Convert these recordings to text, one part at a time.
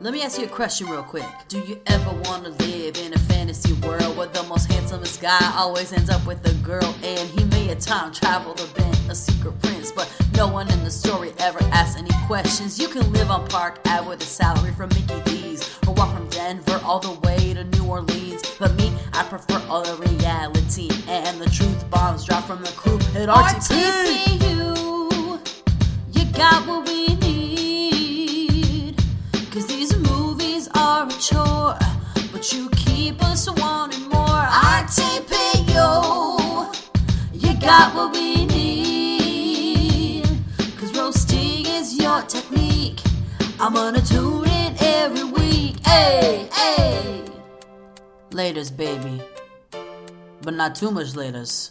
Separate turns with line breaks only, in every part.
Let me ask you a question real quick. Do you ever want to live in a fantasy world where the most handsomest guy always ends up with a girl and he may have time traveled or been a secret prince, but no one in the story ever asks any questions? You can live on Park Ave with a salary from Mickey D's or walk from Denver all the way to New Orleans. But me, I prefer all the reality and the truth bombs drop from the crew at RTP.
You got what we need. Cause these movies are a chore, but you keep us wanting more. RTPO, you got what we need. Cause roasting is your technique. I'm gonna tune in every week. Hey, hey.
Laters, baby. But not too much laters.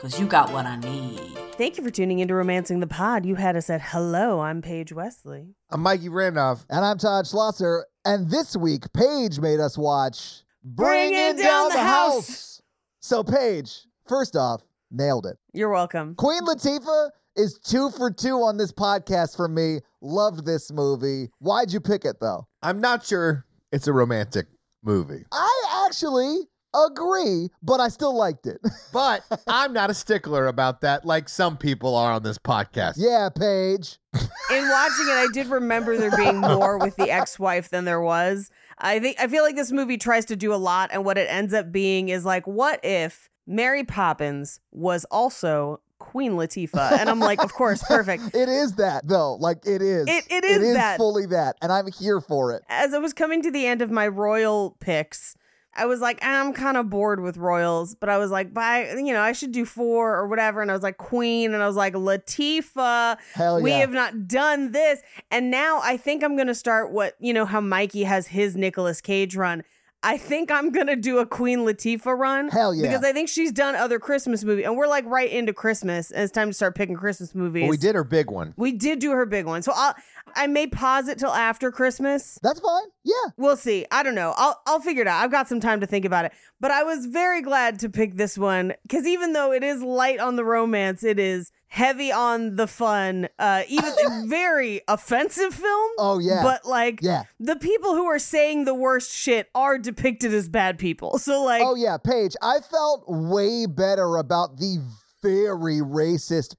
Cause you got what I need.
Thank you for tuning into Romancing the Pod. You had us at hello, I'm Paige Wesley.
I'm Mikey Randolph.
And I'm Todd Schlosser. And this week, Paige made us watch
Bring It Down the House.
So, Paige, first off, nailed it.
You're welcome.
Queen Latifah is two for two on this podcast for me. Loved this movie. Why'd you pick it, though?
I'm not sure it's a romantic movie,
I actually agree, but I still liked it.
but I'm not a stickler about that like some people are on this podcast.
yeah, Paige.
In watching it, I did remember there being more with the ex-wife than there was. I think I feel like this movie tries to do a lot, and what it ends up being is like, what if Mary Poppins was also Queen Latifah? And I'm like, of course, perfect.
It is that, though. Like, it is.
It- it is that.
fully that. And I'm here for it.
As I was coming to the end of my royal picks, I was like, I'm kind of bored with royals, but I was like, by you know, I should do four or whatever. And I was like, Queen, and I was like, Latifah.
Hell
we
yeah.
have not done this. And now I think I'm going to start what, you know, how Mikey has his Nicolas Cage run. I think I'm going to do a Queen Latifah run.
Hell yeah.
Because I think she's done other Christmas movies. And we're like right into Christmas. And it's time to start picking Christmas movies.
But we did her big one.
We did do her big one. So I'll, I may pause it till after Christmas.
That's fine. Yeah.
We'll see. I don't know. I'll I'll figure it out. I've got some time to think about it. But I was very glad to pick this one because even though it is light on the romance, it is heavy on the fun. Uh, even very offensive film.
Oh, yeah.
But like,
Yeah.
the people who are saying the worst shit are depicted as bad people. So like,
Oh yeah, Paige. I felt way better about the very racist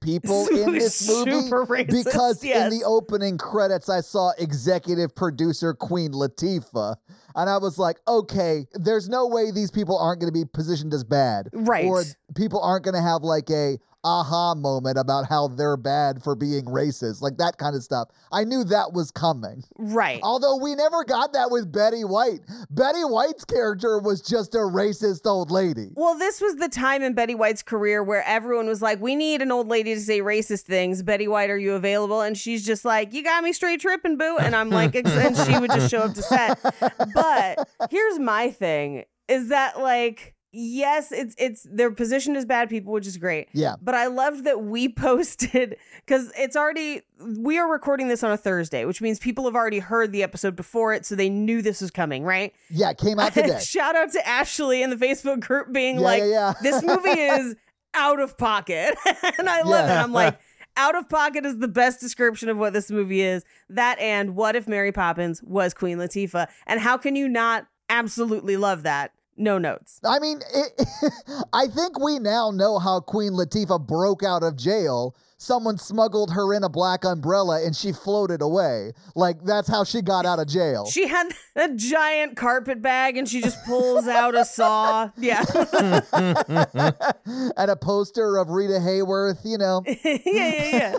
people in this
Super
movie
racist,
because
yes.
in the opening credits I saw executive producer Queen Latifah, and I was like, okay, there's no way these people aren't going to be positioned as bad,
Right.
Or people aren't going to have like a aha moment about how they're bad for being racist, like that kind of stuff. I knew that was coming.
right.
Although we never got that with Betty White. Betty White's character was just a racist old lady.
Well, this was the time in Betty White's career where everyone was like, "We need an old lady to say racist things." Betty White, are you available? And she's just like, "You got me straight tripping, boo." And I'm like, ex- and she would just show up to set. But here's my thing: is that like, yes, it's it's their position is bad people, which is great.
Yeah.
But I loved that we posted because it's already we are recording this on a Thursday, which means people have already heard the episode before it, so they knew this was coming, right?
Yeah, it came out today.
Shout out to Ashley in the Facebook group being
Yeah,
like,
yeah, yeah.
this movie is out of pocket. and I love it.
Yeah.
I'm like, out of pocket is the best description of what this movie is. That and what if Mary Poppins was Queen Latifah? And how can you not absolutely love that? no notes.
I mean, it, I think we now know how Queen Latifah broke out of jail. Someone smuggled her in a black umbrella and she floated away. Like, that's how she got out of jail.
She had a giant carpet bag and she just pulls out a saw. Yeah.
and a poster of Rita Hayworth, you know.
yeah, yeah, yeah.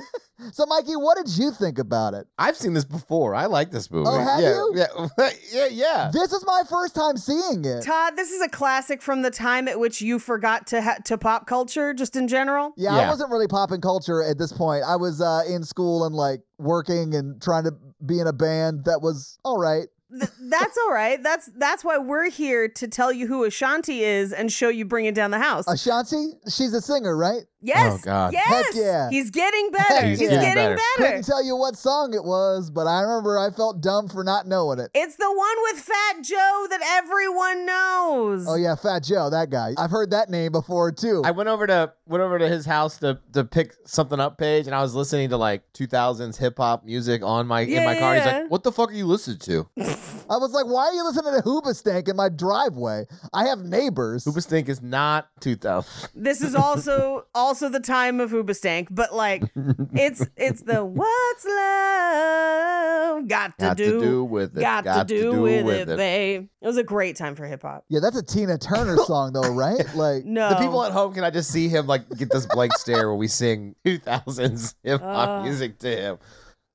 So, Mikey, what did you think about it?
I've seen this before. I like this movie.
Oh, have
yeah,
you?
Yeah, yeah, yeah.
This is my first time seeing it.
Todd, this is a classic from the time at which you forgot to ha- to pop culture just in general.
Yeah, I
Yeah.
wasn't really popping culture at this point. I was uh, in school and like working and trying to be in a band that was all right.
Th- that's all right. That's that's why we're here to tell you who Ashanti is and show you bringing down the house.
Ashanti, she's a singer, right?
yes.
Oh, God.
Yes.
oh, Heck yeah.
He's getting better.
He's
He's,
getting
getting
better.
better.
Couldn't tell you what song it was, but I remember I felt dumb for not knowing it.
It's the one with Fat Joe that everyone knows.
Oh yeah, Fat Joe, that guy. I've heard that name before too.
I went over to went over to his house to to pick something up page, and I was listening to like 2000s hip hop music on my in
Yeah,
my car. and He's
yeah.
like, "What the fuck are you listening to?"
I was like, why are you listening to Hoobastank in my driveway? I have neighbors.
Hoobastank is not 2000.
This is also also the time of Hoobastank, but like it's it's the what's love got to
Got to
do,
do with it.
got, to, do with, it, babe. It was a great time for hip hop.
yeah, that's a Tina Turner song though, right? Like,
No,
The people at home, can I just see him like get this blank stare where we sing 2000s hip hop
Ugh.
music to him?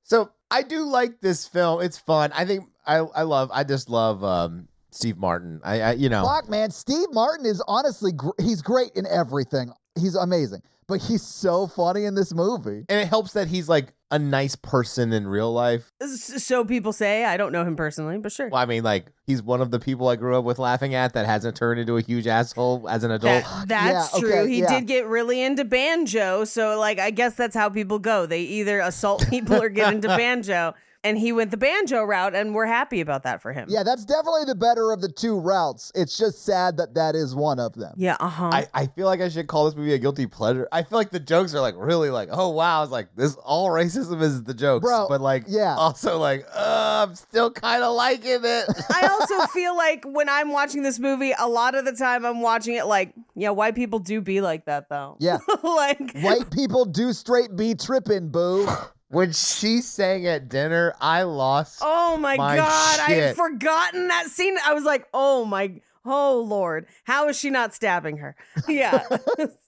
So I do like this film. It's fun. I think I I love. I just love um, Steve Martin. I, I you know
fuck, man. Steve Martin is honestly gr- he's great in everything. He's amazing, but he's so funny in this movie.
and it helps that he's like a nice person in real life.
S- so people say. I don't know him personally, but sure.
Well, I mean, like he's one of the people I grew up with laughing at that hasn't turned into a huge asshole as an adult.
That- that's
Yeah,
true.
okay,
he
yeah.
did get really into banjo, so like I guess that's how people go. They either assault people or get into banjo. And he went the banjo route, and we're happy about that for him.
Yeah, that's definitely the better of the two routes. It's just sad that that is one of them.
Yeah. Uh huh.
I, I feel like I should call this movie a guilty pleasure. I feel like the jokes are like really like, oh wow, it's like this all racism is the jokes.
Bro,
but like
yeah.
also like, uh, I'm still kinda liking it.
I also feel like when I'm watching this movie, a lot of the time I'm watching it like, yeah, white people do be like that though.
Yeah.
like,
White people do straight be tripping, boo.
when she sang at dinner, I lost
oh my,
My
God, I
shit.
had forgotten that scene. I was like, oh my, oh Lord, how is she not stabbing her? Yeah.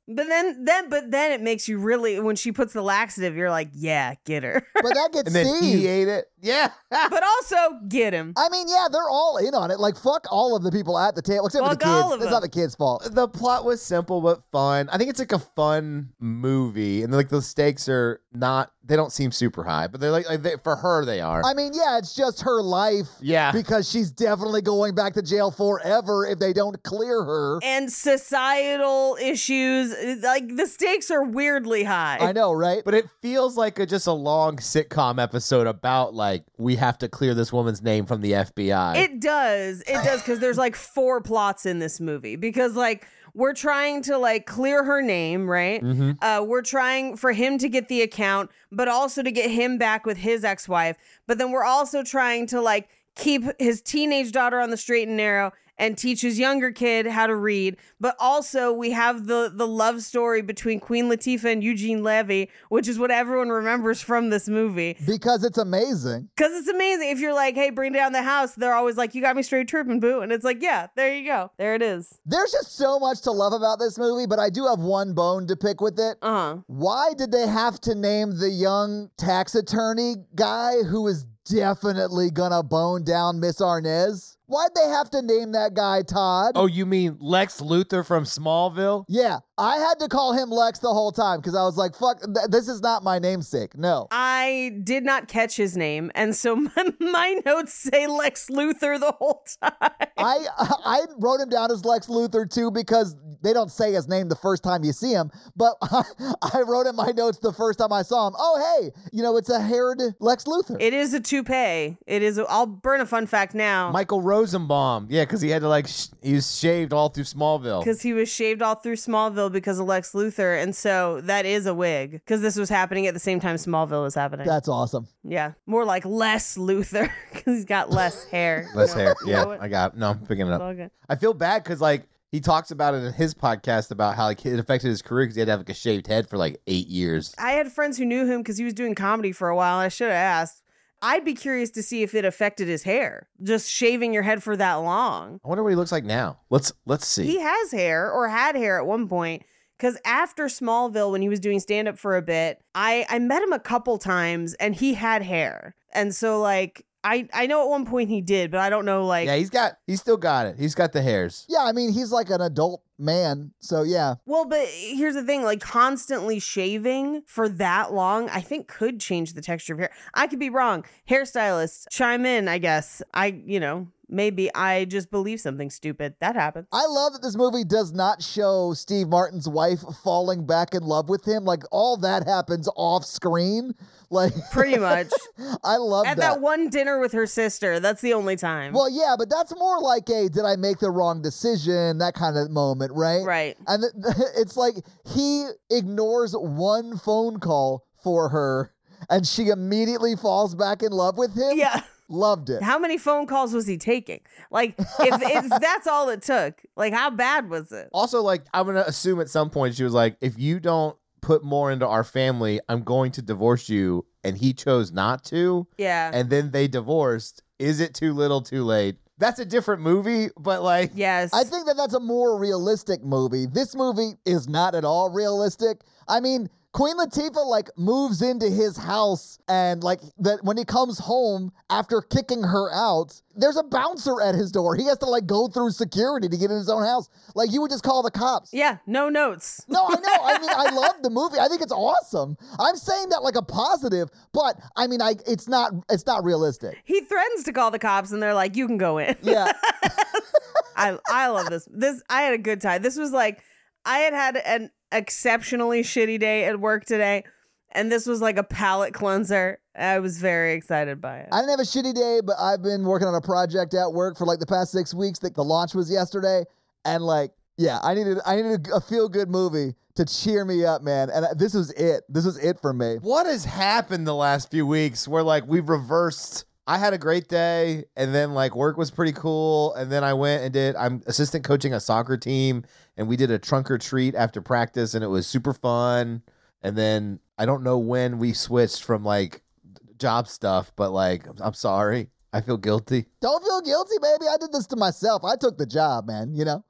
but then, then, but then it makes you really, when she puts the laxative, you're like, yeah, get her.
But that gets
and then E
Steve.
he ate it. Yeah.
but also, get him.
I mean, yeah, they're all in on it. Like, fuck all of the people at the table except for the
Fuck all
kids.
of
It's
them.
not the kids' fault.
the plot was simple but fun. I think it's like a fun movie, and like the stakes are not. They don't seem super high, but they're like, like they, for her they are.
I mean, yeah, it's just her life
yeah,
because she's definitely going back to jail forever if they don't clear her.
And societal issues, like the stakes are weirdly high.
I know, right?
but it feels like a, just a long sitcom episode about like we have to clear this woman's name from the FBI.
It does. It does because there's like four plots in this movie because like we're trying to like clear her name, right?
Mhm.
Uh, we're trying for him to get the account, but also to get him back with his ex-wife. But then we're also trying to like keep his teenage daughter on the straight and narrow and teach his younger kid how to read. But also we have the the love story between Queen Latifah and Eugene Levy, which is what everyone remembers from this movie.
Because it's amazing.
Because it's amazing. If you're like, hey, bring down the house, they're always like, you got me straight tripping, boo. And it's like, yeah, there you go. There it is.
There's just so much to love about this movie, but I do have one bone to pick with it.
Uh huh.
Why did they have to name the young tax attorney guy who is definitely gonna bone down Miss Arnez? Why'd they have to name that guy Todd?
oh, you mean Lex Luthor from Smallville?
Yeah, I had to call him Lex the whole time because I was like, fuck, th- this is not my namesake. No.
I did not catch his name. And so my, my notes say Lex Luthor the whole time.
I I wrote him down as Lex Luthor too because they don't say his name the first time you see him, but I, wrote in my notes the first time I saw him. Oh hey, you know it's a haired Lex Luthor.
It is a toupee. It is. A, I'll burn a fun fact now.
Michael Rosenbaum. Yeah, because he had to like sh- he was shaved all through Smallville.
Because he was shaved all through Smallville because of Lex Luthor. And so that is a wig. Because this was happening at the same time Smallville was happening.
That's awesome.
yeah. More like less Luthor. because he's got less hair.
Less
No,
hair.
you know
Yeah,
what?
I got. No, I'm picking it
It's
up.
all good.
I feel bad because like he talks about it in his podcast about how like, it affected his career because he had to have like a shaved head for like eight years.
I had friends who knew him because he was doing comedy for a while. And I should have asked. I'd be curious to see if it affected his hair. Just shaving your head for that long.
I wonder what he looks like now. Let's let's see.
He has hair or had hair at one point. Because after Smallville, when he was doing stand up for a bit, I, I met him a couple times and he had hair. And so, like, I, I know at one point he did, but I don't know, like,
yeah, he's got. He's still got it. He's got the hairs.
Yeah, I mean, he's like an adult man. So, yeah.
well, but here's the thing like, constantly shaving for that long, I think could change the texture of hair. I could be wrong. Hairstylists, chime in, I guess. I, you know, maybe I just believe something stupid. That happens.
I love that this movie does not show Steve Martin's wife falling back in love with him. Like, all that happens off screen. Like,
Pretty much.
I love
At that one dinner with her sister, that's the only time.
Well, yeah, but that's more like a did I make the wrong decision? That kind of moment, right?
Right.
And th- th- it's like he ignores one phone call for her and she immediately falls back in love with him.
Yeah.
Loved it.
How many phone calls was he taking? Like, if, if that's all it took, like, how bad was it?
Also, like I'm gonna assume at some point she was like, if you don't put more into our family, I'm going to divorce you. And he chose not to.
Yeah.
And then they divorced. Is it too little, too late? That's a different movie, but like,
yes.
I think that that's a more realistic movie. This movie is not at all realistic. I mean, Queen Latifah like moves into his house and like that when he comes home after kicking her out, there's a bouncer at his door. He has to like go through security to get in his own house. Like you would just call the cops.
yeah. No notes.
No, I know. I mean, I love the movie. I think it's awesome. I'm saying that like a positive, but I mean, I it's not it's not realistic.
He threatens to call the cops, and they're like, you can go in.
Yeah.
I, I love this. This, I had a good time. This was like, I had had an exceptionally shitty day at work today, and this was like a palate cleanser. I was very excited by it.
I didn't have a shitty day, but I've been working on a project at work for like the past six weeks. That the launch was yesterday, and like, yeah, I needed I needed a, feel good movie to cheer me up, man. And I- this was it. This was it for me.
what has happened the last few weeks where like we've reversed i had a great day and then like work was pretty cool and then i went and did i'm assistant coaching a soccer team and we did a trunk or treat after practice and it was super fun and then i don't know when we switched from like job stuff but like i'm sorry i feel guilty
Don't feel guilty, baby. I did this to myself. I took the job, man. You know,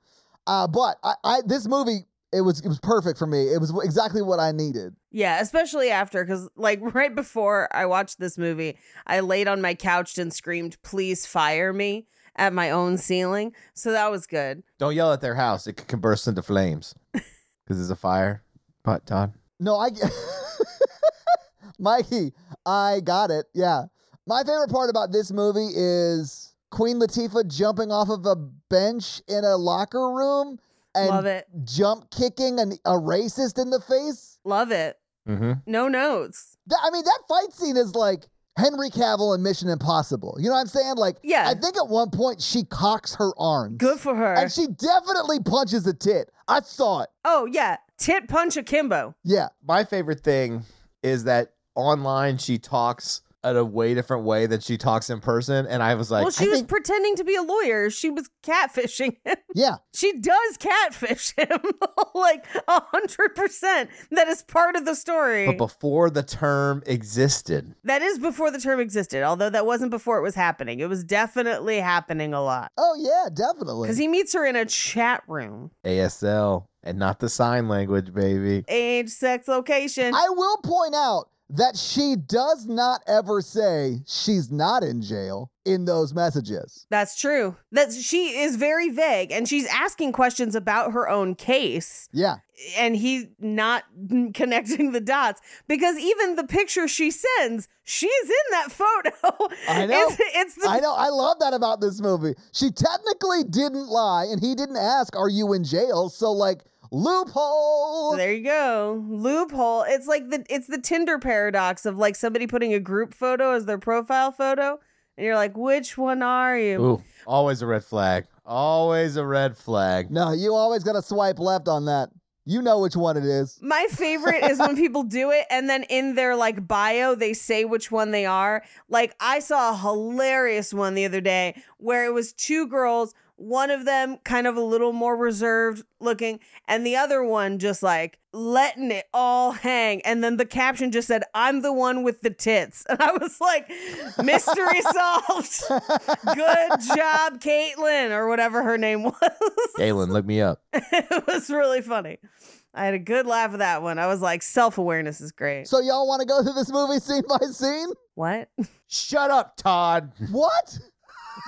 uh, but I, I this movie it was it was perfect for me. It was exactly what I needed.
Yeah, especially after, because like right before I watched this movie, I laid on my couch and screamed, "Please fire me!" at my own ceiling. So that was good.
don't yell at their house it can burst into flames because there's a fire pot todd
No, I. Mikey, I got it. Yeah. My favorite part about this movie is Queen Latifah jumping off of a bench in a locker room and
Love it.
jump kicking an, a racist in the face.
Love it.
mm-hmm.
No notes.
That, I mean, that fight scene is like Henry Cavill in Mission Impossible. You know what I'm saying? Like,
Yeah.
I think at one point she cocks her arms.
Good for her.
And she definitely punches a tit. I saw it.
oh yeah, tit punch akimbo.
Yeah.
my favorite thing is that online she talks at a way different way than she talks in person and i was like
well, she
I
was
think-
pretending to be a lawyer. She was catfishing him.
Yeah.
she does catfish him like a hundred percent. That is part of the story.
but before the term existed
That is before the term existed, although that wasn't before it was happening. It was definitely happening a lot.
Oh, yeah, definitely.
Because he meets her in a chat room.
asl and not the sign language baby
Age, sex, location.
I will point out that she does not ever say she's not in jail in those messages.
That's true. That's she is very vague and she's asking questions about her own case
Yeah.
and he's not connecting the dots because even the picture she sends, she's in that photo.
I know.
It's, it's the
I know. I love that about this movie. She technically didn't lie and he didn't ask, Are you in jail? So, like, loophole.
There you go. Loophole. It's like the it's the Tinder paradox of like somebody putting a group photo as their profile photo and you're like, "Which one are you?"
ooh always a red flag always a red flag
No, you always got to swipe left on that. You know which one it is.
My favorite is when people do it and then in their like bio they say which one they are. Like I saw a hilarious one the other day where it was two girls, one of them kind of a little more reserved looking and the other one just like letting it all hang and then the caption just said I'm the one with the tits. And I was like mystery solved. Good job Caitlin or whatever her name was.
Galen, look me up.
it was really funny. I had a good laugh at that one. I was like, self awareness is great.
So y'all want to go through this movie scene by scene?
what?
Shut up, Todd.
What?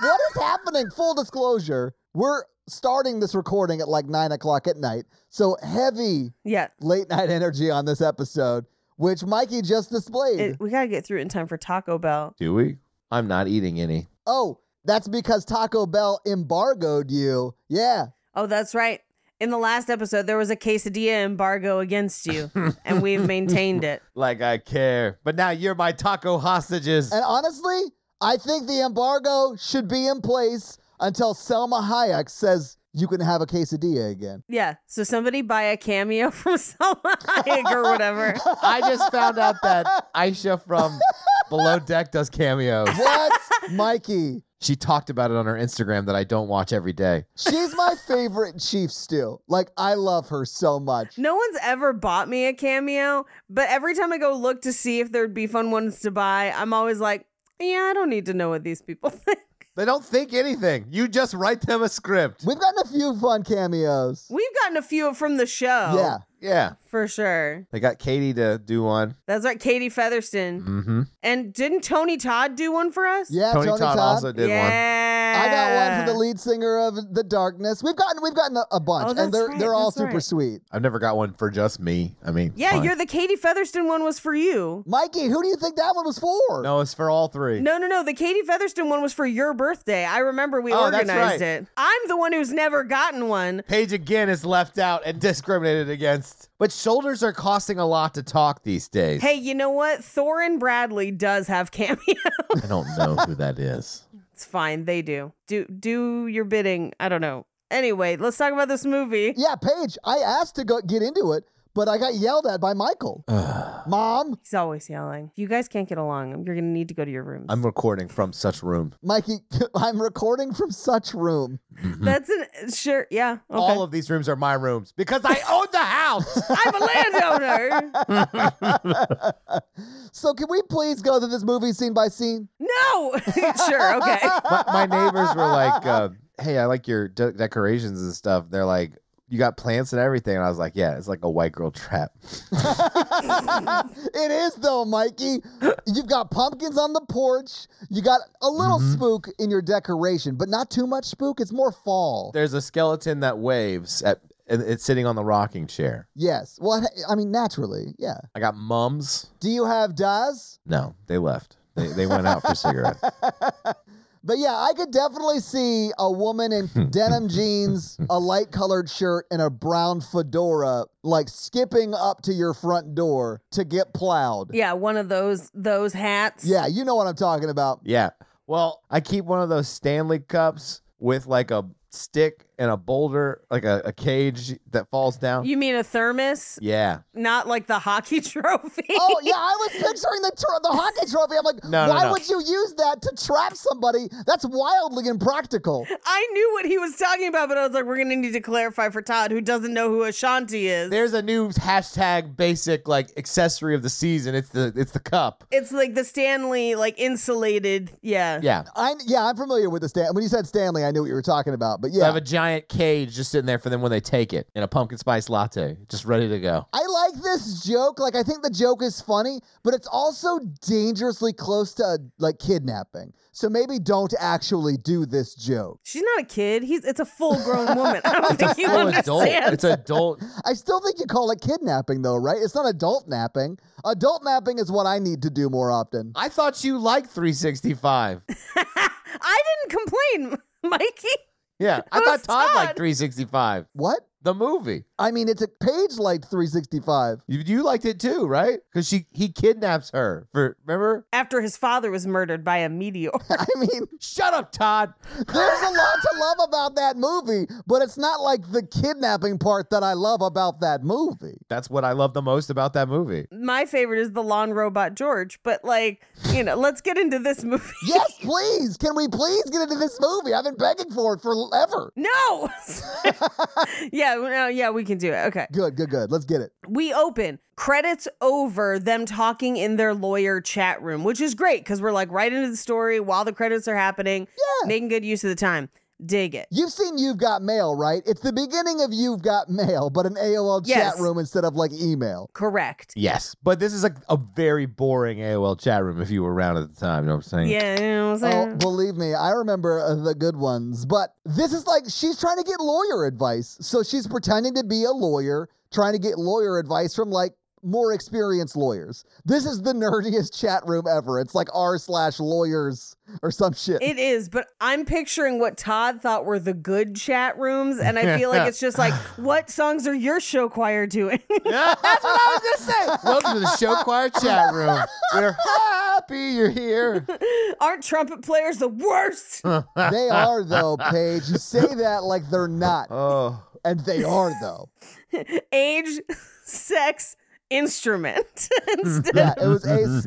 what is happening? Full disclosure: we're starting this recording at like nine o'clock at night, so heavy
Yeah.
late night energy on this episode, which Mikey just displayed.
It, we got to get through it in time for Taco Bell.
Do we? I'm not eating any.
oh, that's because Taco Bell embargoed you. Yeah,
Oh, that's right. In the last episode, there was a quesadilla embargo against you, and we've maintained it.
Like I care. But now you're my taco hostages.
and honestly, I think the embargo should be in place until Selma Hayek says you can have a quesadilla again.
Yeah. So somebody buy a cameo from Selma Hayek or whatever.
I just found out that Aisha from Below Deck does cameo.
What, Mikey?
She talked about it on her Instagram that I don't watch every day.
She's my favorite chief stew. Like I love her so much.
No one's ever bought me a cameo, but every time I go look to see if there'd be fun ones to buy, I'm always like, yeah, I don't need to know what these people think.
They don't think anything. You just write them a script.
We've gotten a few fun cameos.
We've gotten a few from the show.
Yeah.
Yeah.
For sure.
They got Katie to do one.
That's right, Katie Featherston.
Mm-hmm.
And didn't Tony Todd do one for us?
Yeah,
Tony,
Tony,
Todd, also did one.
yeah.
I got one for the lead singer of The Darkness. We've gotten we've gotten a, a
Uh,
bunch,
Oh,
and
that's
they're
right,
they're all
that's
super
right.
sweet.
I've never got one for just me. I mean,
Yeah,
fine.
you're the Katie Featherston one was for you.
Mikey, who do you think that one was for?
No, it's for all three.
No, no, no. The Katie Featherston one was for your birthday. I remember we
Oh, that's
organized
right.
it. I'm the one who's never gotten one.
Paige again is left out and discriminated against. But shoulders are costing a lot to talk these days.
Hey, you know what? Thorin Bradley does have cameo.
I don't know who that is.
it's fine. They do. Do do your bidding. I don't know. Anyway, let's talk about this movie.
Yeah, Paige, I asked to go get into it, but I got yelled at by Michael. Mom,
He's always yelling. If you guys can't get along, you're going to need to go to your rooms.
I'm recording from such room.
Mikey, I'm recording from such room.
That's an sure. Yeah. Okay.
All of these rooms are my rooms because I own the house.
I'm a landowner.
So can we please go through this movie scene by scene?
no. sure. Okay.
my, my neighbors were like, uh, "Hey, I like your de- decorations and stuff." They're like, "You got plants and everything," and I was like, "Yeah, it's like a white girl trap."
it is though, Mikey. You've got pumpkins on the porch. You got a little spook in your decoration, but not too much spook. It's more fall.
There's a skeleton that waves at, and it's sitting on the rocking chair.
Yes. Well, I mean, naturally, yeah.
I got mums.
Do you have Daz?
No, they left. They, they went out for cigarettes.
But yeah, I could definitely see a woman in denim jeans, a light colored shirt, and a brown fedora, like skipping up to your front door to get plowed.
Yeah. One of those those hats.
Yeah, you know what I'm talking about.
Yeah. Well, I keep one of those Stanley cups with like a stick and a boulder, like a, a cage that falls down.
You mean a thermos,
yeah.
not like the hockey trophy?
Oh yeah, I was picturing the tro- the hockey trophy. I'm like,
No, no,
why
no.
would you use that to trap somebody? That's wildly impractical.
I knew what he was talking about, but I was like, we're gonna need to clarify for Todd, who doesn't know who Ashanti is.
There's a new hashtag basic like accessory of the season. It's the it's the cup.
it's like the Stanley, like insulated. Yeah.
Yeah.
I yeah, I'm familiar with the Stan. When you said Stanley, I knew what you were talking about. But
I
yeah,
have a giant cage just sitting there for them when they take it in a pumpkin spice latte, just ready to go.
I like this joke. Like I think the joke is funny, but it's also dangerously close to like kidnapping. So maybe don't actually do this joke.
She's not a kid. He's it's a full grown woman. I don't think you
Full adult.
understand.
It's adult.
I still think you call it kidnapping though, right? It's not adult napping. Adult napping is what I need to do more often.
I thought you liked 365.
I didn't complain, Mikey.
Yeah. I
It
thought
was
Todd
Todd.
liked 365.
What?
The movie.
I mean, it's a page light 365.
You, you liked it too, right? Because she he kidnaps her. For remember?
After his father was murdered by a meteor.
I mean,
Shut up, Todd.
there's a lot to love about that movie, but it's not like the kidnapping part that I love about that movie.
That's what I love the most about that movie.
My favorite is the lawn robot George, but like, you know, let's get into this movie.
Yes, please. Can we please get into this movie? I've been begging for it forever.
No. yeah, no, yeah, we can do it. Okay.
Good, good, good. Let's get it.
we open credits over them talking in their lawyer chat room, which is great because we're like right into the story while the credits are happening,
Yeah.
making good use of the time. Dig it.
You've seen You've Got Mail, right? It's the beginning of You've Got Mail, but an AOL
Yes.
chat room instead of like email.
Correct.
Yes. But this is like a very boring AOL chat room if you were around at the time. You know what I'm saying?
Yeah, you know what I'm
Oh,
saying?
believe me, I remember uh, the good ones. But this is like she's trying to get lawyer advice. So she's pretending to be a lawyer, trying to get lawyer advice from like more experienced lawyers. This is the nerdiest chat room ever. It's like r slash lawyers or some shit.
It is, but I'm picturing what Todd thought were the good chat rooms, and I feel like it's just like, what songs are your show choir doing?
That's what I was gonna say. Welcome to the show choir chat room. We're happy you're here.
Aren't trumpet players the worst?
they are though, Paige. You say that like they're not,
Oh,
and they are though.
Age, sex, instrument.
Yeah, it was AS-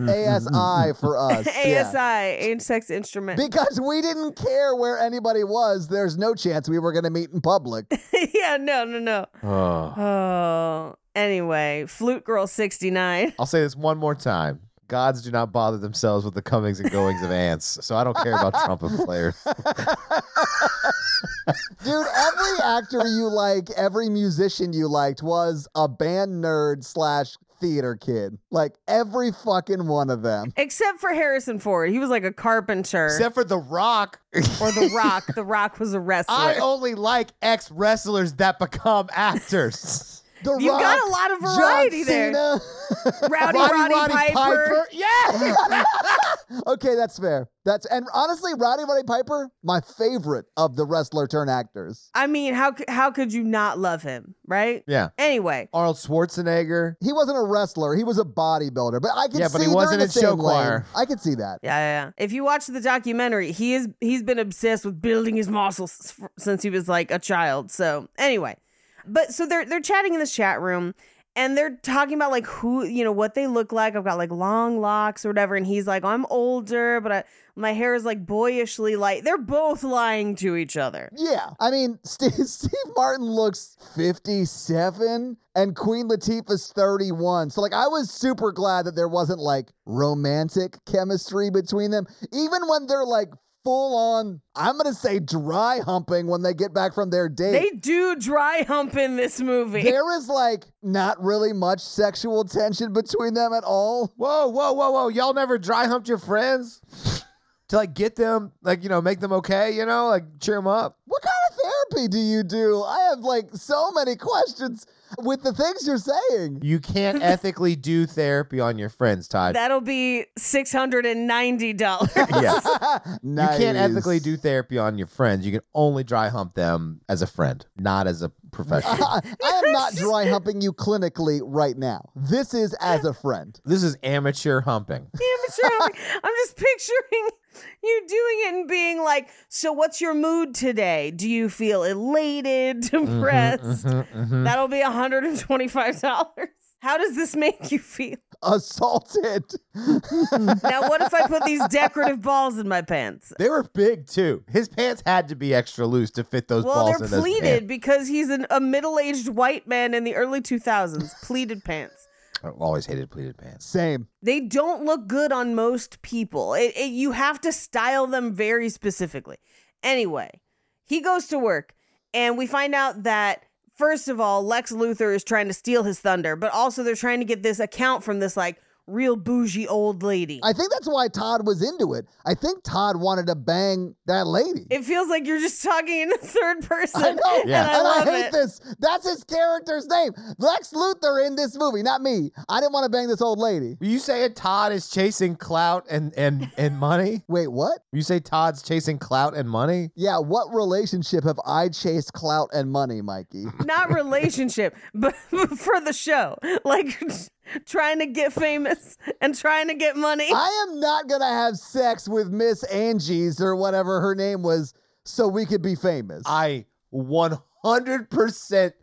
ASI for us. yeah.
ASI, age, sex, instrument.
Because we didn't care where anybody was, there's no chance we were going to meet in public.
yeah, no, no, no.
oh.
Oh, anyway, Flute Girl 69.
I'll say this one more time. Gods do not bother themselves with the comings and goings of ants, so I don't care about trumpet players.
Dude, every actor you like, every musician you liked was a band nerd slash theater kid. Like every fucking one of them.
Except for Harrison Ford. He was like a carpenter.
Except for The Rock.
or The Rock. The Rock was a wrestler.
I only like ex wrestlers that become actors.
The
You
Rock,
got a lot of
John
variety there.
Cena.
Rowdy Roddy, Piper.
Yeah.
okay, that's fair. That's and honestly, Roddy Roddy Piper, my favorite of the wrestler turn actors.
I mean, how c- how could you not love him, right?
yeah.
Anyway,
Arnold Schwarzenegger.
He wasn't a wrestler; he was a bodybuilder. But I can
Yeah,
see
but he
they're
wasn't
the
in show
same lane.
choir.
I can see that.
yeah, yeah, yeah. If you watch the documentary, he is he's been obsessed with building his muscles s- f- since he was like a child. So anyway, but so they're they're chatting in this chat room and they're talking about like who you know what they look like. I've got like long locks or whatever, and he's like, I'm older, but I, my hair is like boyishly light. They're both lying to each other.
Yeah. I mean, Steve, Steve Martin looks 57 and Queen Latifah's 31. So, like, I was super glad that there wasn't like romantic chemistry between them. Even when they're like full on, I'm going to say dry humping when they get back from their date.
They do dry hump in this movie.
there is like not really much sexual tension between them at all.
Whoa, whoa, whoa, whoa. Y'all never dry humped your friends to like get them, like, you know, make them okay, you know, like cheer them up.
What kind of therapy do you do? I have like so many questions with the things you're saying.
You can't ethically do therapy on your friends, Todd.
That'll be six hundred and ninety dollars.
yeah.
Ah, Nice.
You can't ethically do therapy on your friends. You can only dry hump them as a friend, not as a professional.
I, I am not dry humping you clinically right now. This is as a friend.
this is amateur humping.
Amateur hour. I'm just picturing you doing it and being like, so what's your mood today? Do you feel elated,
Mm-hmm,
depressed? That'll be $125. How does this make you feel?
Assaulted.
Now, what if I put these decorative balls in my pants?
They were big too. His pants had to be extra loose to fit those
Well,
balls
they're
in those
pleated because he's an, a middle aged white man in the early 2000s. pleated pants.
pants. I always hated pleated pants.
Same.
They don't look good on most people. It, it, you have to style them very specifically. Anyway, he goes to work, and we find out that, first of all, Lex Luthor is trying to steal his thunder, but also they're trying to get this account from this, like, real bougie old lady.
I think that's why Todd was into it. I think Todd wanted to bang that lady.
it feels like you're just talking in the third person.
I know.
And
Yeah.
I
and I
love
hate
it.
this. That's his character's name. Lex Luthor in this movie, not me. I didn't want to bang this old lady.
Were you saying Todd is chasing clout and and and money?
Wait, what?
You say Todd's chasing clout and money?
Yeah, what relationship have I chased clout and money, Mikey?
Not relationship, but for the show. Like trying to get famous and trying to get money.
I am not going to have sex with Miss Angie's or whatever her name was so we could be famous.
I 100%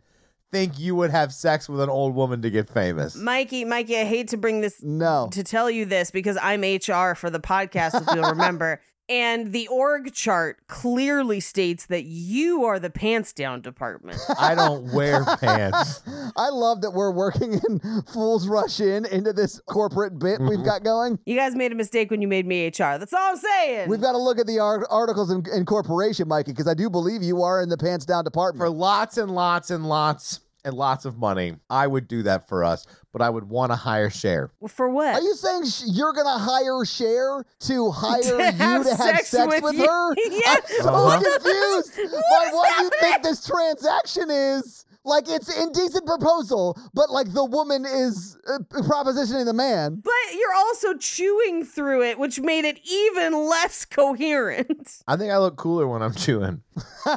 think you would have sex with an old woman to get famous.
Mikey, Mikey, I hate to bring this
no.
to tell you this because I'm HR for the podcast, if you'll remember. And the org chart clearly states that you are the pants down department.
I don't wear pants.
I love that we're working in Fools Rush In into this corporate bit we've
Mm-hmm.
got going.
You guys made a mistake when you made me HR. That's all I'm saying.
We've got to look at the ar- articles in, in corporation, Mikey, because I do believe you are in the pants down
For
department.
lots and lots and lots and lots of money, I would do that for us, but I would want a higher share.
For what?
Are you saying sh- you're going to hire Cher to hire
To
you
have
to have
sex
sex,
with
with,
you.
her?
Yeah.
I'm so
Uh-huh.
confused by what you think this transaction is. Like, it's indecent proposal, but like the woman is uh, propositioning the man.
but you're also chewing through it, which made it even less coherent.
I think I look cooler when I'm chewing.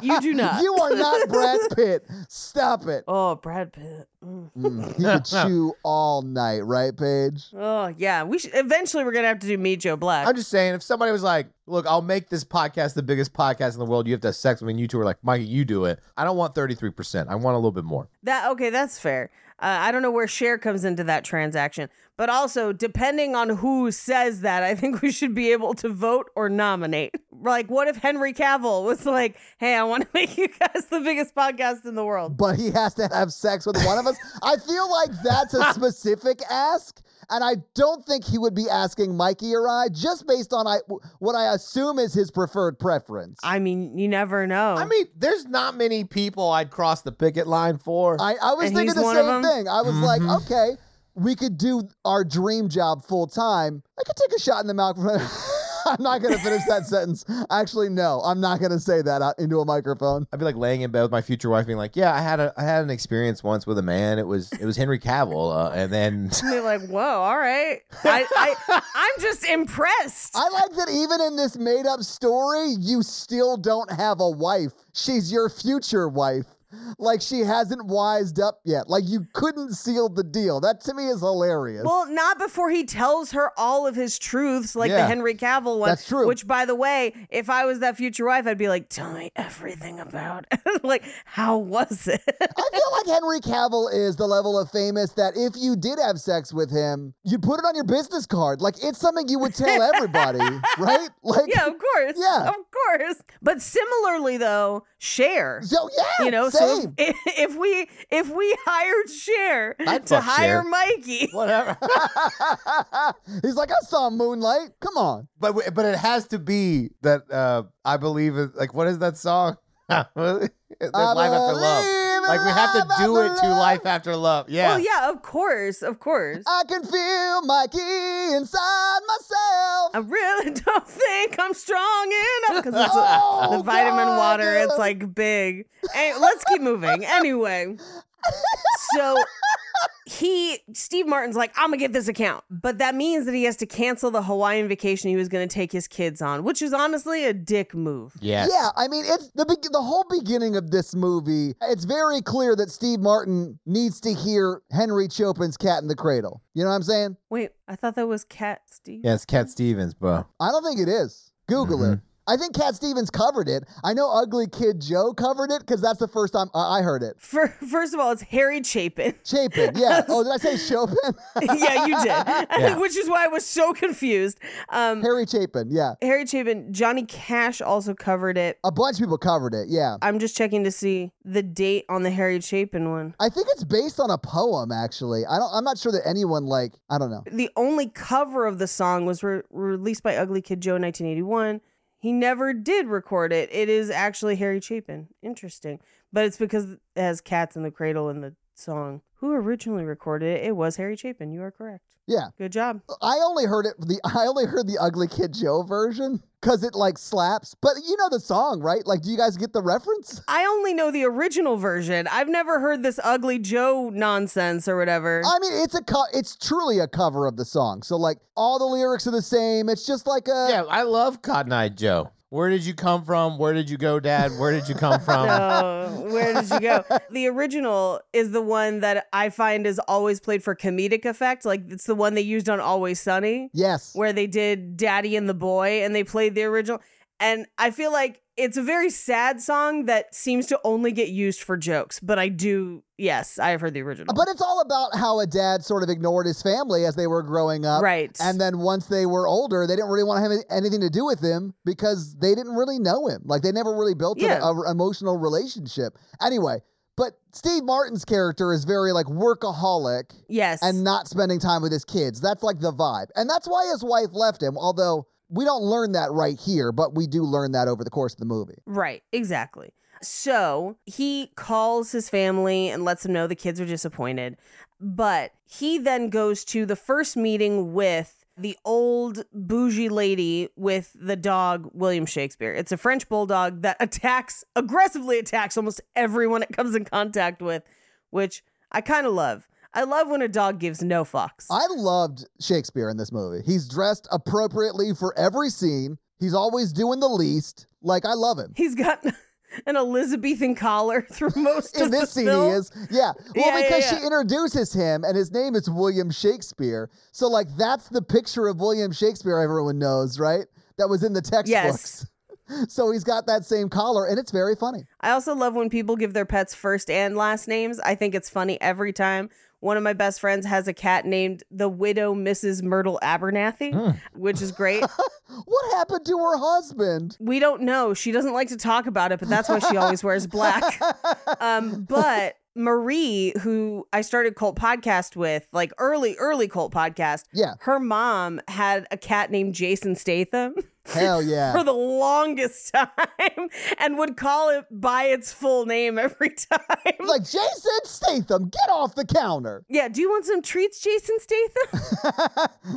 You do not.
You are not Brad Pitt. Stop it.
oh, Brad Pitt. Mm.
Mm, he could chew all night, right, Paige?
Oh yeah, we should, eventually we're gonna have to do Meet Joe Black.
I'm just saying, if somebody was like, look, I'll make this podcast the biggest podcast in the world, you have to have sex with me, and you two are like, Mikey, you do it. I don't want 33%. I want a little bit more.
That okay, that's fair. Uh, I don't know where share comes into that transaction, but also depending on who says that, I think we should be able to vote or nominate. Like, what if Henry Cavill was like, "Hey, I want to make you guys the biggest podcast in the world."
But he has to have sex with one of us. I feel like that's a specific ask. And I don't think he would be asking Mikey or I just based on I, what I assume is his preferred preference.
I mean, you never know.
I mean, there's not many people I'd cross the picket line for.
I, I was
And he's
thinking the
one of Mm-hmm. 'em?
same thing. I was like, okay, we could do our dream job full time. I could take a shot in the microphone. I'm not going to finish that sentence. Actually, no, I'm not going to say that out into a microphone.
I'd be like laying in bed with my future wife, being like, "Yeah, I had a I had an experience once with a man. It was it was Henry Cavill, uh, and then
And they're like, "Whoa, all right." I, I I'm just impressed.
I like that even in this made up story, you still don't have a wife. She's your future wife. Like she hasn't wised up yet. Like you couldn't seal the deal. That to me is hilarious.
Well, not before he tells her all of his truths, like the
Yeah.
Henry Cavill one.
That's true.
Which, by the way, if I was that future wife, I'd be like, "Tell me everything about, it." like, how was it?"
I feel like Henry Cavill is the level of famous that if you did have sex with him, you'd put it on your business card. Like it's something you would tell everybody, right? Like
yeah, of course.
Yeah.
of course. But similarly, though, share.
So yeah,
You know,
same.
so if, if we if we hired Cher
I'd
to
fuck
hire
Cher.
Mikey,
whatever."
He's like, I saw Moonlight. Come on.
but w- but it has to be that uh, I believe it. Like, what is that song? There's life after love.
believe in
Like we have to
life
do
after
it to
love.
life after love. Yeah.
well, yeah, of course, of course.
I can feel Mikey inside myself.
I really don't think I'm strong enough because it's
Oh,
the vitamin
God.
water. It's like big. Hey, let's keep moving. Anyway, so he Steve Martin's like, I'm gonna get this account, but that means that he has to cancel the Hawaiian vacation he was gonna take his kids on, which is honestly a dick move.
Yes.
Yeah, I mean, it's the beg- the whole beginning of this movie. It's very clear that Steve Martin needs to hear Henry Chopin's "Cat in the Cradle." You know what I'm saying?
Wait, I thought that was Cat Steve.
Yeah, it's Cat Stevens, bro.
I don't think it is. Google it. I think Cat Stevens covered it. I know Ugly Kid Joe covered it because that's the first time I I heard it.
Fir first of all, it's Harry Chapin.
Chapin, yeah. Oh, did I say Chopin?
yeah, you did. I
Yeah.
think, which is why I was so confused. Um,
Harry Chapin, yeah.
Harry Chapin, Johnny Cash also covered it.
A bunch of people covered it, yeah.
I'm just checking to see the date on the Harry Chapin one.
I think it's based on a poem, actually. I don't. I'm not sure that anyone like. I don't know.
The only cover of the song was re- released by Ugly Kid Joe in 1981. He never did record it. It is actually Harry Chapin. Interesting. But it's because it has cats in the cradle in the song. Who originally recorded it? It was Harry Chapin. You are correct.
Yeah.
Good job.
I only heard it the I only heard the Ugly Kid Joe version because it like slaps. But you know the song, right? Like, do you guys get the reference?
I only know the original version. I've never heard this ugly Joe nonsense or whatever.
I mean, it's a co- it's truly a cover of the song. So like, all the lyrics are the same. It's just like a
Yeah, I love Cotton Eye Joe. Where did you come from? Where did you go, Dad? Where did you come from?
Um,
So, where did you go? The original is the one that I find is always played for comedic effect. Like it's the one they used on Always Sunny,
yes.
where they did Daddy and the Boy and they played the original. And I feel like it's a very sad song that seems to only get used for jokes. But I do, yes, I have heard the original.
Uh, But it's all about how a dad sort of ignored his family as they were growing up.
right.
And then once they were older, they didn't really want to have anything to do with him because they didn't really know him. Like they never really built an
Yeah.
a, emotional relationship. Anyway, but Steve Martin's character is very like workaholic
yes.
and not spending time with his kids. That's like the vibe. And that's why his wife left him, although we don't learn that right here, but we do learn that over the course of the movie.
Right, exactly. So he calls his family and lets them know the kids are disappointed. But he then goes to the first meeting with the old bougie lady with the dog, William Shakespeare. It's a French bulldog that attacks, aggressively attacks almost everyone it comes in contact with, which I kind of love. I love when a dog gives no fucks.
I loved Shakespeare in this movie. He's dressed appropriately for every scene. He's always doing the least. Like I love him.
He's got an Elizabethan collar through most
in
of
this
the
scene
film.
he is yeah well
Yeah, yeah,
because she
yeah.
introduces him and his name is william shakespeare so like that's the picture of william shakespeare everyone knows right that was in the textbooks so he's got that same collar and it's very funny
I also love when people give their pets first and last names. I think it's funny every time. One of my best friends has a cat named the widow Mrs. Myrtle Abernathy,
Hmm.
which is great.
what happened to her husband
we don't know. She doesn't like to talk about it, but that's why she always wears black. Um, but Marie, who I started Cult Podcast with, like early, early Cult Podcast,
Yeah.
her mom had a cat named Jason Statham.
hell
for
yeah
the longest time and would call it by its full name every time.
like jason statham get off the counter
yeah, do you want some treats, Jason Statham?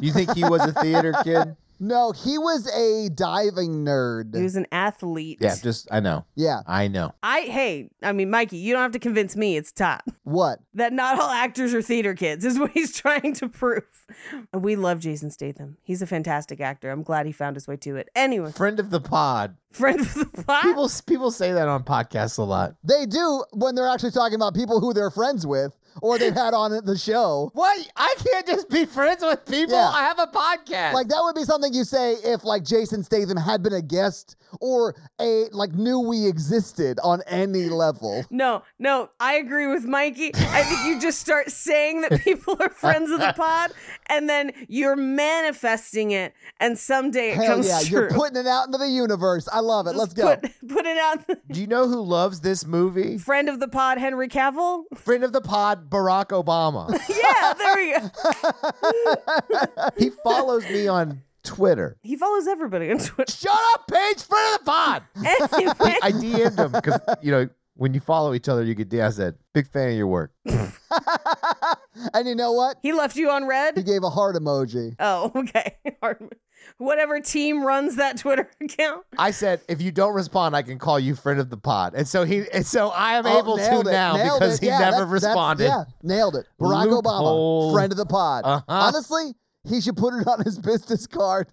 You think he was a theater kid?
no he was a diving nerd
he was an athlete.
Yeah, just I know.
yeah
I know.
I hey, I mean Mikey, you don't have to convince me it's top.
what
That not all actors are theater kids is what he's trying to prove. And we love Jason Statham. He's a fantastic actor. I'm glad he found his way to it. Anyway,
Friend of the pod.
friend of the pod.
People people say that on podcasts a lot.
they do when they're actually talking about people who they're friends with or they've had on the show
What? I can't just be friends with people.
Yeah.
I have a podcast.
Like that would be something you say if like Jason Statham had been a guest or a like knew we existed on any level.
no, no, I agree with Mikey. I think you just start saying that people are friends of the pod, and then you're manifesting it, and someday it
Hell
comes
yeah,
true.
you're putting it out into the universe. I love it. Let's go.
Put, put it out.
Do you know who loves this movie?
Friend of the pod, Henry Cavill.
Friend of the pod, Barack Obama.
Yeah, there we go.
he follows me on Twitter.
He follows everybody on Twitter.
Shut up, Paige, friend of the pod.
Anyway,
I DM'd him because you know when you follow each other, you get DM. I said, big fan of your work.
and you know what?
he left you on
He
red.
gave a heart emoji.
Oh, okay. Whatever team runs that Twitter account.
I said, if you don't respond, I can call you friend of the pod. And so he, and so I am
Oh,
able to
nailed it,
now
nailed
because
it.
he
Yeah,
never
that's- that's-
responded.
yeah, nailed it. Barack Obama,
Loophole.
friend of the pod.
Uh-huh.
Honestly, he should put it on his business card.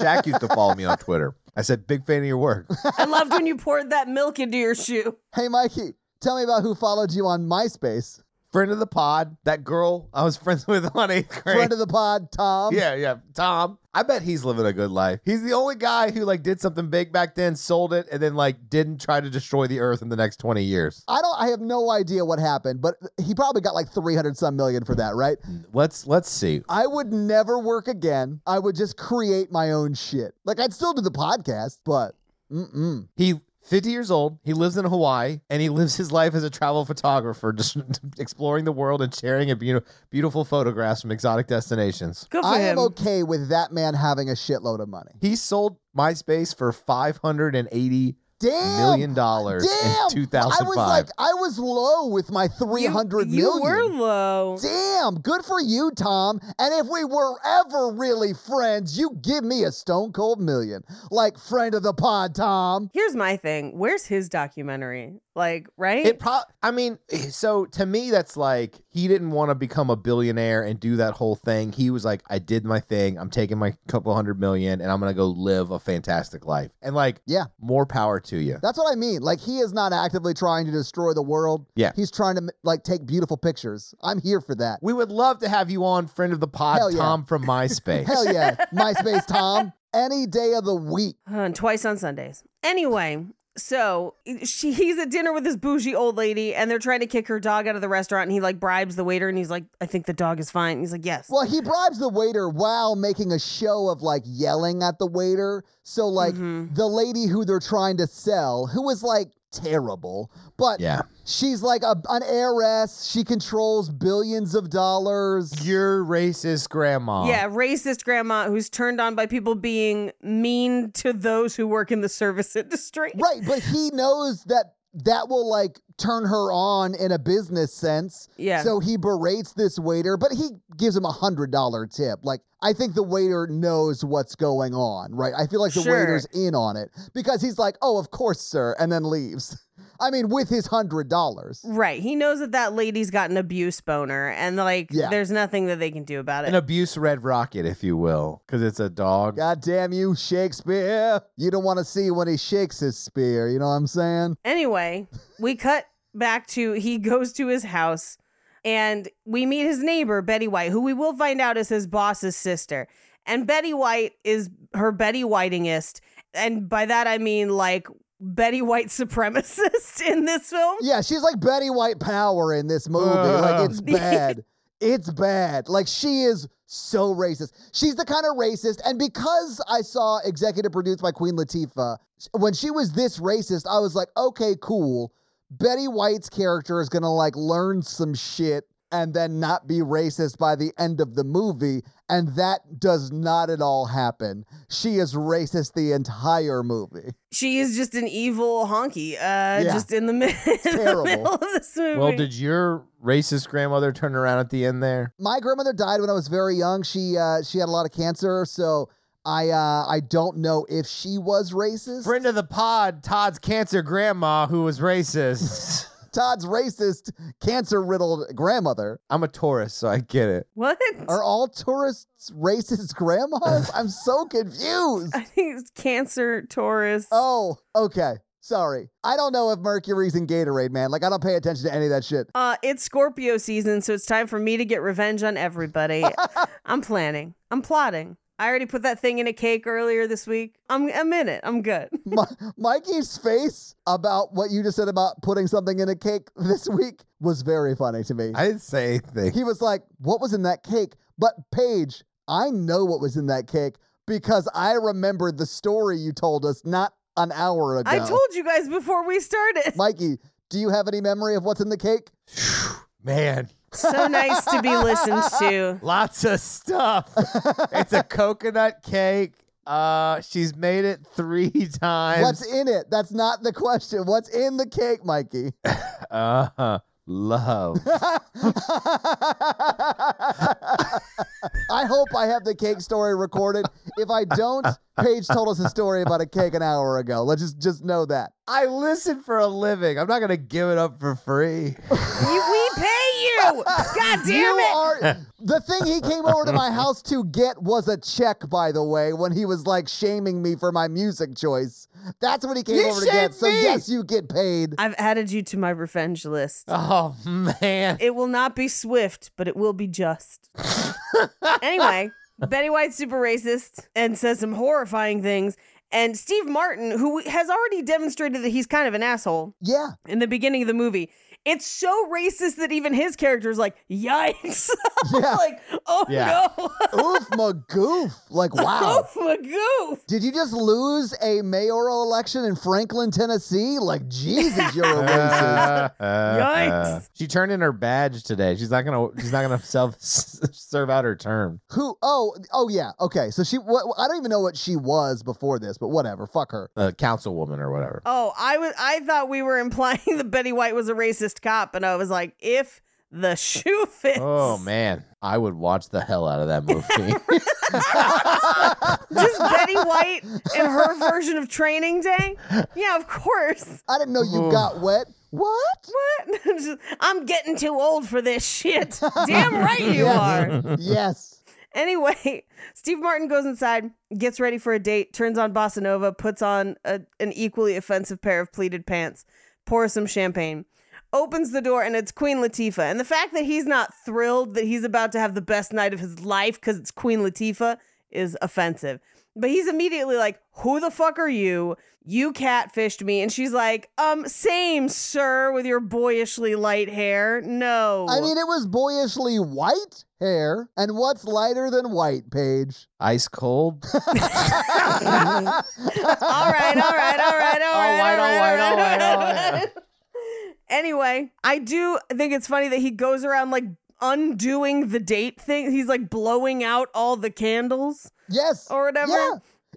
Jack used to follow me on Twitter. I said, big fan of your work.
I loved when you poured that milk into your shoe.
Hey Mikey, tell me about who followed you on MySpace.
friend of the pod, that girl I was friends with on eighth grade.
Friend of the pod, Tom.
yeah, yeah. Tom. I bet he's living a good life. He's the only guy who like did something big back then, sold it, and then like didn't try to destroy the earth in the next 20 years.
I don't. I have no idea what happened, but he probably got like three hundred some million for that, right?
Mm. Let's let's see.
I would never work again. I would just create my own shit. Like I'd still do the podcast, but mm-mm.
He 50 years old, he lives in Hawaii, and he lives his life as a travel photographer, just exploring the world and sharing a beautiful beautiful photographs from exotic destinations.
Good for
I
him.
am okay with that man having a shitload of money.
He sold MySpace for 580
Damn.
million dollars
Damn.
in two
I
thousand
was
five.
like, I was low with my three
You-
hundred million.
you, were low.
Damn, good for you, Tom. And if we were ever really friends, you give me a stone cold million. Like friend of the pod, Tom.
Here's my thing. Where's his documentary? Like, right?
It pro I mean, so to me that's like he didn't want to become a billionaire and do that whole thing. He was like, I did my thing. I'm taking my couple hundred million and I'm going to go live a fantastic life. And like,
Yeah.
more power to you.
That's what I mean. Like he is not actively trying to destroy the world.
Yeah.
He's trying to like take beautiful pictures. I'm here for that.
We would love to have you on friend of the pod
Hell yeah.
Tom from MySpace.
Hell yeah. MySpace Tom. Any day of the week.
Uh, and twice on Sundays. Anyway, so she he's at dinner with this bougie old lady, and they're trying to kick her dog out of the restaurant, and he like bribes the waiter, and he's like, "I think the dog is fine." And he's like, "Yes."
Well, he bribes the waiter while making a show of like yelling at the waiter. So like the lady who they're trying to sell, who is like terrible, but
Yeah.
she's like a, an heiress. She controls billions of dollars.
Your racist grandma.
Yeah, racist grandma who's turned on by people being mean to those who work in the service industry.
right, but he knows that that will like turn her on in a business sense.
Yeah.
So he berates this waiter, but he gives him a hundred dollar tip. Like I think the waiter knows what's going on, right? I feel like the
Sure.
waiter's in on it because he's like, "Oh, of course, sir," and then leaves. I mean, with his hundred dollars.
Right. He knows that that lady's got an abuse boner, and like,
Yeah.
there's nothing that they can do about
An
it.
abuse red rocket, if you will, because it's a dog.
God damn you, Shakespeare! You don't want to see when he shakes his spear. You know what I'm saying?
Anyway, we cut back to he goes to his house and we meet his neighbor, Betty White, who we will find out is his boss's sister. And Betty White is her Betty Whitingest. And by that, I mean like Betty White supremacist in this film.
Yeah, she's like Betty White Power in this movie. Like it's bad. It's bad. Like she is so racist. She's the kind of racist, and because I saw executive produced by Queen Latifah, when she was this racist, I was like, okay, cool. Betty White's character is gonna like learn some shit and then not be racist by the end of the movie. And that does not at all happen. She is racist the entire movie.
She is just an evil honky, uh, just in the, mi- in the
terrible.
middle of this movie.
Well, did your racist grandmother turn around at the end there?
my grandmother died when I was very young. She uh, she had a lot of cancer, so I uh, I don't know if she was racist.
Friend of the pod, Todd's cancer grandma who was racist.
Todd's racist, cancer riddled grandmother.
I'm a Taurus, so I get it.
what?
Are all tourists racist grandmas? I'm so confused.
I think it's Cancer, Taurus.
Oh, okay. Sorry. I don't know if Mercury's in Gatorade, man. Like I don't pay attention to any of that shit.
Uh, it's Scorpio season, so it's time for me to get revenge on everybody. I'm planning. I'm plotting. I already put that thing in a cake earlier this week. I'm I'm in it. I'm good.
Mi- Mikey's face about what you just said about putting something in a cake this week was very funny to me.
I didn't say anything.
He was like, What was in that cake? But Paige, I know what was in that cake because I remembered the story you told us not an hour ago.
I told you guys before we started.
Mikey, do you have any memory of what's in the cake?
Man,
so nice to be listened to.
lots of stuff. it's a coconut cake. Uh, she's made it three times.
What's in it? That's not the question. What's in the cake, Mikey?
Uh huh. Love.
I hope I have the cake story recorded. If I don't, Paige told us a story about a cake an hour ago. Let's just just know that.
I listen for a living. I'm not gonna give it up for free.
You, we pay you. God damn
you
it.
are the thing he came over to my house to get was a check, by the way, when he was like shaming me for my music choice. That's what he came
You
over to get.
shamed
So
me!
yes, you get paid.
I've added you to my revenge list.
Oh man.
It will not be swift, but it will be just. anyway, Betty White's super racist and says some horrifying things. And Steve Martin, who has already demonstrated that he's kind of an asshole
Yeah.
in the beginning of the movie, It's so racist that even his character is like, yikes.
Yeah.
like, oh
Yeah.
no.
Oof, magoof. Like, wow.
Oh, my goof.
Did you just lose a mayoral election in Franklin, Tennessee? Like, Jesus, you're a racist.
Yikes.
She turned in her badge today. She's not gonna. She's not gonna self serve out her term.
Who? Oh, oh yeah. Okay. So she. What, I don't even know what she was before this, but whatever. Fuck her.
A uh, councilwoman or whatever.
Oh, I was I thought we were implying that Betty White was a racist cop, and I was like, if the shoe fits.
Oh man, I would watch the hell out of that movie.
Just Betty White and her version of training day? Yeah, of course.
I didn't know you got wet. What?
What? Just, I'm getting too old for this shit. Damn right you are.
yes.
Anyway, Steve Martin goes inside, gets ready for a date, turns on bossa nova, puts on a, an equally offensive pair of pleated pants, pours some champagne, opens the door, and it's Queen Latifah. And the fact that he's not thrilled that he's about to have the best night of his life because it's Queen Latifah is offensive. But he's immediately like, Who the fuck are you? You catfished me. And she's like, Um, same, sir, with your boyishly light hair. No.
I mean, it was boyishly white hair, and what's lighter than white, Paige?
Ice cold.
all right, all right, all right, all
All
right,
right, all right, all right, all
right. Anyway, I do think it's funny that he goes around like undoing the date thing. He's like blowing out all the candles
Yes.
or whatever.
Yeah.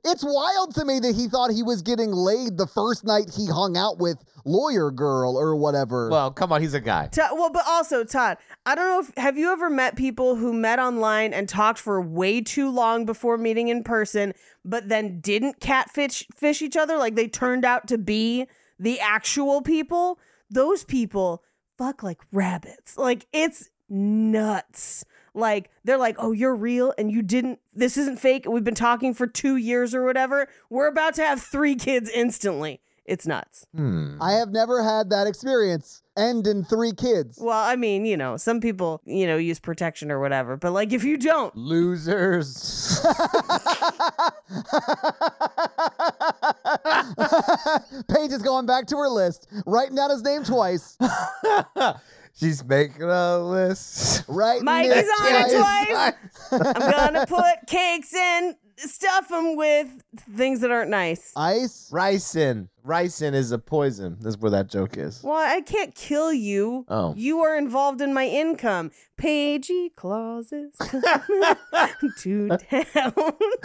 It's wild to me that he thought he was getting laid the first night he hung out with lawyer girl or whatever.
Well, come on, he's a guy.
To- well, but also Todd, I don't know if have you ever met people who met online and talked for way too long before meeting in person, but then didn't catfish fish each other like they turned out to be the actual people. Those people fuck like rabbits. Like it's nuts. Like they're like, "Oh, you're real and you didn't this isn't fake. We've been talking for 2 years or whatever. We're about to have 3 kids instantly." It's nuts.
Hmm.
I have never had that experience. And in three kids.
Well, I mean, you know, some people, you know, use protection or whatever, but like if you don't,
Losers.
Paige is going back to her list, writing down his name twice.
She's making a list.
Right.
Mike
Nick
is on it
twice.
twice. I'm gonna put cakes in, stuff them with things that aren't nice.
Ice.
Ricin. Ricin is a poison. That's where that joke is.
Well, I can't kill you.
Oh.
You are involved in my income. Pagey clauses to town.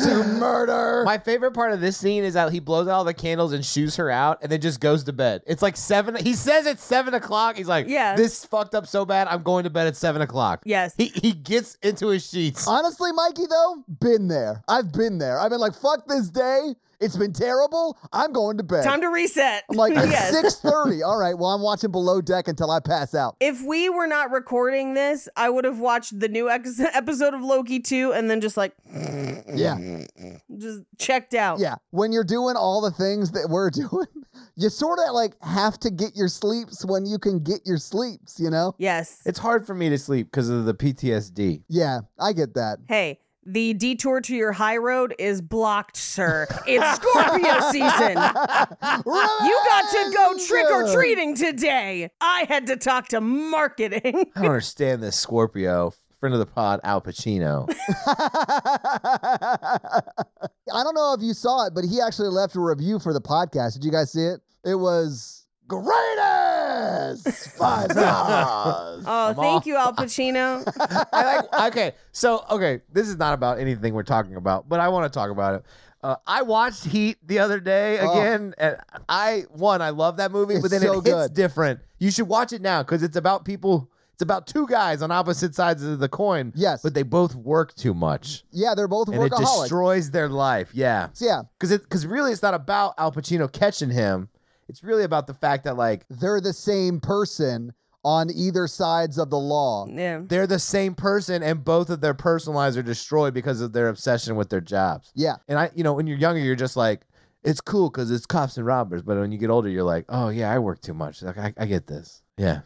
To murder.
My favorite part of this scene is that he blows out all the candles and shoos her out, and then just goes to bed. It's like seven. He says it's seven o'clock. He's like,
Yeah.
this fucked up so bad. I'm going to bed at seven o'clock."
Yes.
He he gets into his sheets.
Honestly, Mikey, though, been there. I've been there. I've been like, fuck this day. It's been terrible. I'm going to bed.
Time to reset.
I'm like, it's
Yes.
6.30. All right, well, I'm watching Below Deck until I pass out.
if we were not recording this, I would have watched the new ex- episode of Loki 2 and then just like
Yeah,
just checked out.
yeah. When you're doing all the things that we're doing, you sort of like have to get your sleeps when you can get your sleeps, you know?
Yes.
It's hard for me to sleep because of the PTSD.
Yeah, I get that.
hey, the detour to your high road is blocked, sir. It's Scorpio season. You got to go trick or treating today. I had to talk to marketing.
I don't understand this Scorpio friend of the pod, Al Pacino.
I don't know if you saw it, but he actually left a review for the podcast. Did you guys see it? It was greatest five stars.
Oh,
I'm
thank
off.
you, Al Pacino.
I like. Okay, so okay, this is not about anything we're talking about, but I want to talk about it. Uh, I watched Heat the other day
Oh.
again, and I one, I love that movie,
It's
but then
so
it hits
good.
different. You should watch it now because it's about people. It's about two guys on opposite sides of the coin.
Yes.
but they both work too much,
yeah, they're both
and it
workaholics.
destroys their life. Yeah,
yeah,
because because really, it's not about Al Pacino catching him. It's really about the fact that like
they're the same person on either sides of the law.
Yeah.
they're the same person, and both of their personal lives are destroyed because of their obsession with their jobs.
Yeah.
And I, you know, when you're younger, you're just like, it's cool because it's cops and robbers. But when you get older, you're like, oh yeah, I work too much. Like I, I get this. Yeah.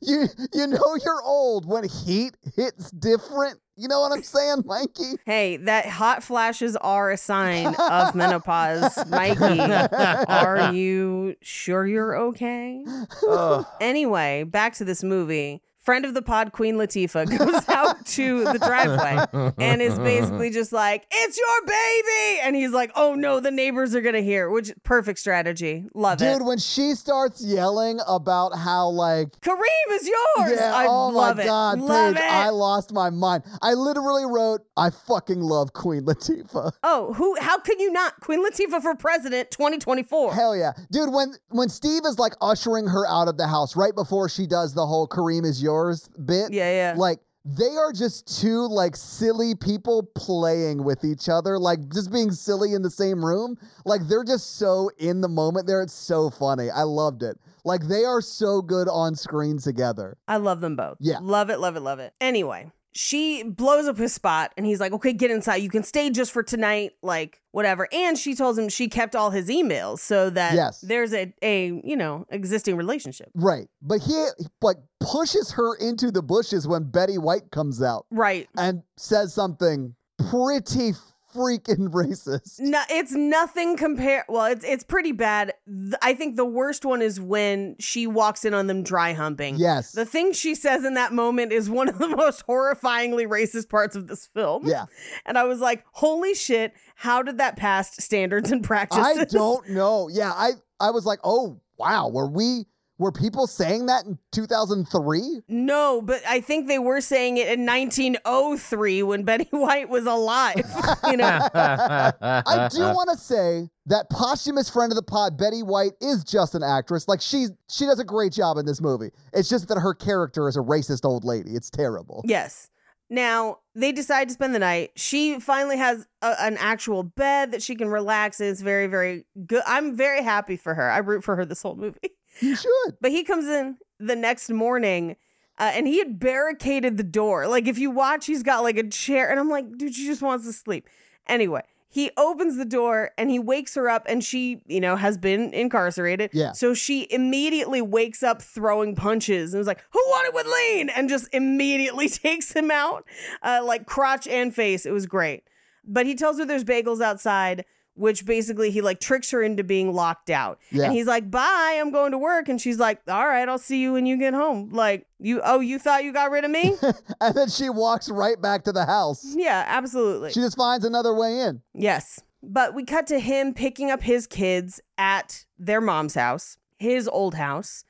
You you know you're old when heat hits different. You know what I'm saying, Mikey?
Hey, that hot flashes are a sign of menopause. Mikey, are you sure you're okay? Anyway, back to this movie. Friend of the pod, Queen Latifah, goes out to the driveway and is basically just like, It's your baby. And he's like, Oh no, the neighbors are going to hear, which perfect strategy. Love it.
Dude, when she starts yelling about how like
Kareem is yours.
Yeah,
I
oh
love
my
it.
god,
love
dude,
it.
I lost my mind. I literally wrote, I fucking love Queen Latifah.
oh, who? How can you not? Queen Latifah for president 2024.
Hell yeah. Dude, when when Steve is like ushering her out of the house right before she does the whole Kareem is yours bit.
Yeah, yeah.
Like they are just two like silly people playing with each other, like just being silly in the same room. Like they're just so in the moment there. It's so funny. I loved it. Like they are so good on screen together.
I love them both.
Yeah.
Love it, love it, love it. Anyway, she blows up his spot and he's like, okay, get inside. You can stay just for tonight, like whatever. And she tells him she kept all his emails so that
Yes.
there's a, a, you know, existing relationship.
Right. But he like pushes her into the bushes when Betty White comes out
Right.
and says something pretty freaking racist.
No, it's nothing compared. Well, it's it's pretty bad. Th- I think the worst one is when she walks in on them dry humping.
Yes.
The thing she says in that moment is one of the most horrifyingly racist parts of this film.
Yeah.
And I was like, holy shit, how did that pass standards and practices?
I don't know. Yeah, I I was like, "Oh, wow, were we were people saying that in 2003?"
No, but I think they were saying it in 1903 when Betty White was alive. you know,
I
Uh-huh.
do want to say that posthumous friend of the pod Betty White is just an actress. Like she she does a great job in this movie. It's just that her character is a racist old lady. It's terrible.
yes. Now they decide to spend the night. She finally has a, an actual bed that she can relax in. It's very, very good. I'm very happy for her. I root for her this whole movie.
You should.
But he comes in the next morning. Uh, and he had barricaded the door. Like if you watch, he's got like a chair, and I'm like, dude, she just wants to sleep. Anyway, he opens the door and he wakes her up, and she, you know, has been incarcerated.
Yeah.
So she immediately wakes up throwing punches and was like, "Who wanted with Lean?" and just immediately takes him out, uh, like crotch and face. It was great. But he tells her there's bagels outside, which basically he like tricks her into being locked out.
Yeah.
And he's like, bye, I'm going to work. And she's like, all right, I'll see you when you get home. Like, you, oh, you thought you got rid of me?
And then she walks right back to the house.
yeah, absolutely.
She just finds another way in.
yes. But we cut to him picking up his kids at their mom's house, his old house.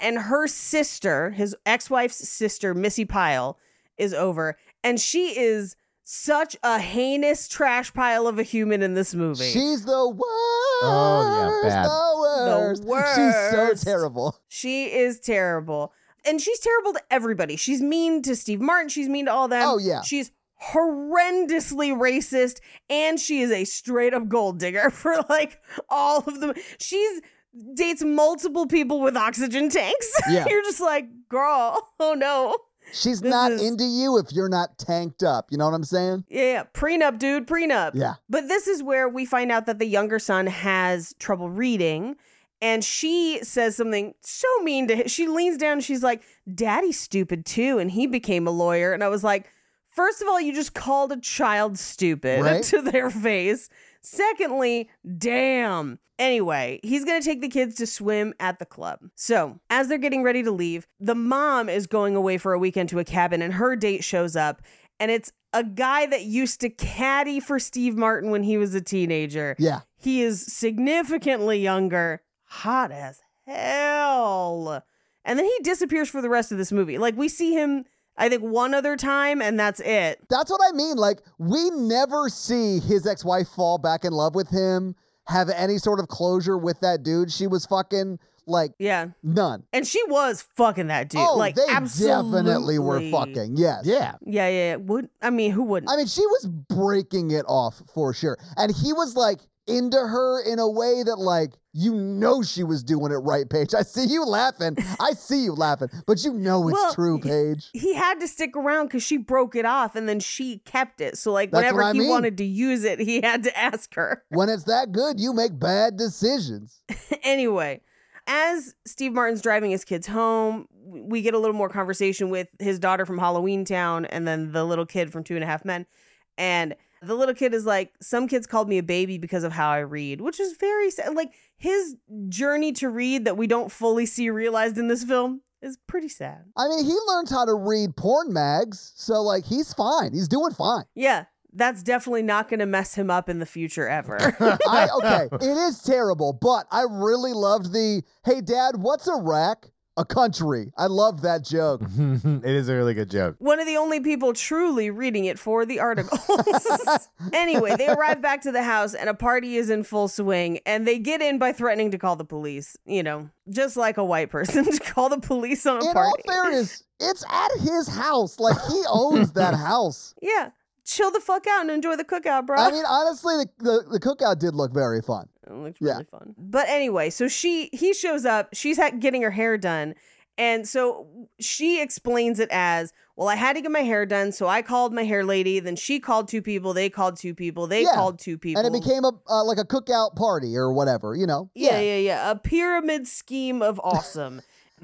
And her sister, his ex wife's sister, Missy Pyle, is over. And she is such a heinous trash pile of a human in this movie.
She's the worst.
Oh, yeah, bad.
The worst.
The
She's
worst.
so terrible.
She is terrible. And she's terrible to everybody. She's mean to Steve Martin. She's mean to all them.
Oh, yeah.
She's horrendously racist. And she is a straight up gold digger for like all of them. She's dates multiple people with oxygen tanks.
Yeah.
You're just like, girl, oh no.
She's
This
not
is-
into you if you're not tanked up. You know what I'm saying?
Yeah, yeah. Prenup, dude, prenup.
Yeah.
But this is where we find out that the younger son has trouble reading. And she says something so mean to him. She leans down and she's like, Daddy's stupid too. And he became a lawyer. And I was like, First of all, you just called a child stupid
Right.
to their face. Secondly, damn. Anyway, he's going to take the kids to swim at the club. So, as they're getting ready to leave, the mom is going away for a weekend to a cabin, and her date shows up, and it's a guy that used to caddy for Steve Martin when he was a teenager.
Yeah.
He is significantly younger, hot as hell. And then he disappears for the rest of this movie. Like, we see him, I think, one other time, and that's it.
That's what I mean. Like, we never see his ex wife fall back in love with him, have any sort of closure with that dude. She was fucking like
Yeah.
none.
And she was fucking that dude.
oh,
like
they
absolutely.
definitely were fucking. Yes.
yeah.
Yeah, yeah, yeah. Would I mean who wouldn't?
I mean, she was breaking it off for sure. And he was like into her in a way that, like, you know, she was doing it right, Paige. I see you laughing. I see you laughing, but you know it's
Well,
true, Paige.
he had to stick around because she broke it off and then she kept it. So like
That's
whenever
what I
he
mean.
wanted to use it, he had to ask her.
When it's that good, you make bad decisions.
anyway, as Steve Martin's driving his kids home, we get a little more conversation with his daughter from Halloween Town and then the little kid from Two and a Half Men. And the little kid is like, some kids called me a baby because of how I read, which is very sad. Like his journey to read that we don't fully see realized in this film is pretty sad.
I mean, he learns how to read porn mags, so like he's fine. He's doing fine.
Yeah, that's definitely not going to mess him up in the future ever.
I, okay, it is terrible, but I really loved the hey, dad, what's a rack? A country. I love that joke.
it is a really good joke.
One of the only people truly reading it for the articles. anyway, they arrive back to the house and a party is in full swing and they get in by threatening to call the police, you know, just like a white person to call the police on a
In all
party.
fairness, it's at his house. Like he owns that house.
yeah. Chill the fuck out and enjoy the cookout, bro.
I mean, honestly, the, the, the cookout did look very fun.
It looked
Yeah.
really fun. But anyway, so she he shows up. She's ha- getting her hair done, and so she explains it as, "Well, I had to get my hair done, so I called my hair lady. Then she called two people. They called two people. They
Yeah.
called two people.
And it became a uh, like a cookout party or whatever, you know.
yeah, yeah, yeah, a pyramid scheme of awesome."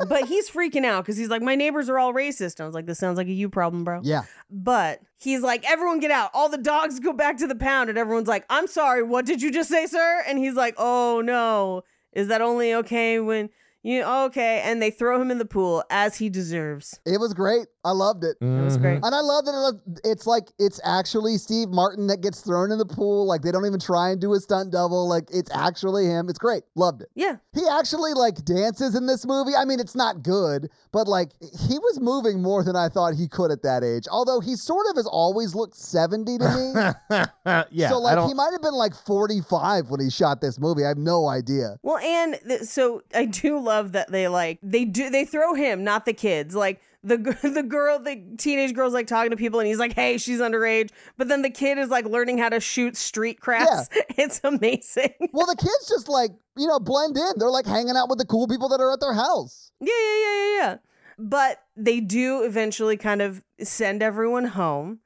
but he's freaking out because he's like, "My neighbors are all racist." And I was like, "This sounds like a you problem, bro."
Yeah.
But he's like, everyone get out. All the dogs go back to the pound. And everyone's like, I'm sorry, what did you just say, sir? And he's like, oh no, is that only okay when you, okay. And they throw him in the pool as he deserves.
It was great. I loved it.
It was great.
And I love that it- it's like it's actually Steve Martin that gets thrown in the pool. Like they don't even try and do a stunt double. Like it's actually him. It's great. Loved it.
Yeah.
He actually like dances in this movie. I mean, it's not good, but like he was moving more than I thought he could at that age. Although he sort of has always looked 70 to me.
yeah.
so
I
like
don't,
he might have been like 45 when he shot this movie. I have no idea.
Well, and th- so I do love that they like they do they throw him, not the kids. Like the g- the girl, the teenage girl's like talking to people, and he's like, "Hey, she's underage," but then the kid is like learning how to shoot street crafts. It's amazing.
Well, the kids just like, you know, blend in. They're like hanging out with the cool people that are at their house.
Yeah, yeah, yeah, yeah, yeah. But they do eventually kind of send everyone home.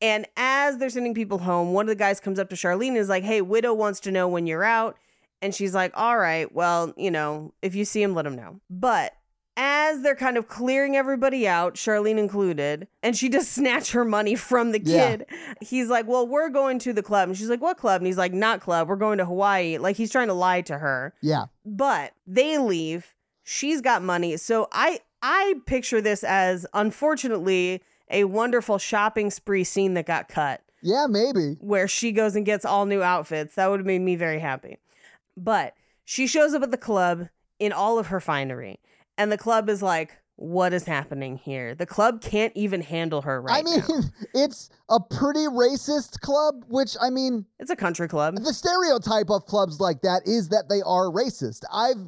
And as they're sending people home, one of the guys comes up to Charlene and is like, Hey, Widow wants to know when you're out. And she's like, All right, well, you know, if you see him, let him know. But as they're kind of clearing everybody out, Charlene included, and she does snatch her money from the
Yeah.
kid, he's like, Well, we're going to the club. And she's like, What club? And he's like, Not club. We're going to Hawaii. Like, he's trying to lie to her
Yeah.
but they leave she's got money so i i picture this as unfortunately a wonderful shopping spree scene that got cut
Yeah, maybe.
where she goes and gets all new outfits that would have made me very happy but she shows up at the club in all of her finery and the club is like what is happening here the club can't even handle her right
I mean,
now.
it's a pretty racist club, which I mean,
it's a country club
the stereotype of clubs like that is that they are racist. I've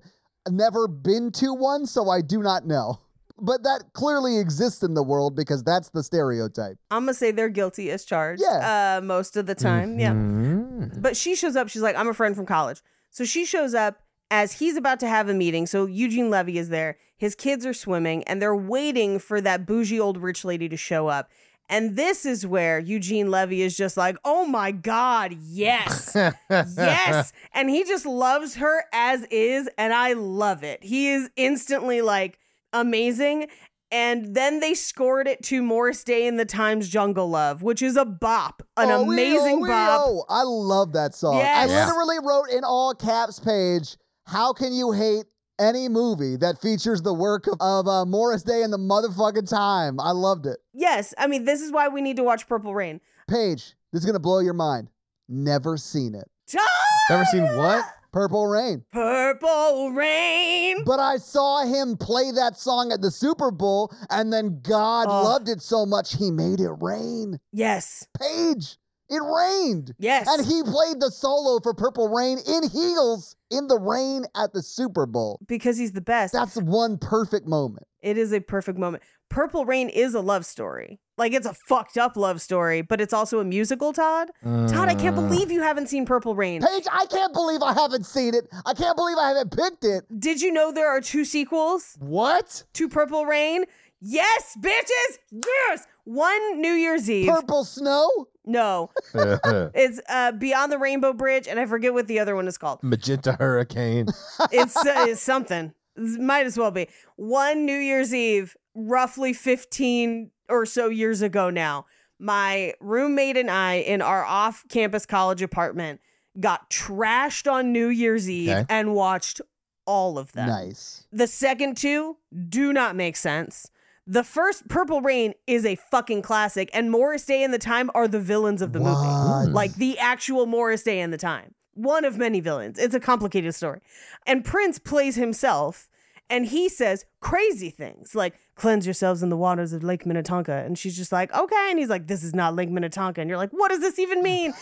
never been to one, so I do not know. But that clearly exists in the world because that's the stereotype.
i'm gonna say they're guilty as charged
Yeah.
uh, most of the time yeah
Mm-hmm.
But she shows up. She's like, I'm a friend from college. So she shows up as he's about to have a meeting. So Eugene Levy is there. His kids are swimming and they're waiting for that bougie old rich lady to show up. And this is where Eugene Levy is just like, oh my God, yes, yes. And he just loves her as is. And I love it. He is instantly like amazing. And then they scored it to Morris Day in the Times Jungle Love, which is a bop, an
Oh, wee,
amazing
oh, wee,
bop.
oh. I love that song.
Yes.
I
Yeah.
literally wrote in all caps page, how can you hate any movie that features the work of, of uh, Morris Day and the motherfucking time? I loved it.
Yes, I mean this is why we need to watch Purple Rain.
Paige, this is going to blow your mind. Never seen it.
Never seen what?
Purple Rain.
Purple Rain.
But I saw him play that song at the Super Bowl, and then God
Ugh.
loved it so much he made it rain.
Yes,
Paige, it rained.
yes.
And he played the solo for Purple Rain in heels in the rain at the Super Bowl.
because he's the best.
That's one perfect moment.
it is a perfect moment. Purple Rain is a love story. Like it's a fucked up love story, but it's also a musical, Todd. Todd, I
Uh.
can't believe you haven't seen Purple Rain.
Paige, I can't believe I haven't seen it. I can't believe I haven't picked it.
Did you know there are two sequels
What?
to Purple Rain? Yes, bitches. Yes. One New Year's Eve.
Purple Snow?
no. It's uh Beyond the Rainbow Bridge and I forget what the other one is called.
Magenta Hurricane.
It's, uh, it's something. Z- Might as well be. One New Year's Eve, roughly 15 or so years ago now, my roommate and I in our off campus college apartment got trashed on New Year's Eve
Okay.
and watched all of them.
Nice.
The second two do not make sense. The first Purple Rain is a fucking classic, and Morris Day and the Time are the villains of the
What?
movie. Like the actual Morris Day and the Time. One of many villains. It's a complicated story. And Prince plays himself and he says crazy things like cleanse yourselves in the waters of Lake Minnetonka. And she's just like, okay. And he's like, this is not Lake Minnetonka. And you're like, what does this even mean?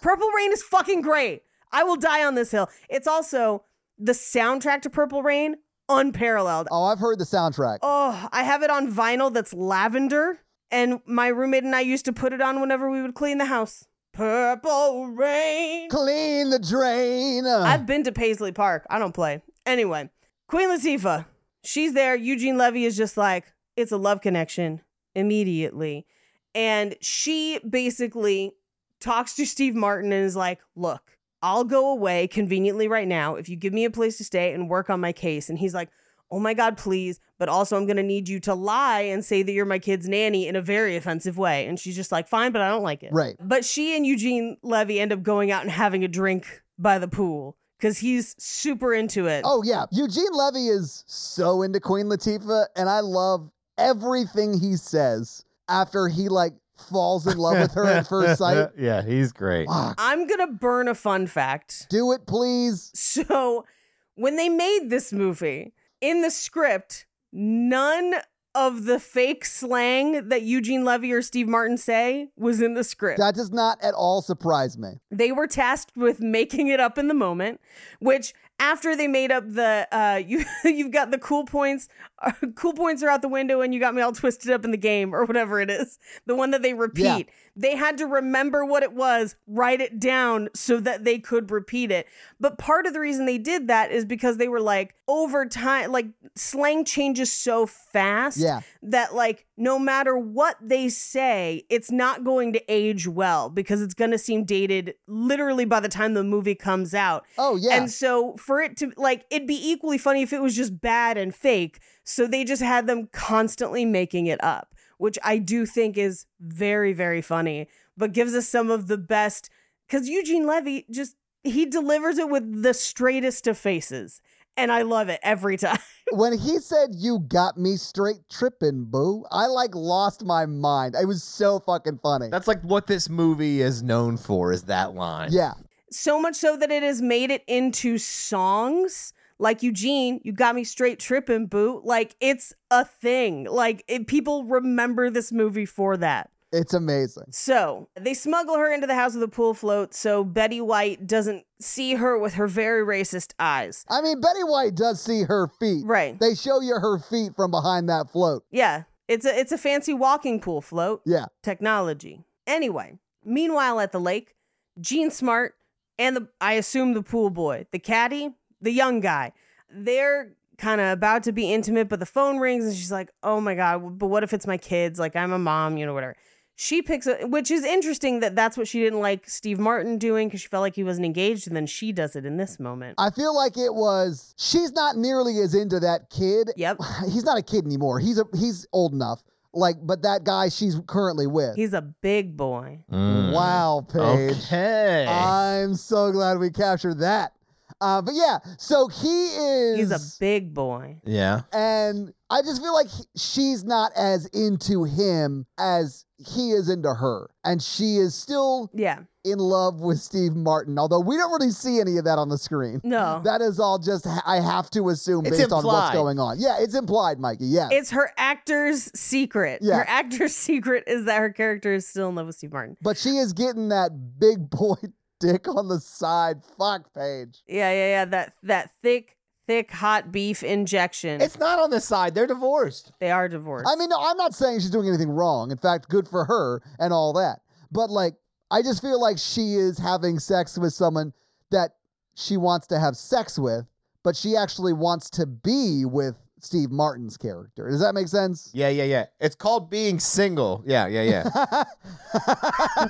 Purple Rain is fucking great. I will die on this hill. It's also the soundtrack to Purple Rain, unparalleled.
Oh, I've heard the soundtrack.
Oh, I have it on vinyl that's lavender. And my roommate and I used to put it on whenever we would clean the house. Purple Rain.
Clean the drain.
I've been to Paisley Park. I don't play. Anyway, Queen Latifah, she's there. Eugene Levy is just like, it's a love connection immediately. And she basically talks to Steve Martin and is like, look, I'll go away conveniently right now if you give me a place to stay and work on my case. And he's like, oh my God, please. But also, I'm going to need you to lie and say that you're my kid's nanny in a very offensive way. And she's just like, fine, but I don't like it.
Right.
But she and Eugene Levy end up going out and having a drink by the pool because he's super into it.
Oh yeah, Eugene Levy is so into Queen Latifah, and I love everything he says after he like falls in love with her at first sight.
yeah, he's great.
Fuck.
I'm going to burn a fun fact.
Do it, please.
So, when they made this movie, in the script, none of the fake slang that Eugene Levy or Steve Martin say was in the script.
That does not at all surprise me.
they were tasked with making it up in the moment which after they made up the uh you you've got the cool points uh, cool points are out the window and you got me all twisted up in the game or whatever it is the one that they repeat
Yeah.
they had to remember what it was write it down so that they could repeat it but part of the reason they did that is because they were like over time like slang changes so fast
Yeah.
that like no matter what they say it's not going to age well because it's going to seem dated literally by the time the movie comes out
Oh yeah.
and so for it to like it'd be equally funny if it was just bad and fake so they just had them constantly making it up which i do think is very very funny but gives us some of the best because eugene levy just he delivers it with the straightest of faces and i love it every time
when he said you got me straight tripping, boo, I like lost my mind. It was so fucking funny.
That's like what this movie is known for is that line.
yeah.
so much so that it has made it into songs like Eugene, you got me straight tripping, boo. Like it's a thing. Like it, people remember this movie for that.
It's amazing.
So they smuggle her into the house with a pool float so Betty White doesn't see her with her very racist eyes.
I mean, Betty White does see her feet.
Right.
They show you her feet from behind that float.
Yeah, it's a it's a fancy walking pool float.
Yeah.
technology. Anyway, meanwhile at the lake, Gene Smart and the I assume the pool boy, the caddy, the young guy, they're kind of about to be intimate, but the phone rings and she's like, "Oh my god, but what if it's my kids? Like I'm a mom, you know, whatever." She picks up, which is interesting that that's what she didn't like Steve Martin doing because she felt like he wasn't engaged, and then she does it in this moment.
I feel like it was she's not nearly as into that kid.
Yep.
He's not a kid anymore. He's a he's old enough. Like, but that guy she's currently with.
He's a big boy.
Mm.
wow, Paige. Uh,
Okay.
I'm so glad we captured that. Uh, but yeah, so he is
He's a big boy.
yeah.
and I just feel like he- she's not as into him as he is into her, and she is still
Yeah.
in love with Steve Martin. Although we don't really see any of that on the screen.
No.
That is all just ha- I have to assume
It's
based on what's
implied.
going on. Yeah, it's implied, Mikey. Yeah,
It's her actor's secret.
Yeah.
Her actor's secret is that her character is still in love with Steve Martin.
but she is getting that big boy dick on the side. Fuck, Paige.
Yeah, yeah, yeah. That that thick, thick hot beef injection.
It's not on this side. They're divorced.
they are divorced.
I mean, no, I'm not saying she's doing anything wrong. In fact, good for her and all that. But like, I just feel like she is having sex with someone that she wants to have sex with, but she actually wants to be with Steve Martin's character. Does that make sense?
Yeah, yeah, yeah. It's called being single. Yeah, yeah, yeah.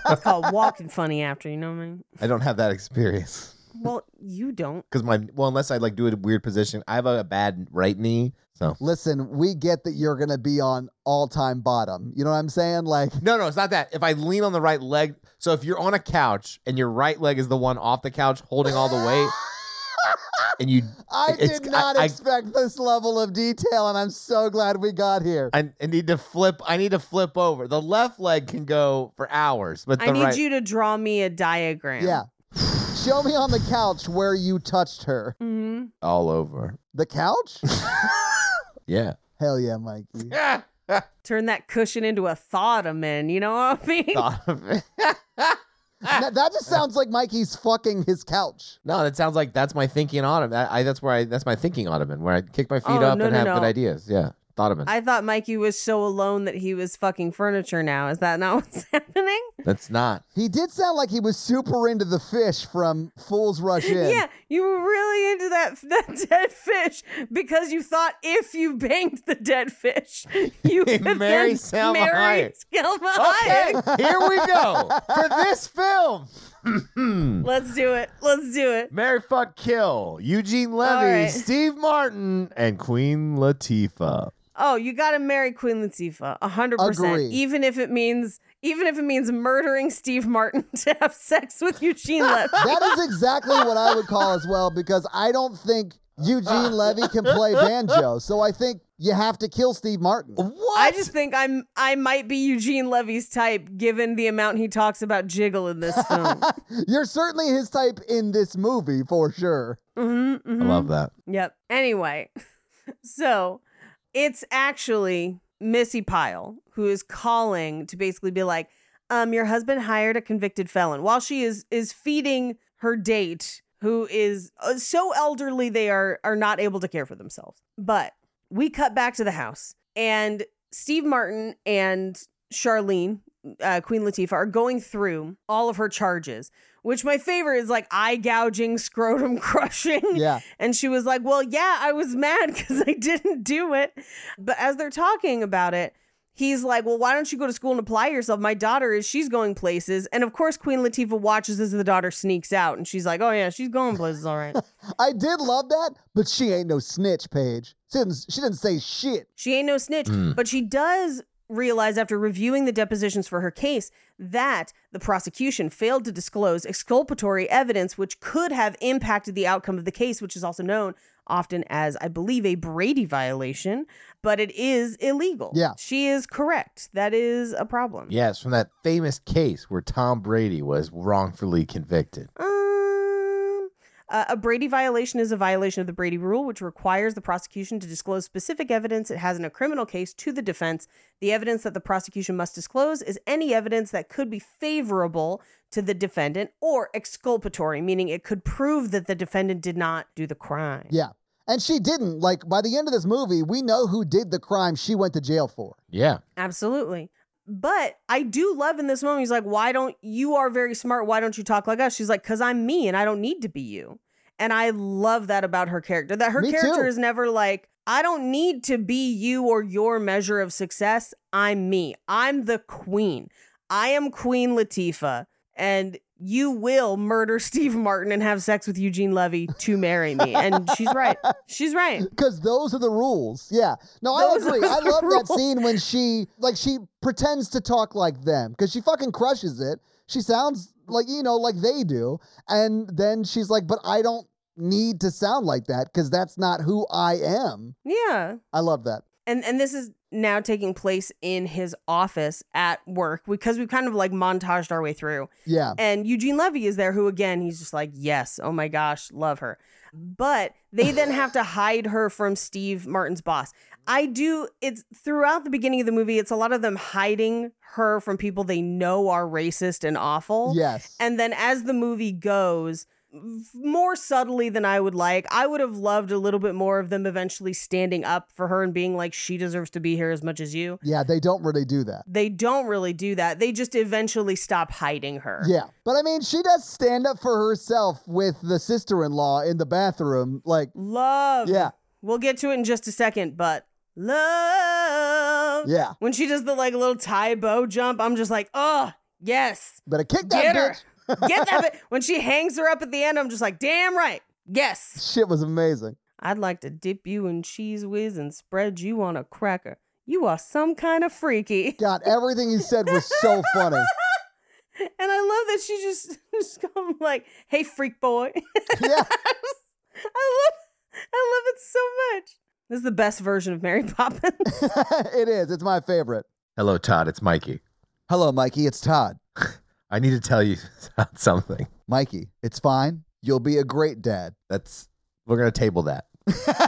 it's called walking funny after. You know what I mean?
I don't have that experience.
Well, you don't.
because my well, unless I like do a weird position, I have a, bad right knee. So
Listen, we get that you're going to be on all time bottom. You know what I'm saying? Like,
no, no, it's not that. If I lean on the right leg, so if you're on a couch and your right leg is the one off the couch holding all the weight, and you,
I
It's-
did not
I- I-
expect this level of detail, and I'm so glad we got here.
I, I need to flip. I need to flip over. The left leg can go for hours, but the
I need
right.
you to draw me a diagram.
yeah. Show me on the couch where you touched her.
hmm
all over.
The couch?
Yeah.
Hell yeah, Mikey.
Turn that cushion into a thottoman. You know what I mean?
Thought of it.
That- that just sounds like Mikey's fucking his couch.
No, that sounds like that's my thinking ottoman. I, I, that's where I. That's my thinking ottoman, where I kick my feet
Oh,
up
no,
and
no,
have good
no.
ideas. Yeah, ottoman.
I thought Mikey was so alone that he was fucking furniture now. Is that not what's happening?
that's not.
He did sound like he was super into the fish from Fools Rush In.
Yeah, you were really into that that dead fish because you thought if you banged the dead fish, you could
Marry
then
Salma
marry
Hayek.
Salma
Okay,
Hayek.
here we go for this film.
Let's do it. Let's do it.
Mary fuck kill Eugene Levy,
All right.
Steve Martin, and Queen Latifah.
Oh, you got to marry Queen Latifah, a hundred
Agree.
percent. Even if it means, even if it means murdering Steve Martin to have sex with Eugene Levy.
That is exactly what I would call as well because I don't think Eugene Levy can play banjo. So I think you have to kill Steve Martin.
What?
I just think I'm I might be Eugene Levy's type given the amount he talks about jiggle in this film.
You're certainly his type in this movie for sure.
Mhm,
I
mhm.
love that.
Yep. Anyway, so it's actually Missy Pyle who is calling to basically be like, um, your husband hired a convicted felon while she is is feeding her date, who is uh, so elderly they are are not able to care for themselves. But we cut back to the house, and Steve Martin and Charlene, uh, Queen Latifah, are going through all of her charges. Which my favorite is like eye gouging, scrotum crushing,
Yeah.
and she was like, Well, yeah, I was mad because I didn't do it. But as they're talking about it, he's like, Well, why don't you go to school and apply yourself? My daughter is, she's going places. And of course, Queen Latifah watches as the daughter sneaks out and she's like, Oh, yeah, she's going places. All right.
I did love that, but she ain't no snitch, Paige. She didn't, she didn't say shit.
She ain't no snitch, but she does realize after reviewing the depositions for her case that the prosecution failed to disclose exculpatory evidence which could have impacted the outcome of the case, which is also known often as, I believe, a Brady violation, but it is illegal.
Yeah.
She is correct. That is a problem.
Yes, from that famous case where Tom Brady was wrongfully convicted.
Um, uh, a Brady violation is a violation of the Brady rule, which requires the prosecution to disclose specific evidence it has in a criminal case to the defense. The evidence that the prosecution must disclose is any evidence that could be favorable to the defendant or exculpatory, meaning it could prove that the defendant did not do the crime.
Yeah. And she didn't. Like, by the end of this movie, we know who did the crime she went to jail for.
Yeah.
Absolutely. But I do love in this moment, he's like, why don't you are very smart? Why don't you talk like us? She's like, because I'm me and I don't need to be you. And I love that about her character. That her
Me
character
too.
is never like, I don't need to be you or your measure of success. I'm me. I'm the queen. I am Queen Latifah. And you will murder Steve Martin and have sex with Eugene Levy to marry me. And she's right. She's right.
Because those are the rules. Yeah. No,
Those
I
are
agree. I
the
love that
rules.
scene when she like she pretends to talk like them because she fucking crushes it. She sounds like you know like they do, and then she's like, "But I don't need to sound like that because that's not who I am."
Yeah.
I love that.
and and this is now taking place in his office at work because we've kind of like montaged our way through
Yeah.
and Eugene Levy is there who again he's just like yes oh my gosh love her but they then have to hide her from Steve Martin's boss I do it's throughout the beginning of the movie it's a lot of them hiding her from people they know are racist and awful
Yes.
and then as the movie goes, v- more subtly than I would like, I would have loved a little bit more of them eventually standing up for her and being like, she deserves to be here as much as you.
yeah, they don't really do that.
They don't really do that. They just eventually stop hiding her.
Yeah. But I mean, she does stand up for herself with the sister-in-law in the bathroom. Like,
Love.
Yeah.
We'll get to it in just a second, but love.
yeah,
When she does the like little tie bow jump, I'm just like, oh, yes.
better kick that
Get her.
bitch.
Get that. bi- when she hangs her up at the end, I'm just like, damn right. Yes.
Shit was amazing.
I'd like to dip you in cheese whiz and spread you on a cracker. You are some kind of freaky.
God, everything he said was so funny.
And I love that she just just come like, "Hey, freak boy."
Yeah.
I love I love it so much. This is the best version of Mary Poppins.
it is. It's my favorite.
Hello, Todd. It's Mikey.
Hello, Mikey. It's Todd.
I need to tell you about something.
Mikey, it's fine. You'll be a great dad.
That's we're gonna table that.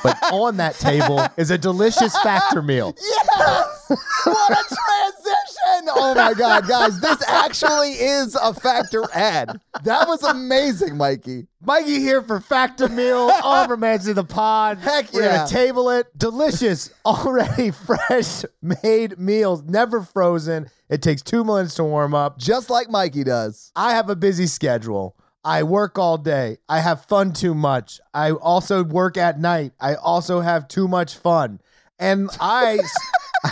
But on that table is a delicious factor meal.
Yes! what a transition! Oh my God, guys, this actually is a factor ad. That was amazing, Mikey.
Mikey here for Factor Meal on Romance of the Pod.
Heck
We're
yeah.
gonna table it. Delicious, already fresh made meals, never frozen. It takes two minutes to warm up.
Just like Mikey does.
I have a busy schedule. I work all day. I have fun too much. I also work at night. I also have too much fun. And I s-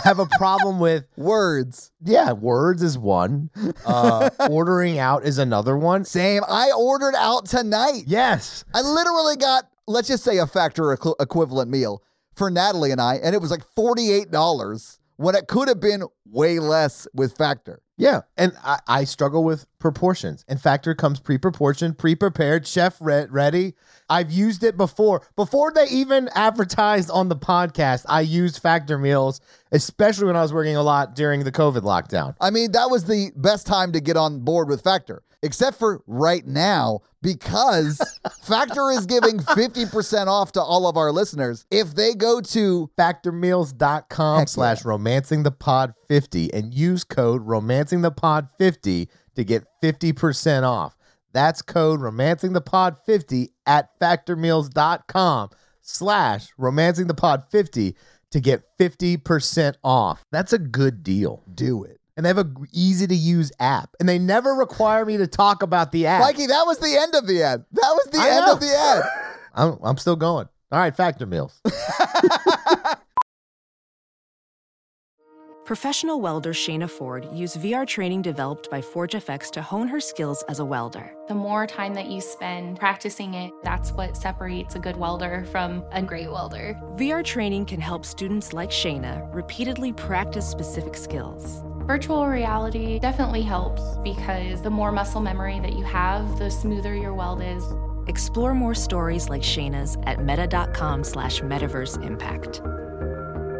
have a problem with
Words.
yeah, words is one. Uh, ordering out is another one.
Same. I ordered out tonight.
Yes.
I literally got, let's just say, a factor equ- equivalent meal for Natalie and I, and it was like $48 when it could have been way less with factor.
Yeah. And I, I struggle with proportions. And Factor comes pre proportioned, pre prepared, chef re- ready. I've used it before. Before they even advertised on the podcast, I used Factor meals, especially when I was working a lot during the COVID lockdown.
I mean, that was the best time to get on board with Factor, except for right now, because Factor is giving 50% off to all of our listeners. If they go to
factormeals.com
Heck
slash romancing the pod 50 and use code romancing the pod 50 to get 50% off that's code romancing the pod 50 at factormeals.com slash romancing the pod 50 to get 50% off that's a good deal
do it.
and they have a easy to use app and they never require me to talk about the app
Mikey, that was the end of the ad. That was the
I
end
know.
of the ad.
I'm, I'm still going all right factor meals
Professional welder Shayna Ford used VR training developed by ForgeFX to hone her skills as a welder.
The more time that you spend practicing it, that's what separates a good welder from a great welder.
VR training can help students like Shayna repeatedly practice specific skills.
Virtual reality definitely helps because the more muscle memory that you have, the smoother your weld is.
Explore more stories like Shayna's at meta.com slash metaverse impact.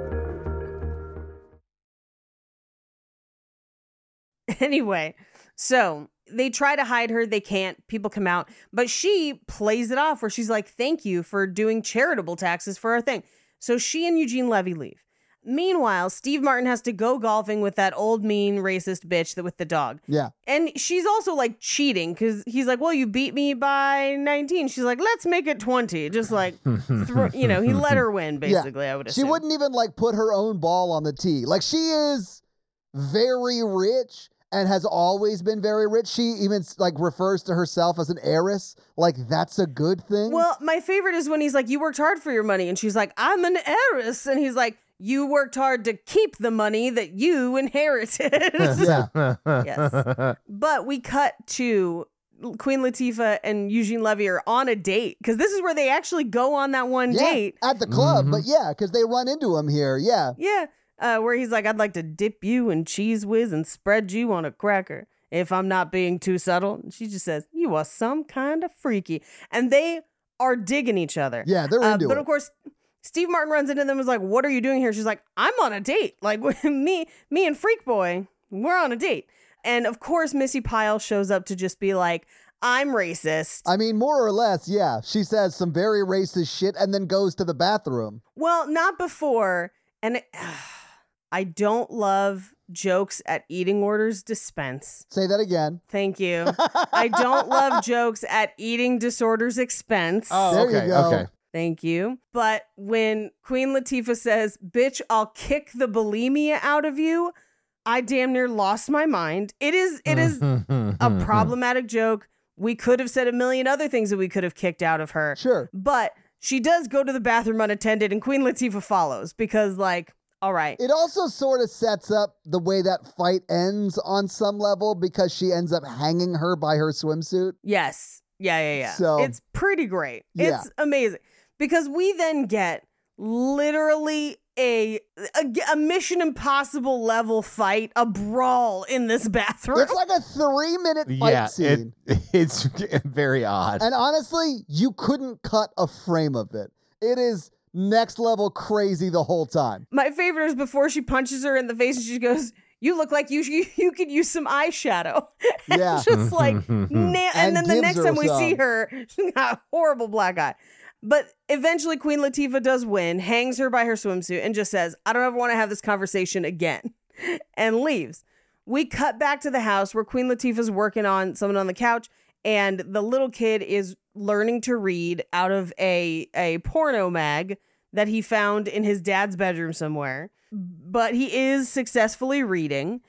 anyway, so they try to hide her. They can't. People come out. But she plays it off where she's like, thank you for doing charitable taxes for our thing. So she and Eugene Levy leave. Meanwhile, Steve Martin has to go golfing with that old mean racist bitch that with the dog.
Yeah.
And she's also like cheating because he's like, Well, you beat me by 19. She's like, Let's make it 20. Just like, thro- you know, he let her win,
Yeah.
basically, I would
She
assume.
wouldn't even like put her own ball on the tee. Like she is very rich and has always been very rich. She even like refers to herself as an heiress. Like that's a good thing.
Well, my favorite is when he's like, You worked hard for your money. And she's like, I'm an heiress. And he's like, You worked hard to keep the money that you inherited.
yeah.
Yes. But we cut to Queen Latifah and Eugene Levy are on a date because this is where they actually go on that one
Yeah,
date.
at the club, but
Mm-hmm.
yeah, because they run into him here. Yeah,
Yeah. Uh, where he's like, I'd like to dip you in cheese whiz and spread you on a cracker if I'm not being too subtle. And she just says, You are some kind of freaky. And they are digging each other.
Yeah, they're
Uh,
into
But
it.
of course, Steve Martin runs into them and is like, What are you doing here? She's like, I'm on a date. Like, me, me and Freak Boy, we're on a date. And of course, Missy Pyle shows up to just be like, I'm racist.
I mean, more or less. Yeah, she says some very racist shit and then goes to the bathroom.
Well, not before. And it- I don't love jokes at eating orders dispense.
Say that again.
Thank you. I don't love jokes at eating disorders expense.
oh
There you
okay
go.
okay
Thank you. But when Queen Latifah says, "Bitch, I'll kick the bulimia out of you," I damn near lost my mind. It is it
Mm-hmm.
is a problematic joke. We could have said a million other things that we could have kicked out of her.
Sure.
But she does go to the bathroom unattended and Queen Latifah follows because like All right.
It also sort of sets up the way that fight ends on some level because she ends up hanging her by her swimsuit.
Yes. Yeah, yeah, yeah.
So-
it's pretty great.
Yeah.
It's amazing. Because we then get literally a, a a Mission Impossible level fight, a brawl in this bathroom.
It's like a three minute fight
yeah,
scene.
it, it's very odd.
And honestly, you couldn't cut a frame of it. It is next level crazy the whole time.
My favorite is before she punches her in the face and she goes, "You look like you you could use some eyeshadow." And
Yeah.
just like na- and,
And
then the
gives
next
her
time we see
some.
her, she got a horrible black eye. But eventually, Queen Latifah does win, hangs her by her swimsuit, and just says, "I don't ever want to have this conversation again," and leaves. We cut back to the house where Queen Latifah's working on someone on the couch, and the little kid is learning to read out of a a porno mag that he found in his dad's bedroom somewhere. But he is successfully reading.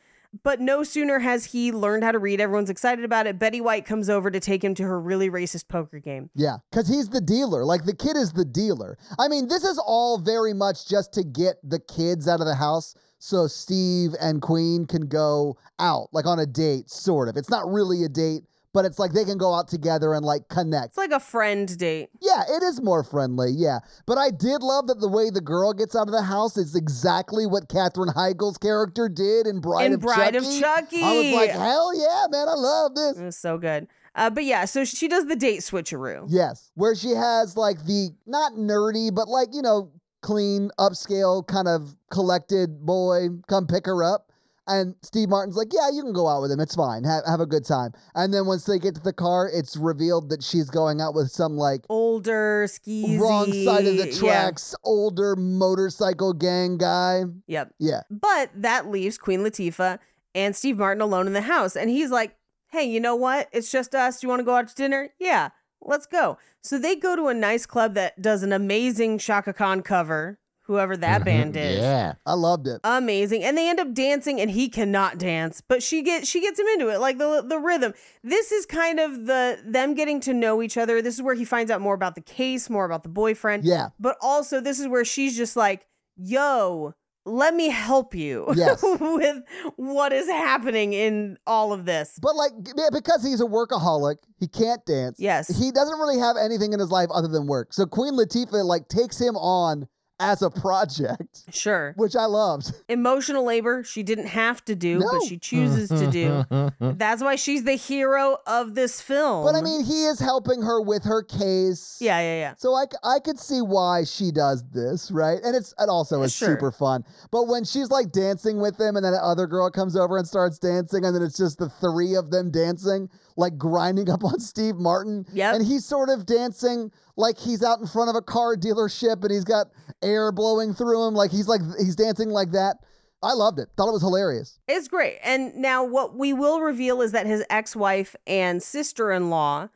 But no sooner has he learned how to read, everyone's excited about it. Betty White comes over to take him to her really racist poker game.
Yeah, because he's the dealer. Like the kid is the dealer. I mean, this is all very much just to get the kids out of the house so Steve and Queen can go out, like on a date, sort of. It's not really a date, but it's like they can go out together and like connect.
It's like a friend date.
Yeah, it is more friendly. Yeah. But I did love that the way the girl gets out of the house is exactly what Katherine Heigl's character did in Bride,
In
of,
Bride of
Chucky.
Chucky.
I was like, hell yeah, man. I love
It
this.
was so good. Uh, but yeah, so she does the date switcheroo.
Yes. Where she has like the not nerdy, but like, you know, clean, upscale, kind of collected boy come pick her up. And Steve Martin's like, yeah, you can go out with him. It's fine. Have, have a good time. And then once they get to the car, it's revealed that she's going out with some like
Older, skeezy.
wrong side of the
yeah.
tracks, older motorcycle gang guy.
Yep.
Yeah.
But that leaves Queen Latifah and Steve Martin alone in the house. And he's like, hey, you know what? It's just us. Do you want to go out to dinner? Yeah, let's go. So they go to a nice club that does an amazing Shaka Khan cover, whoever that band is. Uh,
yeah.
I loved it.
Amazing. And they end up dancing and he cannot dance, but she gets she gets him into it, like the the rhythm. This is kind of the them getting to know each other. This is where he finds out more about the case, more about the boyfriend.
Yeah.
But also this is where she's just like, "Yo, let me help you
Yes.
with what is happening in all of this."
But like g- yeah, because he's a workaholic, he can't dance.
Yes.
He doesn't really have anything in his life other than work. So Queen Latifah like takes him on as a project,
Sure.
which I loved.
Emotional labor she didn't have to do,
No.
but she chooses to do. That's why she's the hero of this film.
But I mean, he is helping her with her case.
yeah, yeah, yeah.
So I, c- I could see why she does this, right? And it's and also it's
Sure.
super fun. But when she's like dancing with him, and then the other girl comes over and starts dancing, and then it's just the three of them dancing, like grinding up on Steve Martin.
Yep.
And he's sort of dancing like he's out in front of a car dealership, and he's got air blowing through him, like he's like he's dancing like that. I loved it. Thought it was hilarious.
It's great. And now what we will reveal is that his ex-wife and sister-in-law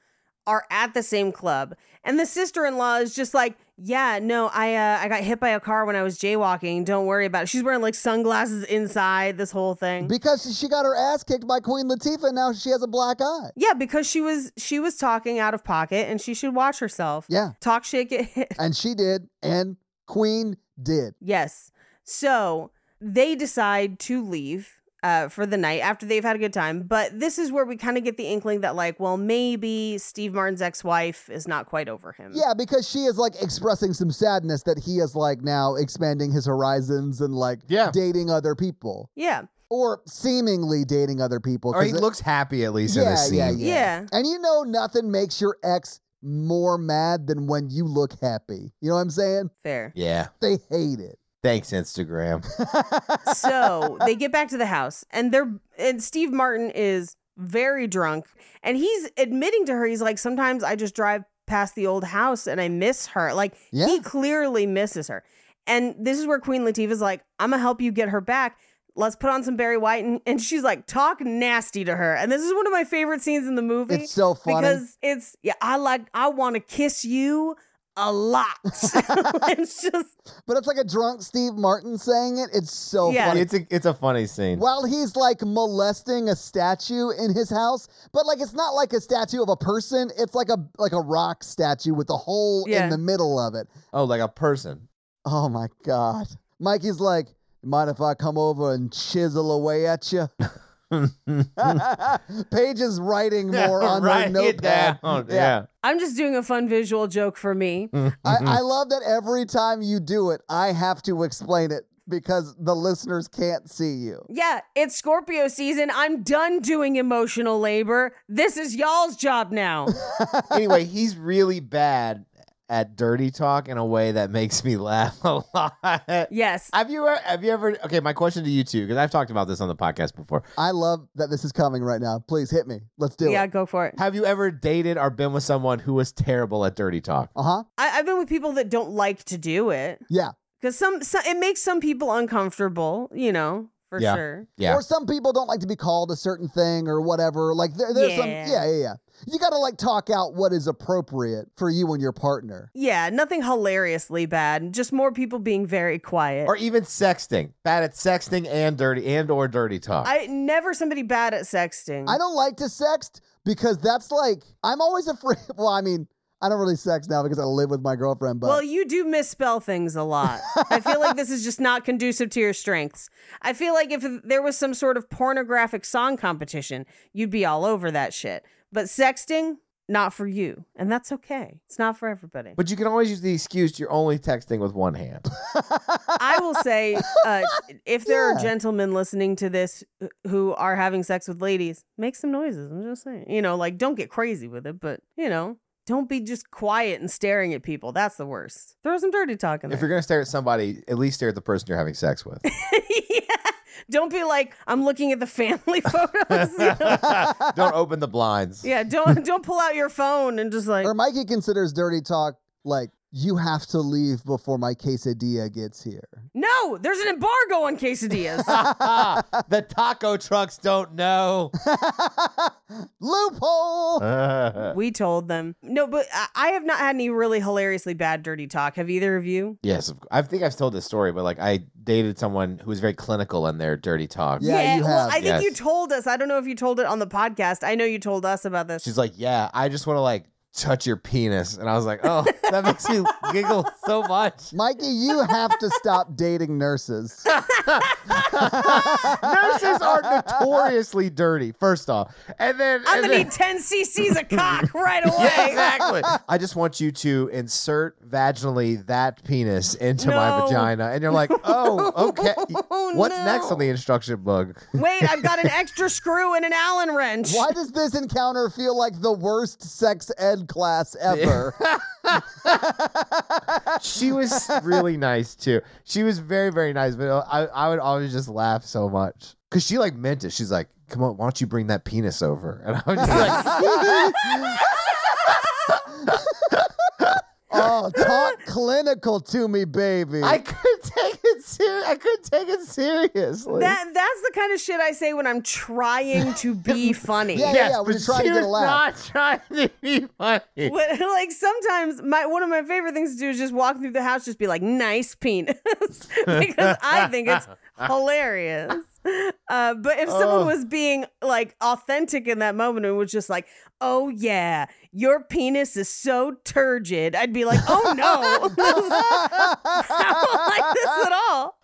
are at the same club. And the sister-in-law is just like, "Yeah, no, I uh, I got hit by a car when I was jaywalking. Don't worry about it." She's wearing like sunglasses inside this whole thing.
Because she got her ass kicked by Queen Latifah, and now she has a black eye.
yeah, because she was she was talking out of pocket and she should watch herself.
Yeah.
Talk shit get hit.
And she did, and Queen did.
Yes. So they decide to leave uh, for the night after they've had a good time. But this is where we kind of get the inkling that, like, well, maybe Steve Martin's ex wife is not quite over him.
Yeah, because she is like expressing some sadness that he is like now expanding his horizons and like
Yeah.
dating other people
Yeah.
or seemingly dating other people.
Or
'cause
he
it-
looks happy at least in
yeah,
this scene.
yeah, yeah,
Yeah.
And you know, nothing makes your ex more mad than when you look happy. You know what I'm saying?
Fair.
Yeah.
They hate it.
Thanks, Instagram.
so they get back to the house and they're, and Steve Martin is very drunk and he's admitting to her, he's like, sometimes I just drive past the old house and I miss her. Like,
Yeah.
he clearly misses her. And this is where Queen Latifah's like, I'm gonna help you get her back. Let's put on some Barry White. And, and she's like, talk nasty to her. And this is one of my favorite scenes in the movie.
It's so funny.
Because it's, yeah, I like, I wanna kiss you a lot. it's just,
but it's like a drunk Steve Martin saying it. It's so
Yeah.
funny.
it's a it's a funny scene.
While he's like molesting a statue in his house, but like it's not like a statue of a person. It's like a like a rock statue with a hole
Yeah.
in the middle of it.
Oh, like a person.
Oh my god. Mikey's like, Mind if I come over and chisel away at you? Paige is writing more on my
Write it
notepad.
down.
Yeah.
Yeah.
I'm just doing a fun visual joke for me.
I, I love that every time you do it, I have to explain it because the listeners can't see you.
Yeah, it's Scorpio season. I'm done doing emotional labor. This is y'all's job now.
anyway, he's really bad at dirty talk in a way that makes me laugh a lot.
Yes.
Have you ever, have you ever? Okay, my question to you two, because I've talked about this on the podcast before.
I love that this is coming right now. Please hit me. Let's do
yeah,
it.
go for it.
Have you ever dated or been with someone who was terrible at dirty talk?
Uh huh.
I, I've been with people that don't like to do it
Yeah.
because some, some it makes some people uncomfortable. You know, for
Yeah.
sure.
Yeah.
Or some people don't like to be called a certain thing or whatever. Like there, there's some.
Yeah.
Yeah, yeah, yeah. You got to like talk out what is appropriate for you and your partner.
Yeah, nothing hilariously bad. Just more people being very quiet.
or even sexting. Bad at sexting and dirty and or dirty talk.
I never somebody bad at sexting.
I don't like to sext because that's like I'm always afraid. Well, I mean, I don't really sext now because I live with my girlfriend. But
Well, you do misspell things a lot. I feel like this is just not conducive to your strengths. I feel like if there was some sort of pornographic song competition, you'd be all over that shit. But sexting, not for you. And that's okay. It's not for everybody.
but you can always use the excuse you're only texting with one hand.
I will say uh, if there
Yeah.
are gentlemen listening to this who are having sex with ladies, make some noises. I'm just saying. You know, like don't get crazy with it, but you know, don't be just quiet and staring at people. That's the worst. Throw some dirty talk in there.
if you're gonna stare at somebody, at least stare at the person you're having sex with.
yeah. Don't be like, I'm looking at the family photos. you know?
Don't open the blinds.
yeah, don't don't pull out your phone and just like
or Mikey considers dirty talk like you have to leave before my quesadilla gets here.
No, there's an embargo on quesadillas.
the taco trucks don't know. Uh.
Loophole.
we told them. No, but I, I have not had any really hilariously bad dirty talk. Have either of you?
yes, of cou- I think I've told this story, but like I dated someone who was very clinical in their dirty talk.
Yeah, you
well,
have.
I think
Yes.
you told us. I don't know if you told it on the podcast. I know you told us about this.
She's like, "Yeah, I just want to like touch your penis," and I was like, "Oh, that makes me giggle so much."
Mikey, you have to stop dating nurses.
Nurses are notoriously dirty. First off, and then
I'm
and
gonna
then-
need 10 cc's of cock right away.
Yeah, exactly. I just want you to insert vaginally that penis into my
No.
vagina. And you're like, oh, okay.
Oh,
What's
no.
next on the instruction book?
Wait, I've got an extra screw and an Allen wrench.
Why does this encounter feel like the worst sex ed class ever?
She was really nice too. She was very, very nice, but I, I would always just laugh so much. Cause she like meant it. She's like, come on, why don't you bring that penis over? And I was just like,
oh, talk clinical to me, baby.
I couldn't take it serious. I couldn't take it seriously.
That that's the kind of shit I say when I'm trying to be funny.
Yeah, yeah, we're
but
just trying
she
to get a
was
laugh.
Not trying to be funny.
When- like sometimes my one of my favorite things to do is just walk through the house, just be like, "Nice penis," because I think it's hilarious. Uh, but if someone was being like authentic in that moment and was just like, "Oh yeah, your penis is so turgid," I'd be like, "Oh no, I don't like this at all."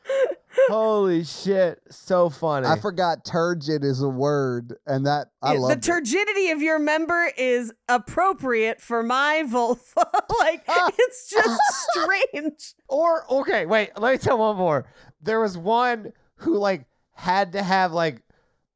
Holy shit. So funny.
I forgot turgid is a word, and that I
the
love.
turgidity of your member is appropriate for my vulva. like it's just strange.
Or okay, wait, let me tell one more. There was one who like had to have like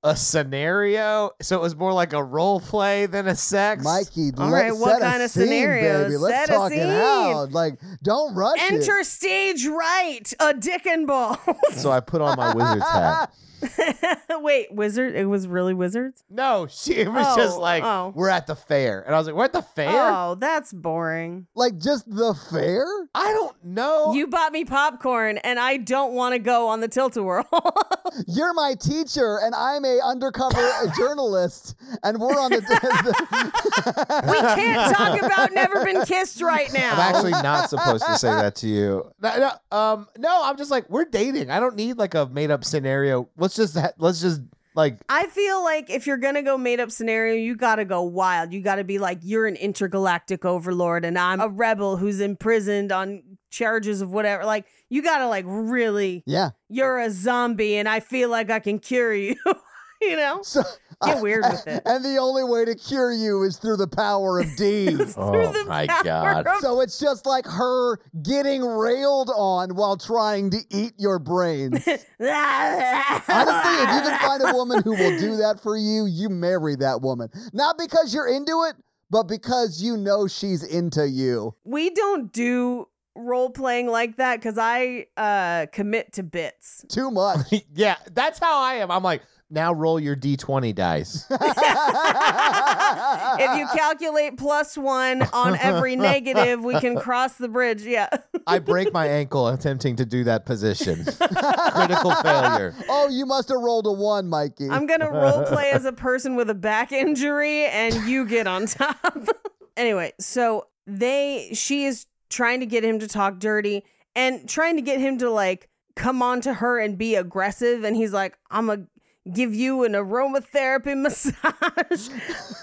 a scenario, so it was more like a role play than a sex.
Mikey,
All
let,
right, what
set a
kind of
scene,
scenarios?
baby. Let's
Set a
talk it
scene.
out. Like, don't rush
Enter
it.
stage right, a dick and balls.
So I put on my wizard's hat.
Wait, wizard? It was really wizards.
No, she it was
Oh,
just like
oh.
we're at the fair, and I was like, we're at the fair.
Oh, that's boring.
Like, just the fair?
I don't know.
You bought me popcorn, and I don't want to go on the tilt a whirl.
You're my teacher, and I'm a undercover journalist, and we're on the.
we can't talk about never been kissed right
I'm
now.
actually not supposed to say that to you. No, no, um, no, I'm just like we're dating. I don't need like a made up scenario. Let's just ha- let's just like
I feel like if you're gonna go made up scenario, you gotta go wild. You gotta be like, you're an intergalactic overlord, and I'm a rebel who's imprisoned on charges of whatever. Like you gotta like really,
Yeah.
you're a zombie, and I feel like I can cure you. you know,
So
Get weird with it.
And the only way to cure you is through the power of D.
Through
Oh
the
my
power
God.
of-
so it's just like her getting railed on while trying to eat your brains. Honestly, if you can find a woman who will do that for you, you marry that woman. Not because you're into it, but because you know she's into you.
we don't do role playing like that because I uh commit to bits.
Too much.
yeah, that's how I am. I'm like, now roll your D20 dice.
If you calculate plus one on every negative, we can cross the bridge. Yeah.
I break my ankle attempting to do that position. Critical failure.
oh, you must have rolled a one, Mikey.
I'm gonna role play as a person with a back injury, and you get on top. anyway, so they, she is trying to get him to talk dirty and trying to get him to like come on to her and be aggressive, and he's like, "I'm a." Give you an aromatherapy massage,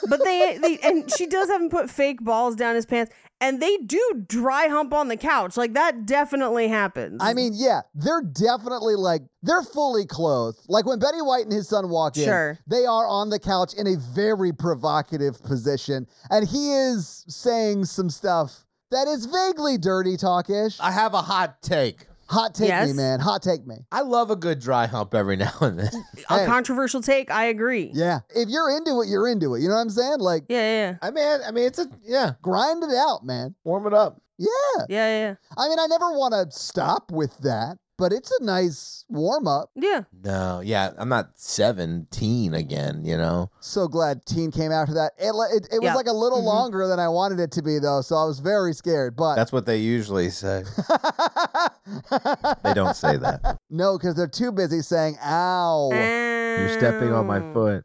but they, they and she does have him put fake balls down his pants, and they do dry hump on the couch like that. Definitely happens.
I mean, yeah, they're definitely like they're fully clothed. Like when Betty White and his son walk
Sure.
in, they are on the couch in a very provocative position, and he is saying some stuff that is vaguely dirty talkish.
I have a hot take.
Hot take me,
Yes.
man. Hot take me.
I love a good dry hump every now and then.
a
hey.
controversial take. I agree.
Yeah, if you're into it, you're into it. You know what I'm saying? Like
yeah, yeah,
I mean, I mean, it's a yeah,
grind it out, man.
warm it up.
Yeah.
yeah, yeah. yeah.
I mean, I never want to stop with that, but it's a nice warm up.
Yeah.
No, yeah, I'm not 17 again, you know.
So glad Teen came after that. It, le- it, it was
Yeah. Mm-hmm.
like a little longer than I wanted it to be, though, so I was very scared. But
That's what they usually say. They don't say that.
no, because they're too busy saying "ow."
You're Oh.
foot.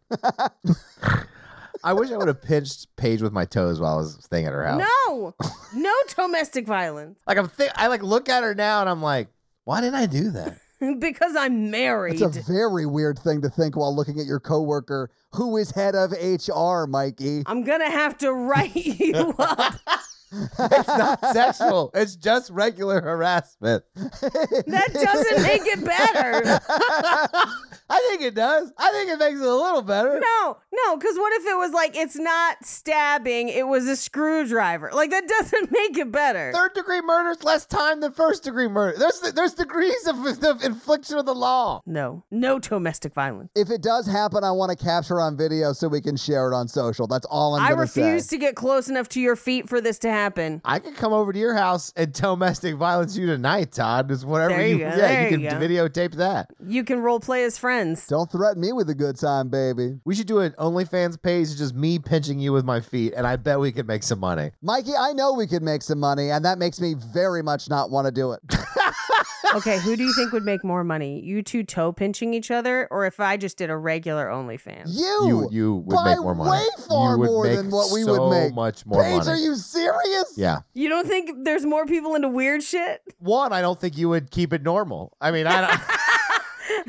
I wish I would have pinched Paige with my toes while I was staying at her house.
No, no domestic violence
Like I'm thi- I like look at her now and I'm like, why did I do that?
because I'm married.
It's a very weird thing to think while looking at your coworker who is head of HR, Mikey.
I'm gonna have to write you up.
It's not sexual. It's just regular harassment.
That doesn't make it better.
I think it does. I think it makes it a little better.
No, no, because what if it was like it's not stabbing, it was a screwdriver? Like that doesn't make it better.
Third degree murder is less time than first degree murder. There's there's degrees of, of infliction of the law.
No, no domestic violence.
If it does happen, I want to capture on video so we can share it on social. That's all I'm
I
gonna
refuse
say.
to get close enough to your feet for this to happen.
I could come over to your house and domestic violence you tonight, Todd. It's whatever
There you
you,
go,
yeah,
there
you
you
can
go.
videotape that.
You can role play as friends.
Don't threaten me with a good time, baby.
We should do an OnlyFans page, just me pinching you with my feet, and I bet we could make some money.
Mikey, I know we could make some money, and that makes me very much not want to do it.
Okay, who do you think would make more money? You two toe pinching each other, or if I just did a regular OnlyFans?
You,
You you would
by
make more money.
way far
You would
more
make
than what we
so
would make.
Much more
Paige,
money.
are you serious?
yeah.
You don't think there's more people into weird shit?
One, I don't think you would keep it normal. I mean, I don't.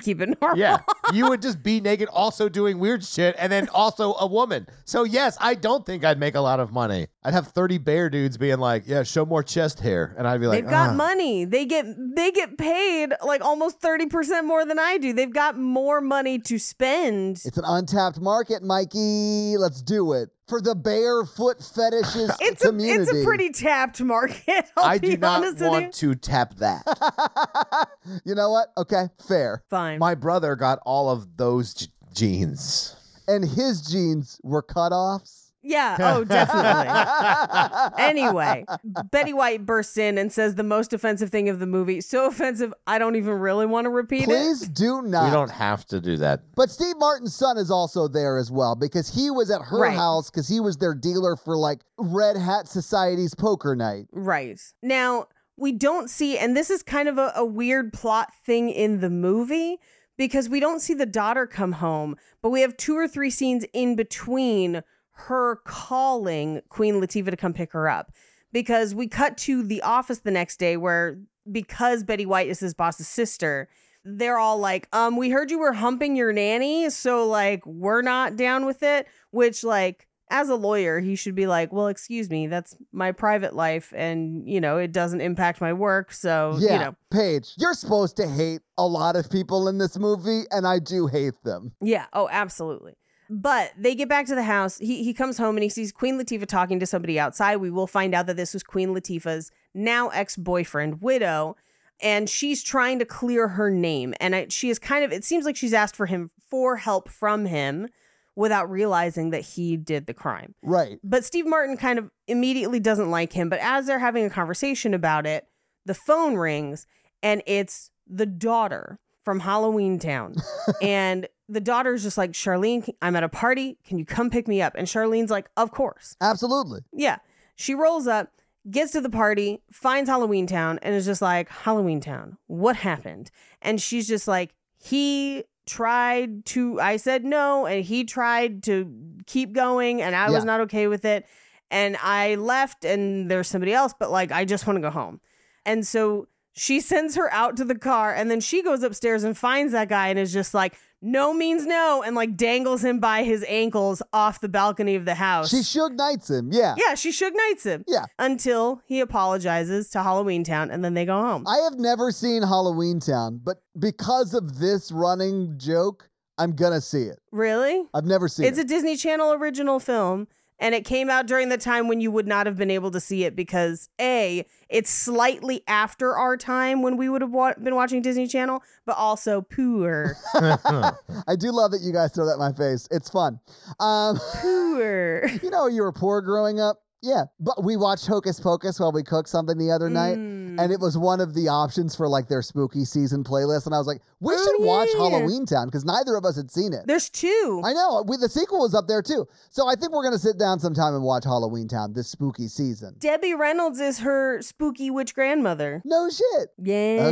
Keep it normal.
Yeah. You would just be naked, also doing weird shit, and then also a woman. So, yes, I don't think I'd make a lot of money. I'd have 30 bear dudes being like, yeah, show more chest hair. And I'd be like,
They've got
"Ah."
money. They get they get paid like almost 30% more than I do. They've got more money to spend.
It's an untapped market, Mikey. Let's do it for the barefoot fetishes
It's a,
community.
it's a pretty tapped market. I'll
I
be
do not
honest with you.
want to tap that.
you know what? Okay, fair.
Fine.
My brother got all of those j- jeans.
And his jeans were cutoffs.
yeah. Oh, definitely. anyway, Betty White bursts in and says the most offensive thing of the movie. So offensive, I don't even really want to repeat
Please
it.
do
We
not.
don't have to do that.
But Steve Martin's son is also there as well because he was at her
Right.
house because he was their dealer for like Red Hat Society's poker night.
Right. Now, we don't see, and this is kind of a, a weird plot thing in the movie because we don't see the daughter come home, but we have two or three scenes in between her calling Queen Latifah to come pick her up. Because we cut to the office the next day where, because Betty White is his boss's sister, they're all like, um, we heard you were humping your nanny, so like we're not down with it, which like as a lawyer, he should be like, well, excuse me, that's my private life, and you know it doesn't impact my work, so
yeah,
you know,
Paige, you're supposed to hate a lot of people in this movie, and I do hate them.
Yeah. Oh, absolutely. But they get back to the house. He he comes home and he sees Queen Latifah talking to somebody outside. We will find out that this was Queen Latifah's now ex boyfriend, widow, and she's trying to clear her name. And it, she is kind of. It seems like she's asked for him for help from him without realizing that he did the crime.
Right.
But Steve Martin kind of immediately doesn't like him. But as they're having a conversation about it, the phone rings and it's the daughter from Halloween Town. and the daughter's just like, Charlene, I'm at a party. Can you come pick me up? And Charlene's like, Of course.
Absolutely.
Yeah. She rolls up, gets to the party, finds Halloween Town, and is just like, Halloween Town, what happened? And she's just like, He tried to, I said no, and he tried to keep going, and I
Yeah.
was not okay with it. And I left, and there's somebody else, but like, I just want to go home. And so she sends her out to the car, and then she goes upstairs and finds that guy and is just like, no means no, and like dangles him by his ankles off the balcony of the house.
She shook knights him. Yeah.
Yeah, she Suge Knights him.
Yeah.
Until he apologizes to Halloween Town and then they go home.
I have never seen Halloween Town, but because of this running joke, I'm gonna see it.
really?
I've never seen
It's a
it.
Disney Channel original film and it came out during the time when you would not have been able to see it because A, it's slightly after our time when we would have wa- been watching Disney Channel, but also poor.
I do love that you guys throw that in my face. It's fun. Um,
poor.
you know, you were poor growing up. Yeah, but we watched Hocus Pocus while we cooked something the other night, and
Mm.
it was one of the options for like their spooky season playlist. And I was like, we
Oh,
should watch
yeah.
Halloween Town because neither of us had seen it.
There's two.
I know. uh, We, the sequel was up there too. So I think we're gonna sit down sometime and watch Halloween Town this spooky season.
Debbie Reynolds is her spooky witch grandmother.
No shit.
Yeah.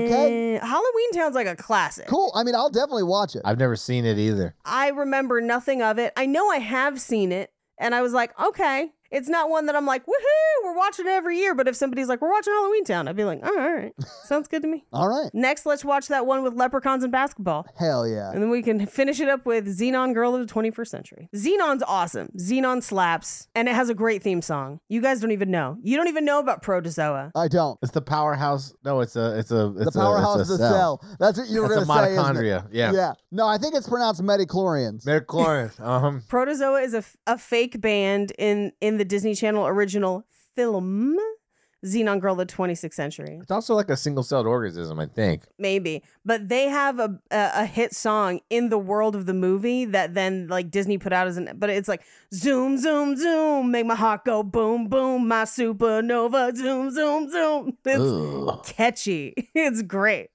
Halloween Town's like a classic.
Cool. I mean, I'll definitely watch it.
I've never seen it either.
I remember nothing of it. I know I have seen it, and I was like, okay. It's not one that I'm like, woohoo, we're watching it every year. But if somebody's like, we're watching Halloween Town, I'd be like, all right, all right. sounds good to me.
All right.
Next, let's watch that one with leprechauns and basketball.
Hell yeah.
And then we can finish it up with Xenon Girl of the 21st Century. Xenon's awesome. Xenon slaps, and it has a great theme song. You guys don't even know. You don't even know about Protozoa.
I don't.
It's the powerhouse. No, it's a it's a it's
the powerhouse of
a, it's
the
a
cell. That's what you were
That's
gonna
a
say. isn't it?
mitochondria. Yeah.
Yeah. No, I think it's pronounced metachlorians.
Metachlorine. um,
Protozoa is a, f- a fake band in, in the Disney Channel original film, Xenon Girl of the 26th Century.
it's also like a single celled organism, I think.
maybe but they have a, a a hit song in the world of the movie that then like disney put out as an but it's like zoom zoom zoom make my heart go boom boom my supernova zoom zoom zoom it's catchy it's great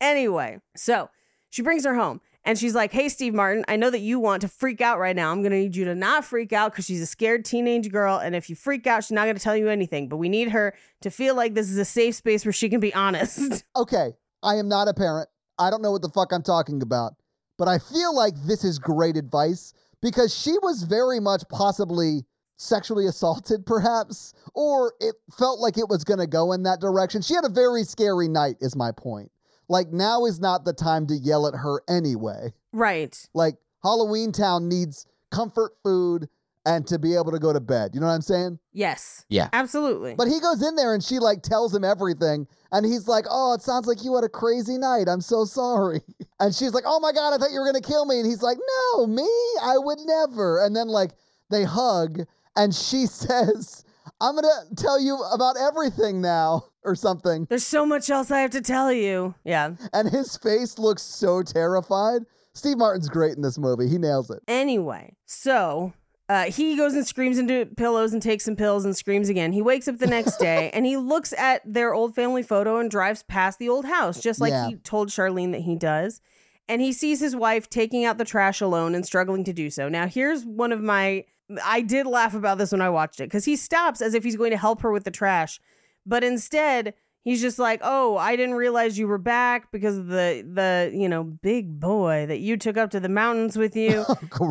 anyway so she brings her home and she's like hey steve martin i know that you want to freak out right now i'm gonna need you to not freak out because she's a scared teenage girl and if you freak out she's not gonna tell you anything but we need her to feel like this is a safe space where she can be honest
Okay. I am not a parent. I don't know what the fuck I'm talking about. But I feel like this is great advice because she was very much possibly sexually assaulted, perhaps, or it felt like it was going to go in that direction. She had a very scary night, is my point. Like, now is not the time to yell at her anyway.
Right.
Like, Halloween Town needs comfort food and to be able to go to bed. You know what I'm saying?
Yes.
Yeah.
Absolutely.
But he goes in there and she like tells him everything. And he's like, Oh, it sounds like you had a crazy night. I'm so sorry. And she's like, Oh my God, I thought you were going to kill me. And he's like, No, me? I would never. And then like they hug and she says, I'm going to tell you about everything now or something.
there's so much else I have to tell you. Yeah.
And his face looks so terrified. Steve Martin's great in this movie. He nails it.
Anyway, so uh, he goes and screams into pillows and takes some pills and screams again. He wakes up the next day and he looks at their old family photo and drives past the old house, just like
Yeah.
he told Charlene that he does. And he sees his wife taking out the trash alone and struggling to do so. Now, here's one of my. I did laugh about this when I watched it because he stops as if he's going to help her with the trash. but instead he's just like oh i didn't realize you were back because of the the you know big boy that you took up to the mountains with you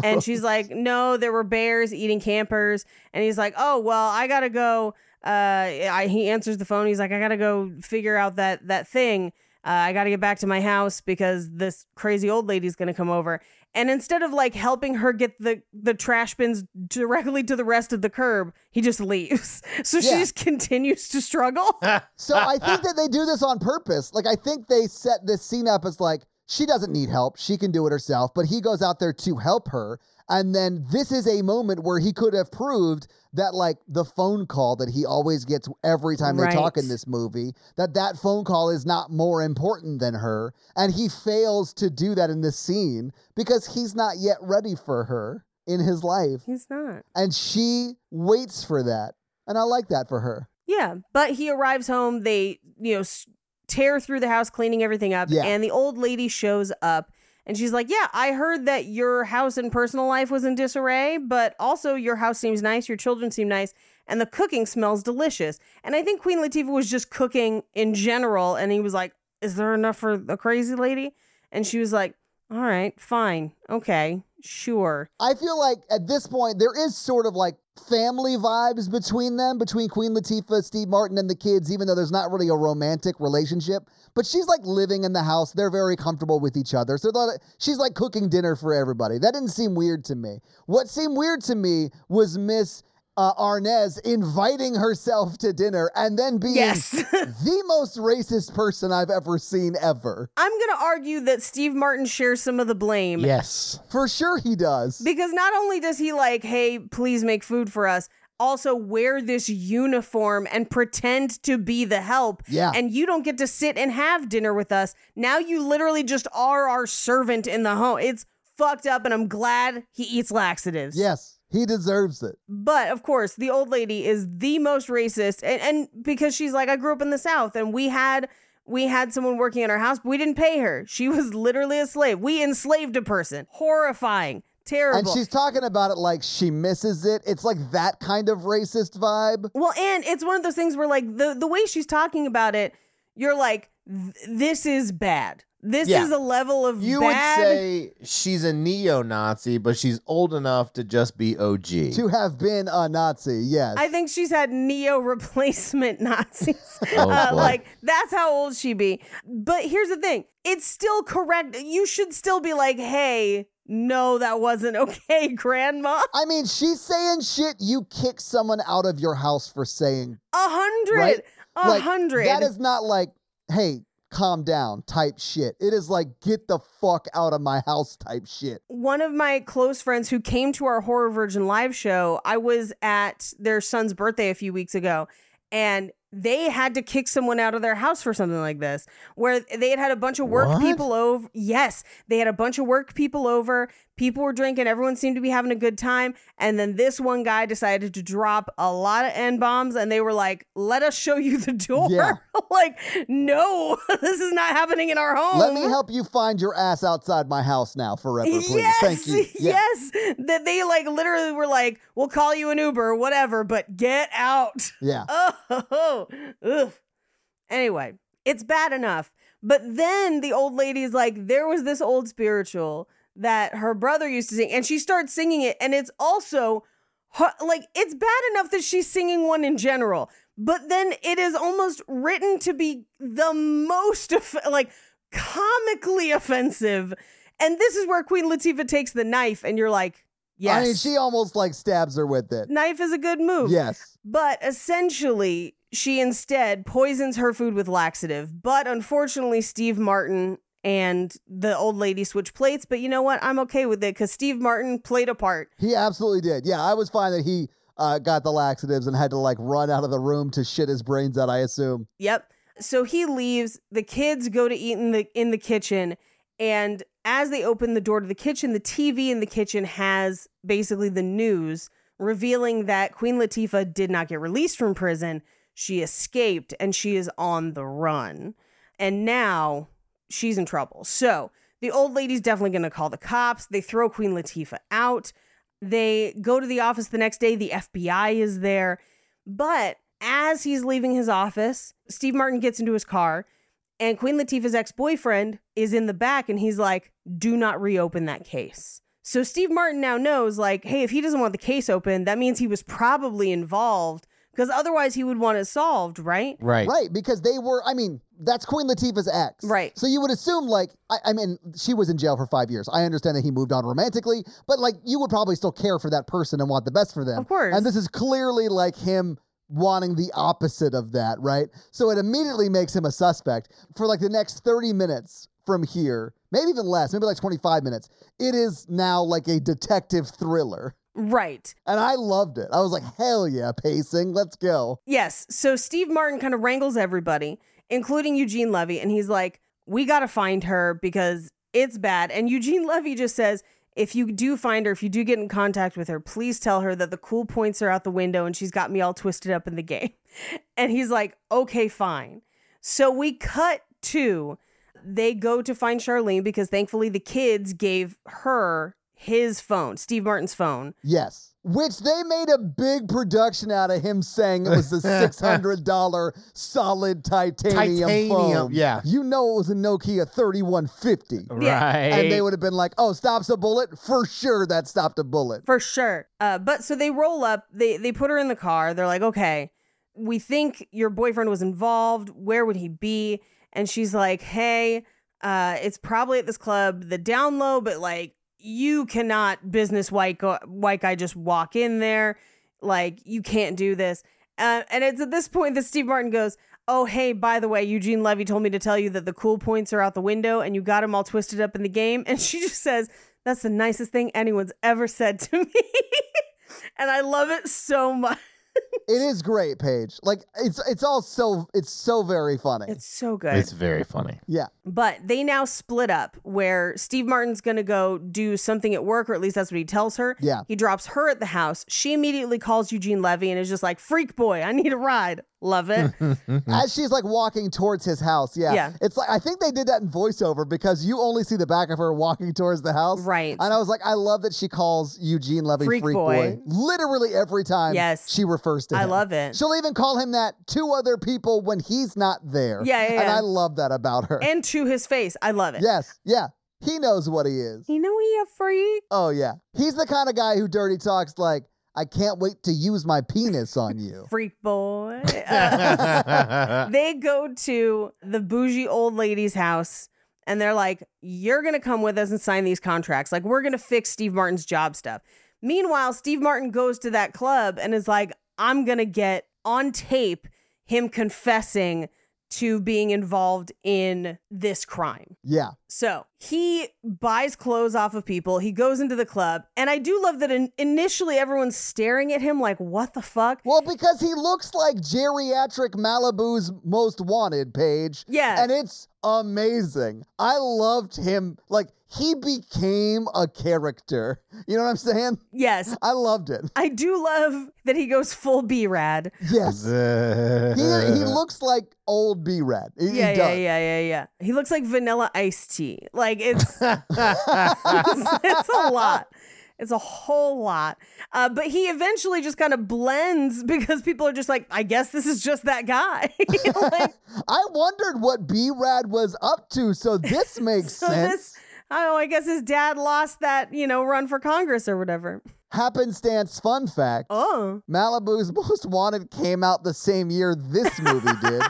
and she's like no there were bears eating campers and he's like oh well i gotta go uh I, he answers the phone he's like i gotta go figure out that that thing uh, I got to get back to my house because this crazy old lady's going to come over. And instead of like helping her get the the trash bins directly to the rest of the curb, he just leaves. So she
Yeah.
just continues to struggle.
So I think that they do this on purpose. Like I think they set this scene up as like she doesn't need help; she can do it herself. But he goes out there to help her, and then this is a moment where he could have proved that like the phone call that he always gets every time
Right.
they talk in this movie that that phone call is not more important than her, and he fails to do that in this scene because he's not yet ready for her in his life,
He's not.
and she waits for that, and I like that for her.
Yeah, but he arrives home. They, you know, s- tear through the house, cleaning everything up.
Yeah.
And the old lady shows up and she's like, Yeah, I heard that your house and personal life was in disarray, but also your house seems nice, your children seem nice, and the cooking smells delicious. And I think Queen Latifah was just cooking in general. And he was like, Is there enough for the crazy lady? And she was like, All right, fine. Okay, sure.
I feel like at this point there is sort of like family vibes between them, between Queen Latifah, Steve Martin, and the kids, even though there's not really a romantic relationship. But she's like living in the house; they're very comfortable with each other. So they're- she's like cooking dinner for everybody. That didn't seem weird to me. What seemed weird to me was Miss uh, Arnez inviting herself to dinner and then being
Yes.
the most racist person I've ever seen ever.
I'm going to argue that Steve Martin shares some of the blame.
Yes.
For sure, he does.
Because not only does he like, hey, please make food for us, also wear this uniform and pretend to be the help.
Yeah.
And you don't get to sit and have dinner with us. Now you literally just are our servant in the home. It's fucked up, and I'm glad he eats laxatives.
yes, he deserves it.
But of course, the old lady is the most racist, and, and because she's like, I grew up in the South, and we had we had someone working in our house, but we didn't pay her. She was literally a slave. We enslaved a person. Horrifying, terrible.
And she's talking about it like she misses it. It's like that kind of racist vibe.
Well, and it's one of those things where like the the way she's talking about it, you're like, "Th- this is bad. This
Yeah.
is a level of
You
bad.
would say she's a neo Nazi, but she's old enough to just be OG.
To have been a Nazi, yes.
I think she's had neo replacement Nazis.
Oh,
uh,
boy.
like that's how old she be. But here's the thing: it's still correct. You should still be like, hey, no, that wasn't okay, Grandma. A
I mean, she's saying shit you kick someone out of your house for saying.
hundred,
Right?
a
like,
hundred.
That is not like, hey, calm down type shit. It is like, get the fuck out of my house type shit.
one of my close friends who came to our Horror Virgin live show, I was at their son's birthday a few weeks ago, and they had to kick someone out of their house for something like this, where they had had a bunch of work
What?
people over. Yes, they had a bunch of work people over. People were drinking. Everyone seemed to be having a good time. And then this one guy decided to drop a lot of N bombs, and they were like, let us show you the door.
Yeah.
like, no, this is not happening in our home.
Let me help you find your ass outside my house now forever, please.
Yes,
Thank you. Yeah.
yes. That they like literally were like, "We'll call you an Uber, whatever, but get out."
Yeah.
Oh, ugh. Anyway, it's bad enough. But then the old lady's like, "There was this old spiritual that her brother used to sing," and she starts singing it, and it's also her, like it's bad enough that she's singing one in general, but then it is almost written to be the most off- like comically offensive. And this is where Queen Latifah takes the knife, and you're like, yes,
I mean, she almost like stabs her with it.
knife is a good move.
Yes.
But essentially, she instead poisons her food with laxative. But unfortunately, Steve Martin and the old lady switch plates. But you know what? I'm okay with it because Steve Martin played a part.
He absolutely did. Yeah, I was fine that he uh, got the laxatives and had to like run out of the room to shit his brains out. I assume.
Yep. So he leaves. The kids go to eat in the in the kitchen, and as they open the door to the kitchen, the TV in the kitchen has basically the news revealing that Queen Latifah did not get released from prison. She escaped and she is on the run. And now she's in trouble. So the old lady's definitely going to call the cops. They throw Queen Latifah out. They go to the office the next day. The FBI is there. But as he's leaving his office, Steve Martin gets into his car and Queen Latifah's ex boyfriend is in the back and he's like, do not reopen that case. So Steve Martin now knows, like, hey, if he doesn't want the case open, that means he was probably involved. Because otherwise, he would want it solved, right?
Right.
Right, because they were. I mean, that's Queen Latifah's ex.
Right.
So you would assume, like, I, I mean, she was in jail for five years. I understand that he moved on romantically, but like, you would probably still care for that person and want the best for them.
Of course.
And this is clearly like him wanting the opposite of that, right? So it immediately makes him a suspect for like the next thirty minutes from here, maybe even less, maybe like twenty-five minutes. It is now like a detective thriller.
Right.
And I loved it. I was like, hell yeah, pacing. Let's go.
Yes. So Steve Martin kind of wrangles everybody, including Eugene Levy, and he's like, "We got to find her because it's bad." And Eugene Levy just says, "If you do find her, if you do get in contact with her, please tell her that the cool points are out the window and she's got me all twisted up in the game." And he's like, "Okay, fine." So we cut to they go to find Charlene because thankfully the kids gave her his phone, Steve Martin's phone.
Yes. Which they made a big production out of him saying it was a six hundred dollar solid titanium,
Titanium,
phone.
yeah.
you know it was a Nokia thirty one fifty,
Yeah.
Right.
and they would have been like, "Oh, stops a bullet for sure. That stopped a bullet."
for sure. Uh, but so they roll up. They they put her in the car. They're like, okay, we think your boyfriend was involved. Where would he be? And she's like, hey, uh, it's probably at this club, the down low, but like you cannot business white go- white guy just walk in there. Like you can't do this. Uh, and it's at this point that Steve Martin goes. Oh, hey, by the way, Eugene Levy told me to tell you that the cool points are out the window and you got him all twisted up in the game. And she just says, that's the nicest thing anyone's ever said to me. and I love it so much.
It is great, Paige. Like it's it's all so it's so very funny.
It's so good.
It's very funny.
yeah,
but they now split up where Steve Martin's going to go do something at work, or at least that's what he tells her.
Yeah.
He drops her at the house. She immediately calls Eugene Levy and is just like, Freak boy, I need a ride. Love it.
as she's like walking towards his house, yeah,
Mm. Yeah.
it's like I think they did that in voiceover because you only see the back of her walking towards the house,
Right.
And I was like, I love that she calls Eugene Levy
Freak
Freak,
boy.
boy. literally every time.
Yes.
she refers to
I
him.
love it.
She'll even call him that to other people when he's not there.
Yeah, yeah,
and
yeah.
I love that about her.
and to his face. I love it.
yes, yeah, he knows what he is.
You know he a freak.
Oh yeah, he's the kind of guy who dirty talks like, "I can't wait to use my penis on you."
Freak boy. Uh, they go to the bougie old lady's house and they're like, You're going to come with us and sign these contracts. Like, we're going to fix Steve Martin's job stuff. Meanwhile, Steve Martin goes to that club and is like, I'm going to get on tape him confessing to being involved in this crime.
Yeah,
So he buys clothes off of people. He goes into the club. And I do love that in- initially everyone's staring at him like, What the fuck?
well, because he looks like geriatric Malibu's most wanted page.
Yeah.
and it's amazing. I loved him. Like he became a character. You know what I'm saying?
Yes.
I loved it.
I do love that he goes full B rad.
Yes. He, he looks like old B Red. He, he
Yeah, yeah,
does.
yeah, yeah, yeah. He looks like vanilla iced tea. Like it's it's, it's a lot. It's a whole lot. Uh, but he eventually just kind of blends because people are just like, I guess this is just that guy. like,
I wondered what B Rad was up to, so this makes
so
sense.
this, oh, I guess his dad lost that, you know, run for Congress or whatever.
Happenstance fun fact
Oh.
Malibu's Most Wanted came out the same year this movie did.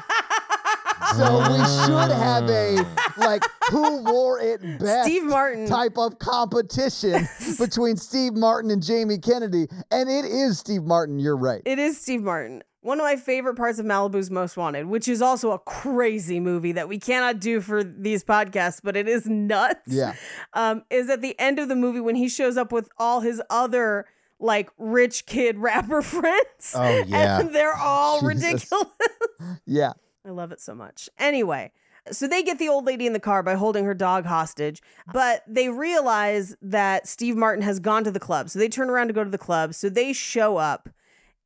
So we should have a like who wore it best
Ah. Steve Martin.
type of competition between Steve Martin and Jamie Kennedy, and it is Steve Martin. You're right.
It is Steve Martin. One of my favorite parts of Malibu's Most Wanted, which is also a crazy movie that we cannot do for these podcasts, but it is nuts.
Yeah.
Um, is at the end of the movie when he shows up with all his other like rich kid rapper friends.
Oh, yeah.
And they're all
Jesus.
ridiculous.
Yeah,
I love it so much. Anyway, so they get the old lady in the car by holding her dog hostage, but they realize that Steve Martin has gone to the club. So they turn around to go to the club. So they show up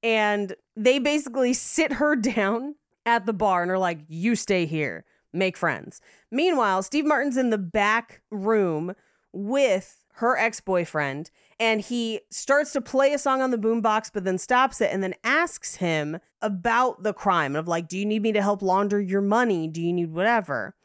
and they basically sit her down at the bar and are like, You stay here, make friends. Meanwhile, Steve Martin's in the back room with her ex boyfriend and he starts to play a song on the boombox, but then stops it and then asks him about the crime of like, Do you need me to help launder your money? Do you need whatever?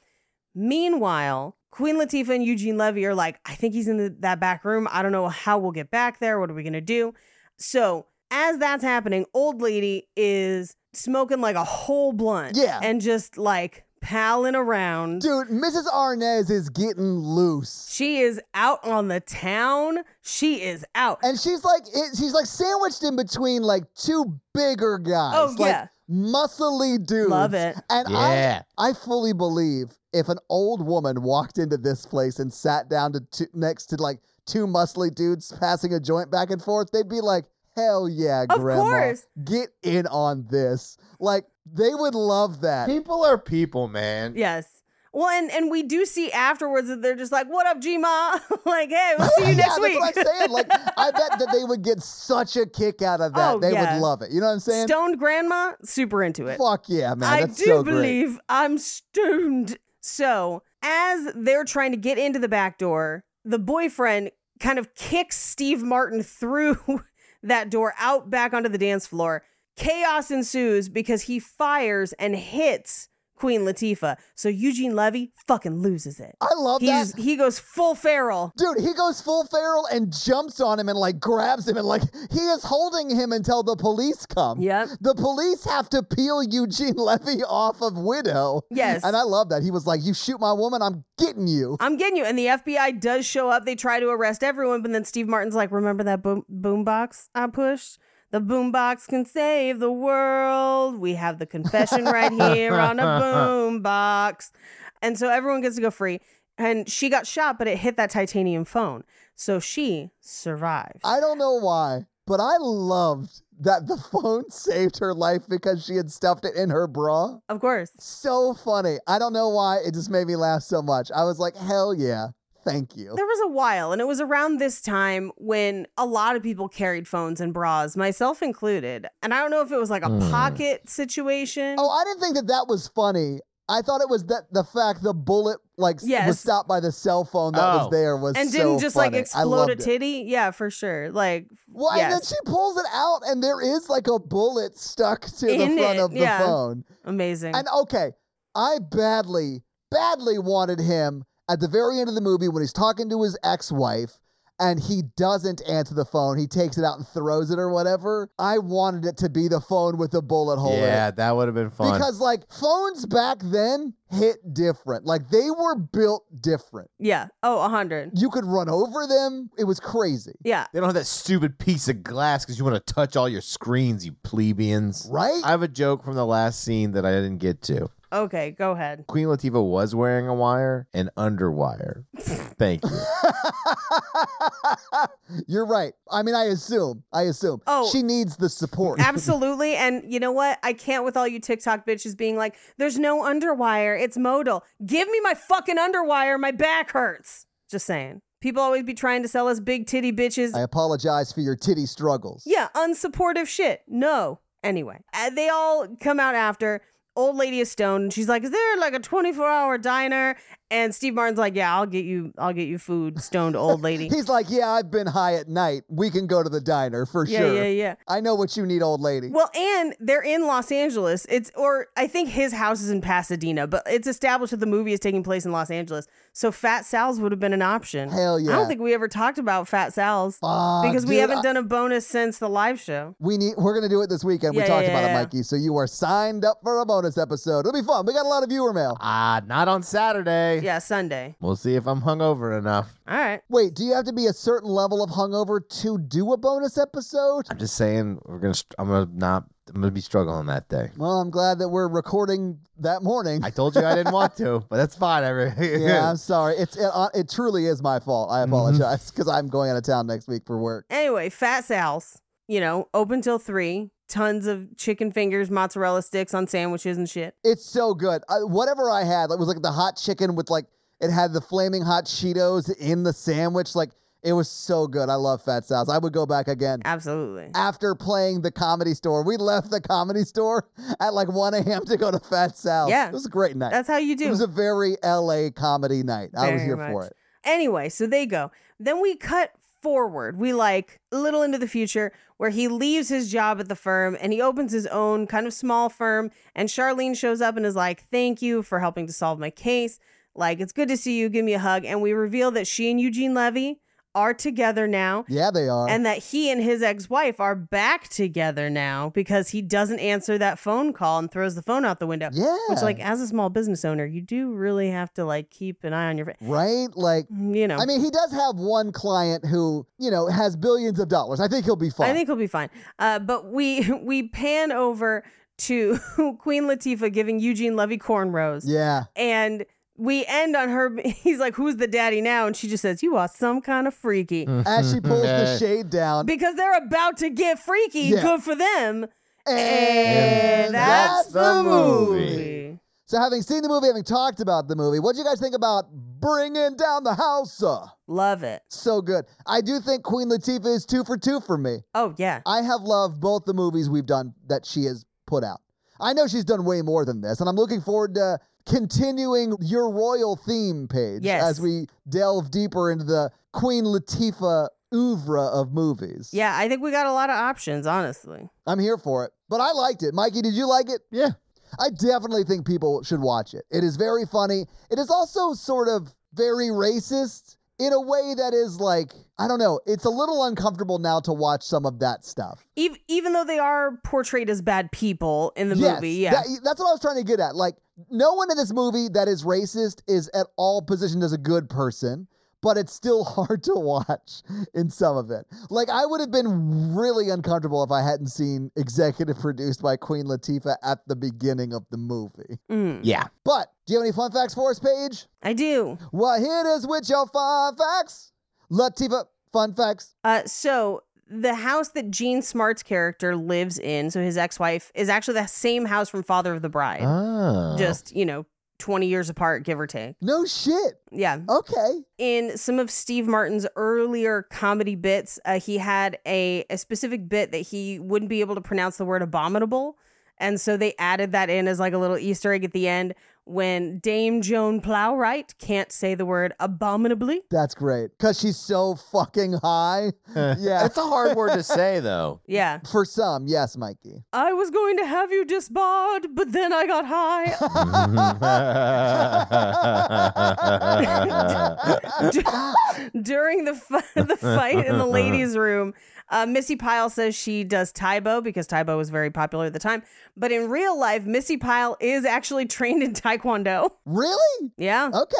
Meanwhile, Queen Latifah and Eugene Levy are like, I think he's in the, that back room. I don't know how we'll get back there. What are we going to do? So as that's happening, old lady is smoking like a whole blunt.
Yeah.
And just like palling around.
Dude, Mrs. Arnez is getting loose.
She is out on the town. She is out.
And she's like it, she's like sandwiched in between like two bigger guys.
Oh,
like
yeah.
muscly dudes.
Love it.
And
Yeah.
I I fully believe if an old woman walked into this place and sat down to two, next to like two muscly dudes passing a joint back and forth, they'd be like, "Hell yeah,
Of
grandma.
course.
Get in on this." Like they would love that.
People are people, man.
yes. Well, and, and we do see afterwards that they're just like, what up, G-Ma? like, hey, we'll see you next
yeah,
week.
That's what I'm saying. Like, I bet that they would get such a kick out of that.
Oh,
they
yeah.
would love it. You know what I'm saying?
Stoned grandma, super into it.
Fuck yeah, man.
I
that's
do
so great.
believe I'm stoned. So, as they're trying to get into the back door, the boyfriend kind of kicks Steve Martin through that door out back onto the dance floor. Chaos ensues because he fires and hits Queen Latifah. So Eugene Levy fucking loses it.
I love
He
that.
just- he goes full feral.
Dude, he goes full feral and jumps on him and like grabs him and like he is holding him until the police come.
Yep.
The police have to peel Eugene Levy off of Widow.
Yes.
And I love that. He was like, You shoot my woman, I'm getting you.
I'm getting you. And the FBI does show up. They try to arrest everyone, but then Steve Martin's like, "Remember that boom boombox I pushed? The boombox can save the world. We have the confession right here on a boombox." And so everyone gets to go free. And she got shot, but it hit that titanium phone, so she survived.
I don't know why, but I loved that the phone saved her life because she had stuffed it in her bra.
of course.
so funny. I don't know why. It just made me laugh so much. I was like, hell yeah. Thank you.
There was a while, and it was around this time when a lot of people carried phones and bras, myself included. And I don't know if it was like a pocket situation.
Oh, I didn't think that that was funny. I thought it was that the fact the bullet like s-
Yes.
was stopped by the cell phone that
Oh.
was there was
and
so
didn't just
funny.
like
I
explode
loved
a
it.
titty. Yeah, for sure. Like,
Well, and then
yes,
she pulls it out, and there is like a bullet stuck to
In
the front
it,
of the
yeah.
phone.
amazing.
And okay, I badly, badly wanted him at the very end of the movie when he's talking to his ex wife and he doesn't answer the phone. He takes it out and throws it or whatever. I wanted it to be the phone with the bullet hole in
Yeah,
it.
that would have been fun.
Because, like, phones back then hit different. Like, they were built different.
yeah. Oh, a hundred.
You could run over them. It was crazy,
Yeah.
they don't have that stupid piece of glass because you want to touch all your screens, you plebeians.
right?
I have a joke from the last scene that I didn't get to.
Okay. Go ahead.
Queen Latifah was wearing a wire and underwire. Thank you.
You're right. I mean, I assume. I assume.
Oh.
she needs the support.
Absolutely. And you know what? I can't with all you TikTok bitches being like, "There's no underwire. It's modal. Give me my fucking underwire. My back hurts." Just saying. People always be trying to sell us big titty bitches.
I apologize for your titty struggles.
Yeah, unsupportive shit. No. Anyway, uh, they all come out after. Old lady is stoned, and she's like, "Is there like a twenty-four hour diner?" And Steve Martin's like, "Yeah, I'll get you. I'll get you food, stoned old lady."
He's like, yeah, I've been high at night. We can go to the diner for
yeah,
sure.
yeah, yeah.
I know what you need, old lady.
Well, and they're in Los Angeles. It's or I think his house is in Pasadena, but it's established that the movie is taking place in Los Angeles. So Fat Sal's would have been an option.
Hell
I
yeah.
don't think we ever talked about Fat Sal's
Fuck,
because we
Ah, dude,
haven't
I-
done a bonus since the live show.
We need. We're gonna do it this weekend.
Yeah,
we talked
yeah,
about
yeah.
it, Mikey. So you are signed up for a bonus episode. It'll be fun. We got a lot of viewer mail.
Ah, not on Saturday.
Yeah, Sunday.
We'll see if I'm hungover enough.
All right.
Wait, do you have to be a certain level of hungover to do a bonus episode?
I'm just saying we're gonna. str- I'm gonna not. I'm gonna be struggling that day.
Well, I'm glad that we're recording that morning.
I told you I didn't want to, but that's fine. I re-
yeah, I'm sorry. It's it, uh, it truly is my fault. I apologize because I'm going out of town next week for work.
Anyway, Fat Sal's, you know, open till three, tons of chicken fingers, mozzarella sticks on sandwiches and shit.
It's so good. I, whatever I had, it was like the hot chicken with like it had the flaming hot Cheetos in the sandwich. Like it was so good. I love Fat Sal's. I would go back again.
Absolutely.
After playing the comedy store, we left the comedy store at like 1 a.m. to go to Fat Sal's.
Yeah.
It was a great night.
That's how you do.
It was a very LA comedy night. I was
Very
here for
much.
it.
Anyway, so they go. Then we cut forward. We like a little into the future where he leaves his job at the firm and he opens his own kind of small firm. And Charlene shows up and is like, Thank you for helping to solve my case. Like, it's good to see you. Give me a hug. And we reveal that she and Eugene Levy are together now
Yeah, they are.
and that he and his ex-wife are back together now because he doesn't answer that phone call and throws the phone out the window.
yeah.
Which like as a small business owner, you do really have to like keep an eye on your fa-
right? Like,
you know.
I mean, he does have one client who, you know, has billions of dollars. I think he'll be fine.
I think he'll be fine. Uh, but we we pan over to Queen Latifah giving Eugene Levy cornrows.
yeah.
And we end on her he's like who's the daddy now and she just says you are some kind of freaky.
As she pulls
Yeah.
the shade down.
Because they're about to get freaky,
Yeah.
good for them.
And
that's,
that's
the
the
movie.
movie.
So, having seen the movie, having talked about the movie, what do you guys think about bringing down the house? Uh,
Love it.
So good. I do think Queen Latifah is two for two for me.
Oh yeah.
I have loved both the movies we've done that she has put out. I know she's done way more than this, and I'm looking forward to continuing your royal theme page
Yes.
as we delve deeper into the Queen Latifah oeuvre of movies.
Yeah, I think we got a lot of options, honestly.
I'm here for it. But I liked it. Mikey, did you like it?
Yeah.
I definitely think people should watch it. It is very funny. It is also sort of very racist in a way that is like, I don't know, it's a little uncomfortable now to watch some of that stuff.
Even, even though they are portrayed as bad people in the
Yes,
movie, yeah.
that- that's what I was trying to get at. Like, no one in this movie that is racist is at all positioned as a good person, but it's still hard to watch in some of it. Like, I would have been really uncomfortable if I hadn't seen executive produced by Queen Latifah at the beginning of the movie.
Mm.
Yeah.
But do you have any fun facts for us, Paige?
I do.
Well, here it is with your fun facts. Latifah, fun facts.
Uh, so the house that Gene Smart's character lives in, so his ex-wife, is actually the same house from Father of the Bride.
Oh.
Just, you know, 20 years apart, give or take.
No shit.
Yeah.
Okay.
in some of Steve Martin's earlier comedy bits, uh, he had a, a specific bit that he wouldn't be able to pronounce the word abominable. And so they added that in as like a little Easter egg at the end when Dame Joan Plowright can't say the word abominably.
That's great. Because she's so fucking high. yeah.
It's a hard Ah. word to say, though.
Yeah.
For some, yes, Mikey.
I was going to have you disbarred, but then I got high. During the f- the fight in the ladies' room, uh, Missy Pyle says she does Taibo because Taibo was very popular at the time. But in real life, Missy Pyle is actually trained in Taekwondo.
Really?
Yeah,
Okay.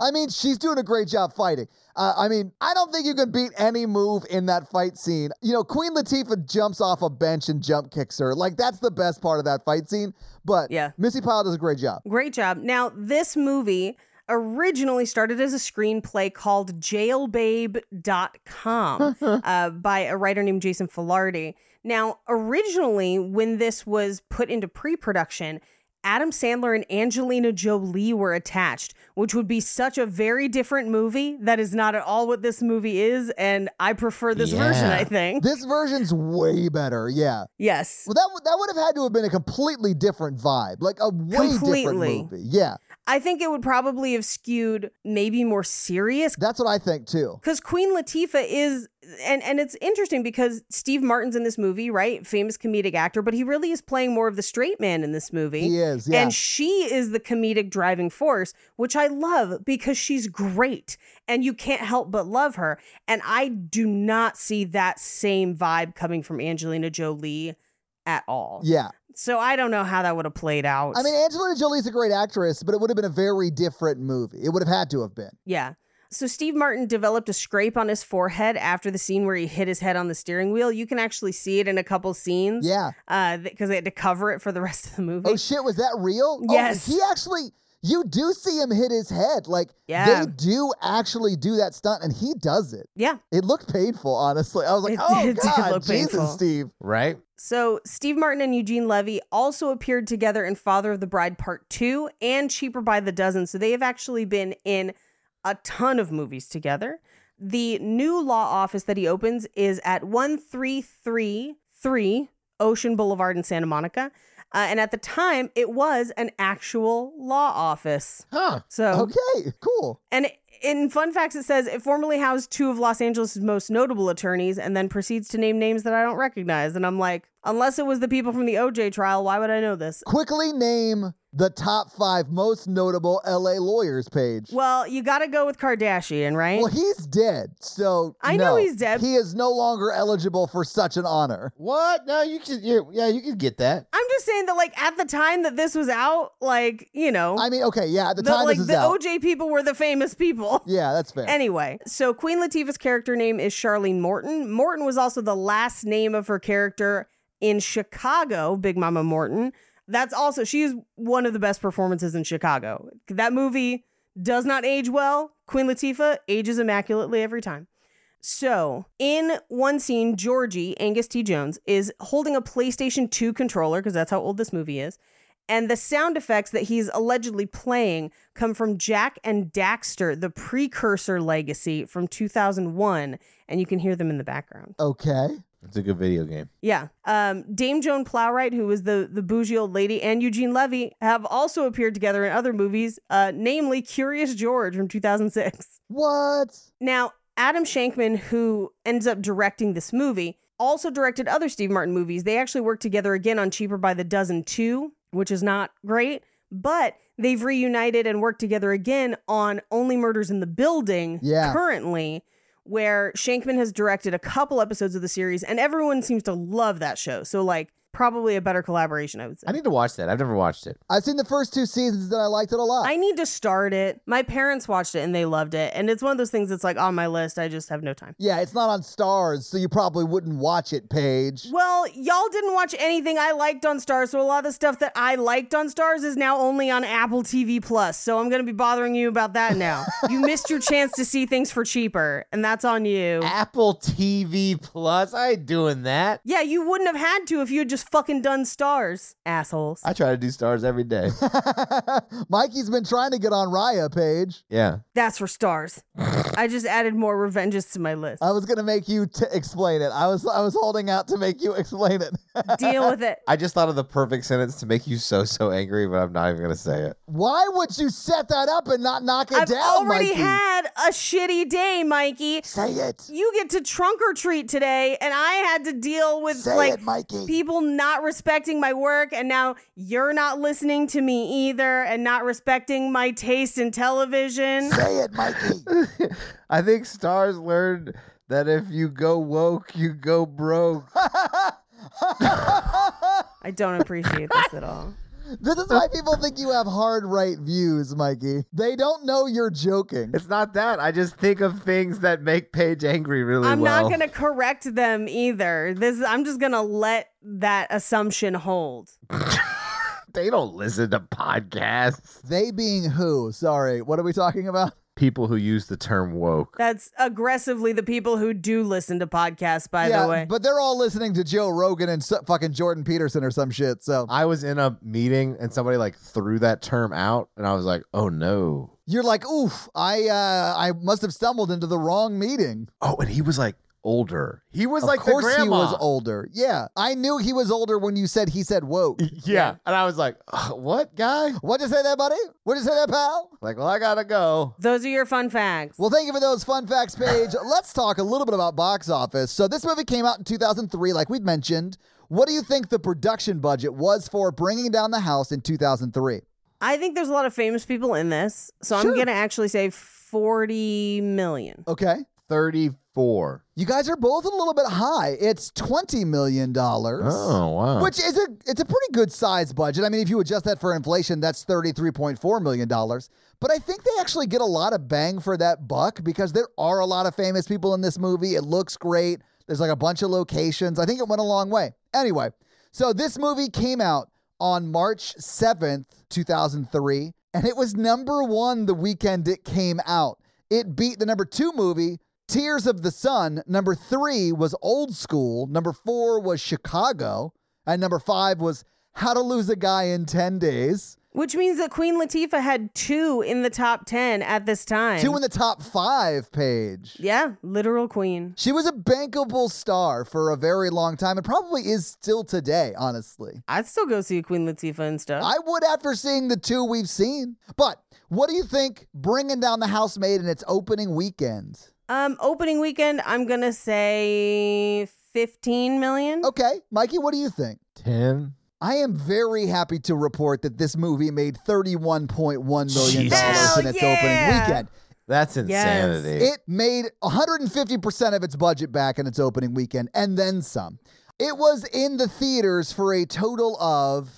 I mean, she's doing a great job fighting. Uh, I mean, I don't think you can beat any move in that fight scene. You know, Queen Latifah jumps off a bench and jump kicks her. Like, that's the best part of that fight scene. But
Yeah.
Missy Pyle does a great job.
great job. Now this movie originally started as a screenplay called jailbabe.com uh, by a writer named Jason Filardi. Now, originally, when this was put into pre production, Adam Sandler and Angelina Jolie were attached, which would be such a very different movie. That is not at all what this movie is. And I prefer this version,
Yeah.
I think.
This version's way better. Yeah.
yes.
Well, that, would- that would have had to have been a completely different vibe, like a way
Completely.
different movie. Yeah.
I think it would probably have skewed maybe more serious
That's what I think, too.
because Queen Latifah is, and and it's interesting because Steve Martin's in this movie, right? Famous comedic actor, but he really is playing more of the straight man in this movie.
He is, yeah.
And she is the comedic driving force, which I love because she's great, and you can't help but love her. And I do not see that same vibe coming from Angelina Jolie at all.
Yeah.
So I don't know how that would have played out.
I mean, Angelina Jolie's a great actress, but it would have been a very different movie. It would have had to have been.
Yeah. So Steve Martin developed a scrape on his forehead after the scene where he hit his head on the steering wheel. You can actually see it in a couple scenes.
Yeah.
Because they had to cover it for the rest of the movie.
Oh shit, was that real? Oh,
Yes.
he actually you do see him hit his head. Like
Yeah.
they do actually do that stunt and he does it.
yeah.
It looked painful, honestly. I was like,
It
oh
did- it did
god,
look
Jesus,
painful.
Steve.
Right?
So Steve Martin and Eugene Levy also appeared together in Father of the Bride Part 2 and Cheaper by the Dozen. So they have actually been in a ton of movies together. The new law office that he opens is at 1333 Ocean Boulevard in Santa Monica. Uh, and at the time, it was an actual law office.
Huh.
So
Okay, cool.
and in fun facts, it says it formerly housed two of Los Angeles' most notable attorneys, and then proceeds to name names that I don't recognize. And I'm like, Unless it was the people from the OJ trial, why would I know this?
Quickly name the top five most notable LA lawyers, Paige.
Well, you got to go with Kardashian, right?
Well, he's dead, so
I know
no.
he's dead.
He is no longer eligible for such an honor.
What? No, you can. You, yeah, you can get that.
I'm just saying that, like, at the time that this was out, like, you know,
I mean, okay, yeah, at the,
the,
time
like
this is
the
out.
OJ people were the famous people.
yeah, that's fair.
Anyway, so Queen Latifah's character name is Charlene Morton. Morton was also the last name of her character in Chicago, Big Mama Morton. That's also, she is one of the best performances in Chicago. That movie does not age well. Queen Latifah ages immaculately every time. So, in one scene, Georgie, Angus T. Jones, is holding a PlayStation 2 controller, because that's how old this movie is. And the sound effects that he's allegedly playing come from Jack and Daxter, the precursor legacy from 2001. And you can hear them in the background.
okay.
It's a good video game.
Yeah. Um, Dame Joan Plowright, who was the, the bougie old lady, and Eugene Levy have also appeared together in other movies, uh, namely Curious George from 2006.
What?
Now, Adam Shankman, who ends up directing this movie, also directed other Steve Martin movies. They actually worked together again on Cheaper by the Dozen 2, which is not great, but they've reunited and worked together again on Only Murders in the Building
Yeah.
currently, where Shankman has directed a couple episodes of the series, and everyone seems to love that show. So, like, probably a better collaboration, I would say.
I need to watch that. I've never watched it.
I've seen the first two seasons and I liked it a lot.
I need to start it. My parents watched it and they loved it. And it's one of those things that's like on my list. I just have no time.
yeah, it's not on stars, so you probably wouldn't watch it, Paige.
Well, y'all didn't watch anything I liked on Stars, so a lot of the stuff that I liked on Stars is now only on Apple TV Plus. So I'm going to be bothering you about that now. you missed your chance to see things for cheaper, and that's on you.
Apple TV Plus. I ain't doing that.
Yeah, you wouldn't have had to if you had just fucking done Stars, assholes.
I try to do stars every day.
Mikey's been trying to get on Raya, Paige.
yeah.
that's for Stars. I just added more revenges to my list.
I was gonna make you t- explain it. I was I was holding out to make you explain it.
Deal with it.
I just thought of the perfect sentence to make you so so angry, but I'm not even gonna say it.
Why would you set that up and not knock it
I've
down,
already
Mikey?
had a shitty day, Mikey.
Say it.
You get to trunk or treat today, and I had to deal with
Say
like
it, Mikey.
people not respecting my work and now you're not listening to me either and not respecting my taste in television
Say it, Mikey.
I think stars learned that if you go woke, you go broke.
i don't appreciate this at all
this is why people think you have hard right views, Mikey. They don't know you're joking.
It's not that. I just think of things that make Paige angry really
i'm
well.
not gonna correct them either this i'm just gonna let that assumption hold
They don't listen to podcasts.
They being who? Sorry, what are we talking about?
People who use the term woke.
that's aggressively the people who do listen to podcasts by
yeah,
the way
but they're all listening to Joe Rogan and so- fucking Jordan Peterson or some shit. So
I was in a meeting and somebody like threw that term out, and I was like, oh no.
you're like, oof, I uh, I must have stumbled into the wrong meeting.
Oh, and he was like older. He was like
of course
the grandma.
he was older. Yeah, I knew he was older when you said he said woke.
Yeah. And I was like, "Uh, what guy?
What'd you say there, buddy? What'd you say there, pal?
Like, well, I gotta go.
those are your fun facts
Well, thank you for those fun facts, Paige. Let's talk a little bit about box office. So, this movie came out in 2003, like we've mentioned. What do you think the production budget was for Bringing Down the House in 2003?
i think there's a lot of famous people in this so
Sure.
i'm gonna actually say 40 million
Okay.
34.
You guys are both a little bit high. It's $20 million.
Oh, wow.
Which is a it's a pretty good size budget. I mean, if you adjust that for inflation, that's thirty three point four million dollars. But I think they actually get a lot of bang for that buck because there are a lot of famous people in this movie. It looks great. There's like a bunch of locations. I think it went a long way. Anyway, so this movie came out on March seventh, two thousand three, and it was number one the weekend it came out. It beat the number two movie, Tears of the Sun. Number three was Old School. Number four was Chicago. And number five was How to Lose a Guy in 10 Days.
Which means that Queen Latifah had two in the top 10 at this time.
Two in the top five page.
Yeah, literal queen.
She was a bankable star for a very long time and probably is still today, honestly.
I'd still go see Queen Latifah and stuff.
I would after seeing the two we've seen. But what do you think bringing down the housemaid in its opening weekend?
um, opening weekend, I'm gonna say 15 million.
Okay, Mikey, what do you think?
10.
I am very happy to report that this movie made $31.1 million
Hell
in its
yeah.
opening weekend.
Yes.
That's insanity.
It made 150% of its budget back in its opening weekend and then some. It was in the theaters for a total of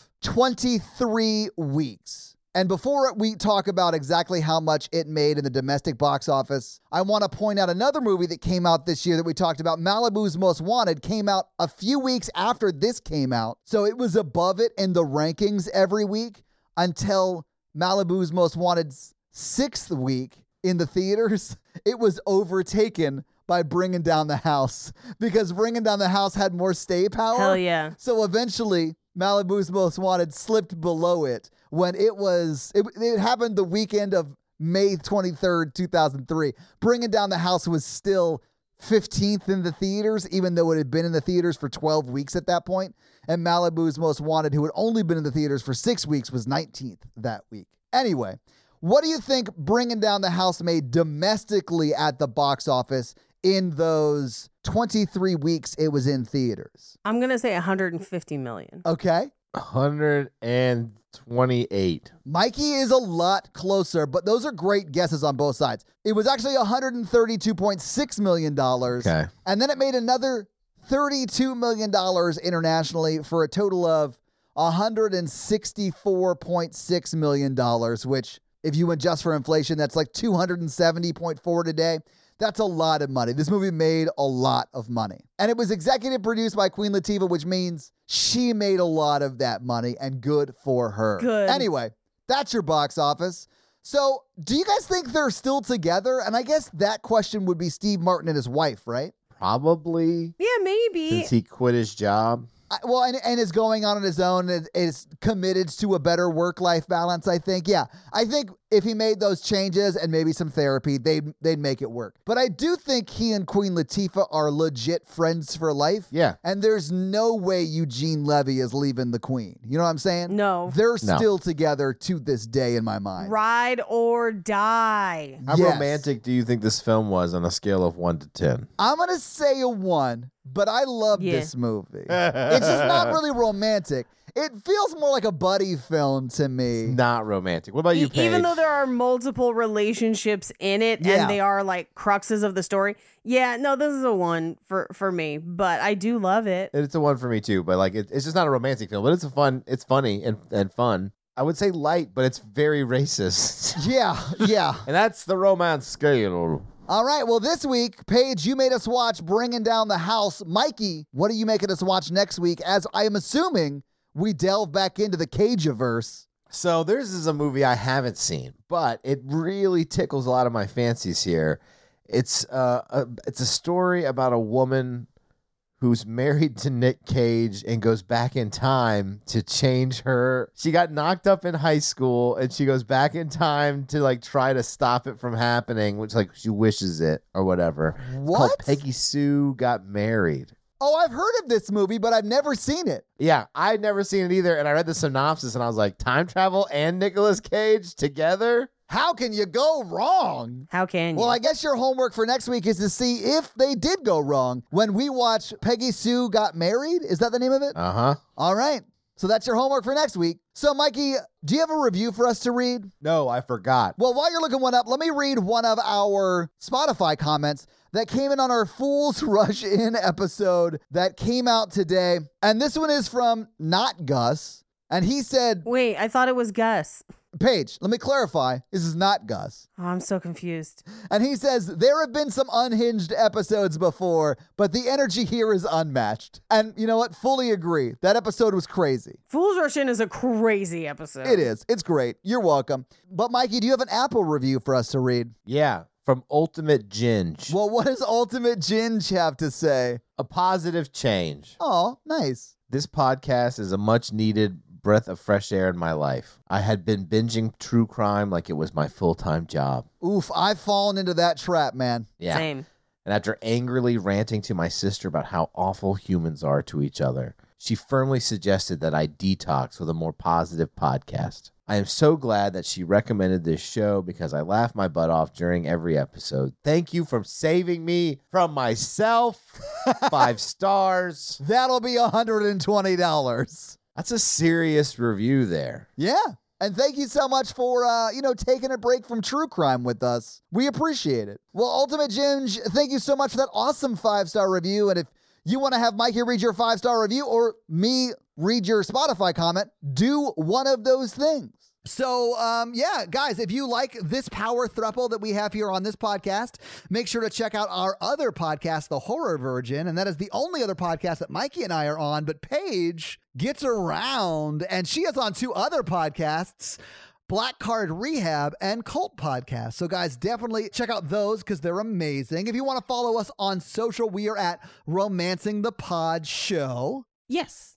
23 weeks. And before we talk about exactly how much it made in the domestic box office, I want to point out another movie that came out this year that we talked about. Malibu's Most Wanted came out a few weeks after this came out. So it was above it in the rankings every week until Malibu's Most Wanted's sixth week in the theaters, it was overtaken by Bringing Down the House because Bringing Down the House had more stay power.
Hell yeah.
So eventually, Malibu's Most Wanted slipped below it when it was, it, it happened the weekend of May 23rd, 2003. Bringing Down the House was still 15th in the theaters, even though it had been in the theaters for 12 weeks at that point. And Malibu's Most Wanted, who had only been in the theaters for six weeks, was 19th that week. Anyway, what do you think Bringing Down the House made domestically at the box office in those 23 weeks it was in theaters?
I'm going to say 150 million.
Okay.
128.
Mikey is a lot closer, but those are great guesses on both sides. It was actually $132.6 million.
Okay.
And then it made another $32 million internationally for a total of $164.6 million, which, if you adjust for inflation, that's like 270.4 today. That's a lot of money. This movie made a lot of money. And it was executive produced by Queen Latifah, which means she made a lot of that money and good for her.
Good.
Anyway, that's your box office. So, do you guys think they're still together? And I guess that question would be Steve Martin and his wife, right?
Probably
Yeah, maybe.
since he quit his job.
I, well, and, and is going on on his own and is committed to a better work life balance, I think. Yeah. I think if he made those changes and maybe some therapy, they'd, they'd make it work. But I do think he and Queen Latifah are legit friends for life.
Yeah.
And there's no way Eugene Levy is leaving the Queen. You know what I'm saying?
No.
They're
No.
still together to this day in my mind.
Ride or die.
How
Yes.
romantic do you think this film was on a scale of 1 to 10?
I'm gonna say a one, but I love
Yeah.
this movie. it's just not really romantic. It feels more like a buddy film to me.
Not romantic. What about
E-
you, Paige?
even though there are multiple relationships in it
Yeah.
and they are like cruxes of the story. Yeah, no, this is a one for for me, but I do love it.
it's a one for me too, but like it, it's just not a romantic film, but it's a fun, it's funny and, and fun. I would say light, but it's very racist.
Yeah, yeah.
and that's the romance scale.
All right. Well, this week, Paige, you made us watch "Bringing Down the House." Mikey, what are you making us watch next week? As I am assuming we delve back into the Cageverse.
So this is a movie I haven't seen, but it really tickles a lot of my fancies here. It's uh, a, it's a story about a woman who's married to Nick Cage and goes back in time to change her. She got knocked up in high school and she goes back in time to like try to stop it from happening, which like she wishes it or whatever. It's called
What?
Peggy Sue got married.
Oh, I've heard of this movie, but I've never seen it.
Yeah, I'd never seen it either, and I read the synopsis and I was like, time travel and Nicolas Cage together?
How can you go wrong?
How can you?
Well, I guess your homework for next week is to see if they did go wrong when we watch Peggy Sue Got Married. Is that the name of it?
Uh huh.
All right. So that's your homework for next week. So, Mikey, do you have a review for us to read?
No, I forgot.
Well, while you're looking one up, let me read one of our Spotify comments that came in on our Fools Rush In episode that came out today. And this one is from Not Gus. And he said,
Wait, I thought it was Gus.
Paige, let me clarify. This is not Gus.
Oh, I'm so confused.
And he says, There have been some unhinged episodes before, but the energy here is unmatched. And you know what? Fully agree. That episode was crazy.
Fools Rush In is a crazy episode.
It is. It's great. You're welcome. But Mikey, do you have an Apple review for us to read?
Yeah, from Ultimate Ginge.
Well, what does Ultimate Ginge have to say?
a positive change.
Oh, nice.
This podcast is a much needed breath of fresh air in my life. I had been binging true crime like it was my full time job.
Oof, I've fallen into that trap, man.
Yeah.
Same.
and after angrily ranting to my sister about how awful humans are to each other, she firmly suggested that I detox with a more positive podcast. I am so glad that she recommended this show because I laugh my butt off during every episode. Thank you for saving me from myself. Five stars.
That'll be $120.
That's a serious review there.
Yeah. And thank you so much for, uh, you know, taking a break from true crime with us. We appreciate it. Well, Ultimate Ginge, thank you so much for that awesome five star review. And if you want to have Mikey read your five star review or me read your Spotify comment, do one of those things. So, um, yeah, guys, if you like this power thruple that we have here on this podcast, make sure to check out our other podcast, The Horror Virgin. And that is the only other podcast that Mikey and I are on. But Paige gets around, and she is on two other podcasts. Black Card Rehab, and Cult Podcast. So, guys, definitely check out those because they're amazing. If you want to follow us on social, we are at Romancing the Pod Show
Yes.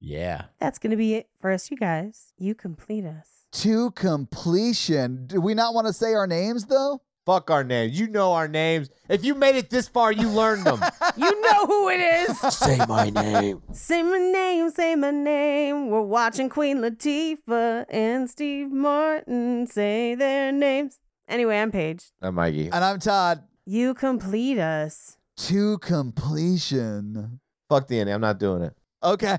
Yeah.
That's gonna be it for us, you guys. You complete us.
To completion. Do we not want to say our names though?
Fuck our names. You know our names. If you made it this far, you learned them.
You know who it is.
Say my name.
say my name, say my name. We're watching Queen Latifah and Steve Martin say their names. Anyway, I'm Paige.
I'm Mikey.
And I'm Todd.
You complete us.
To completion.
Fuck the end. I'm not doing it.
Okay.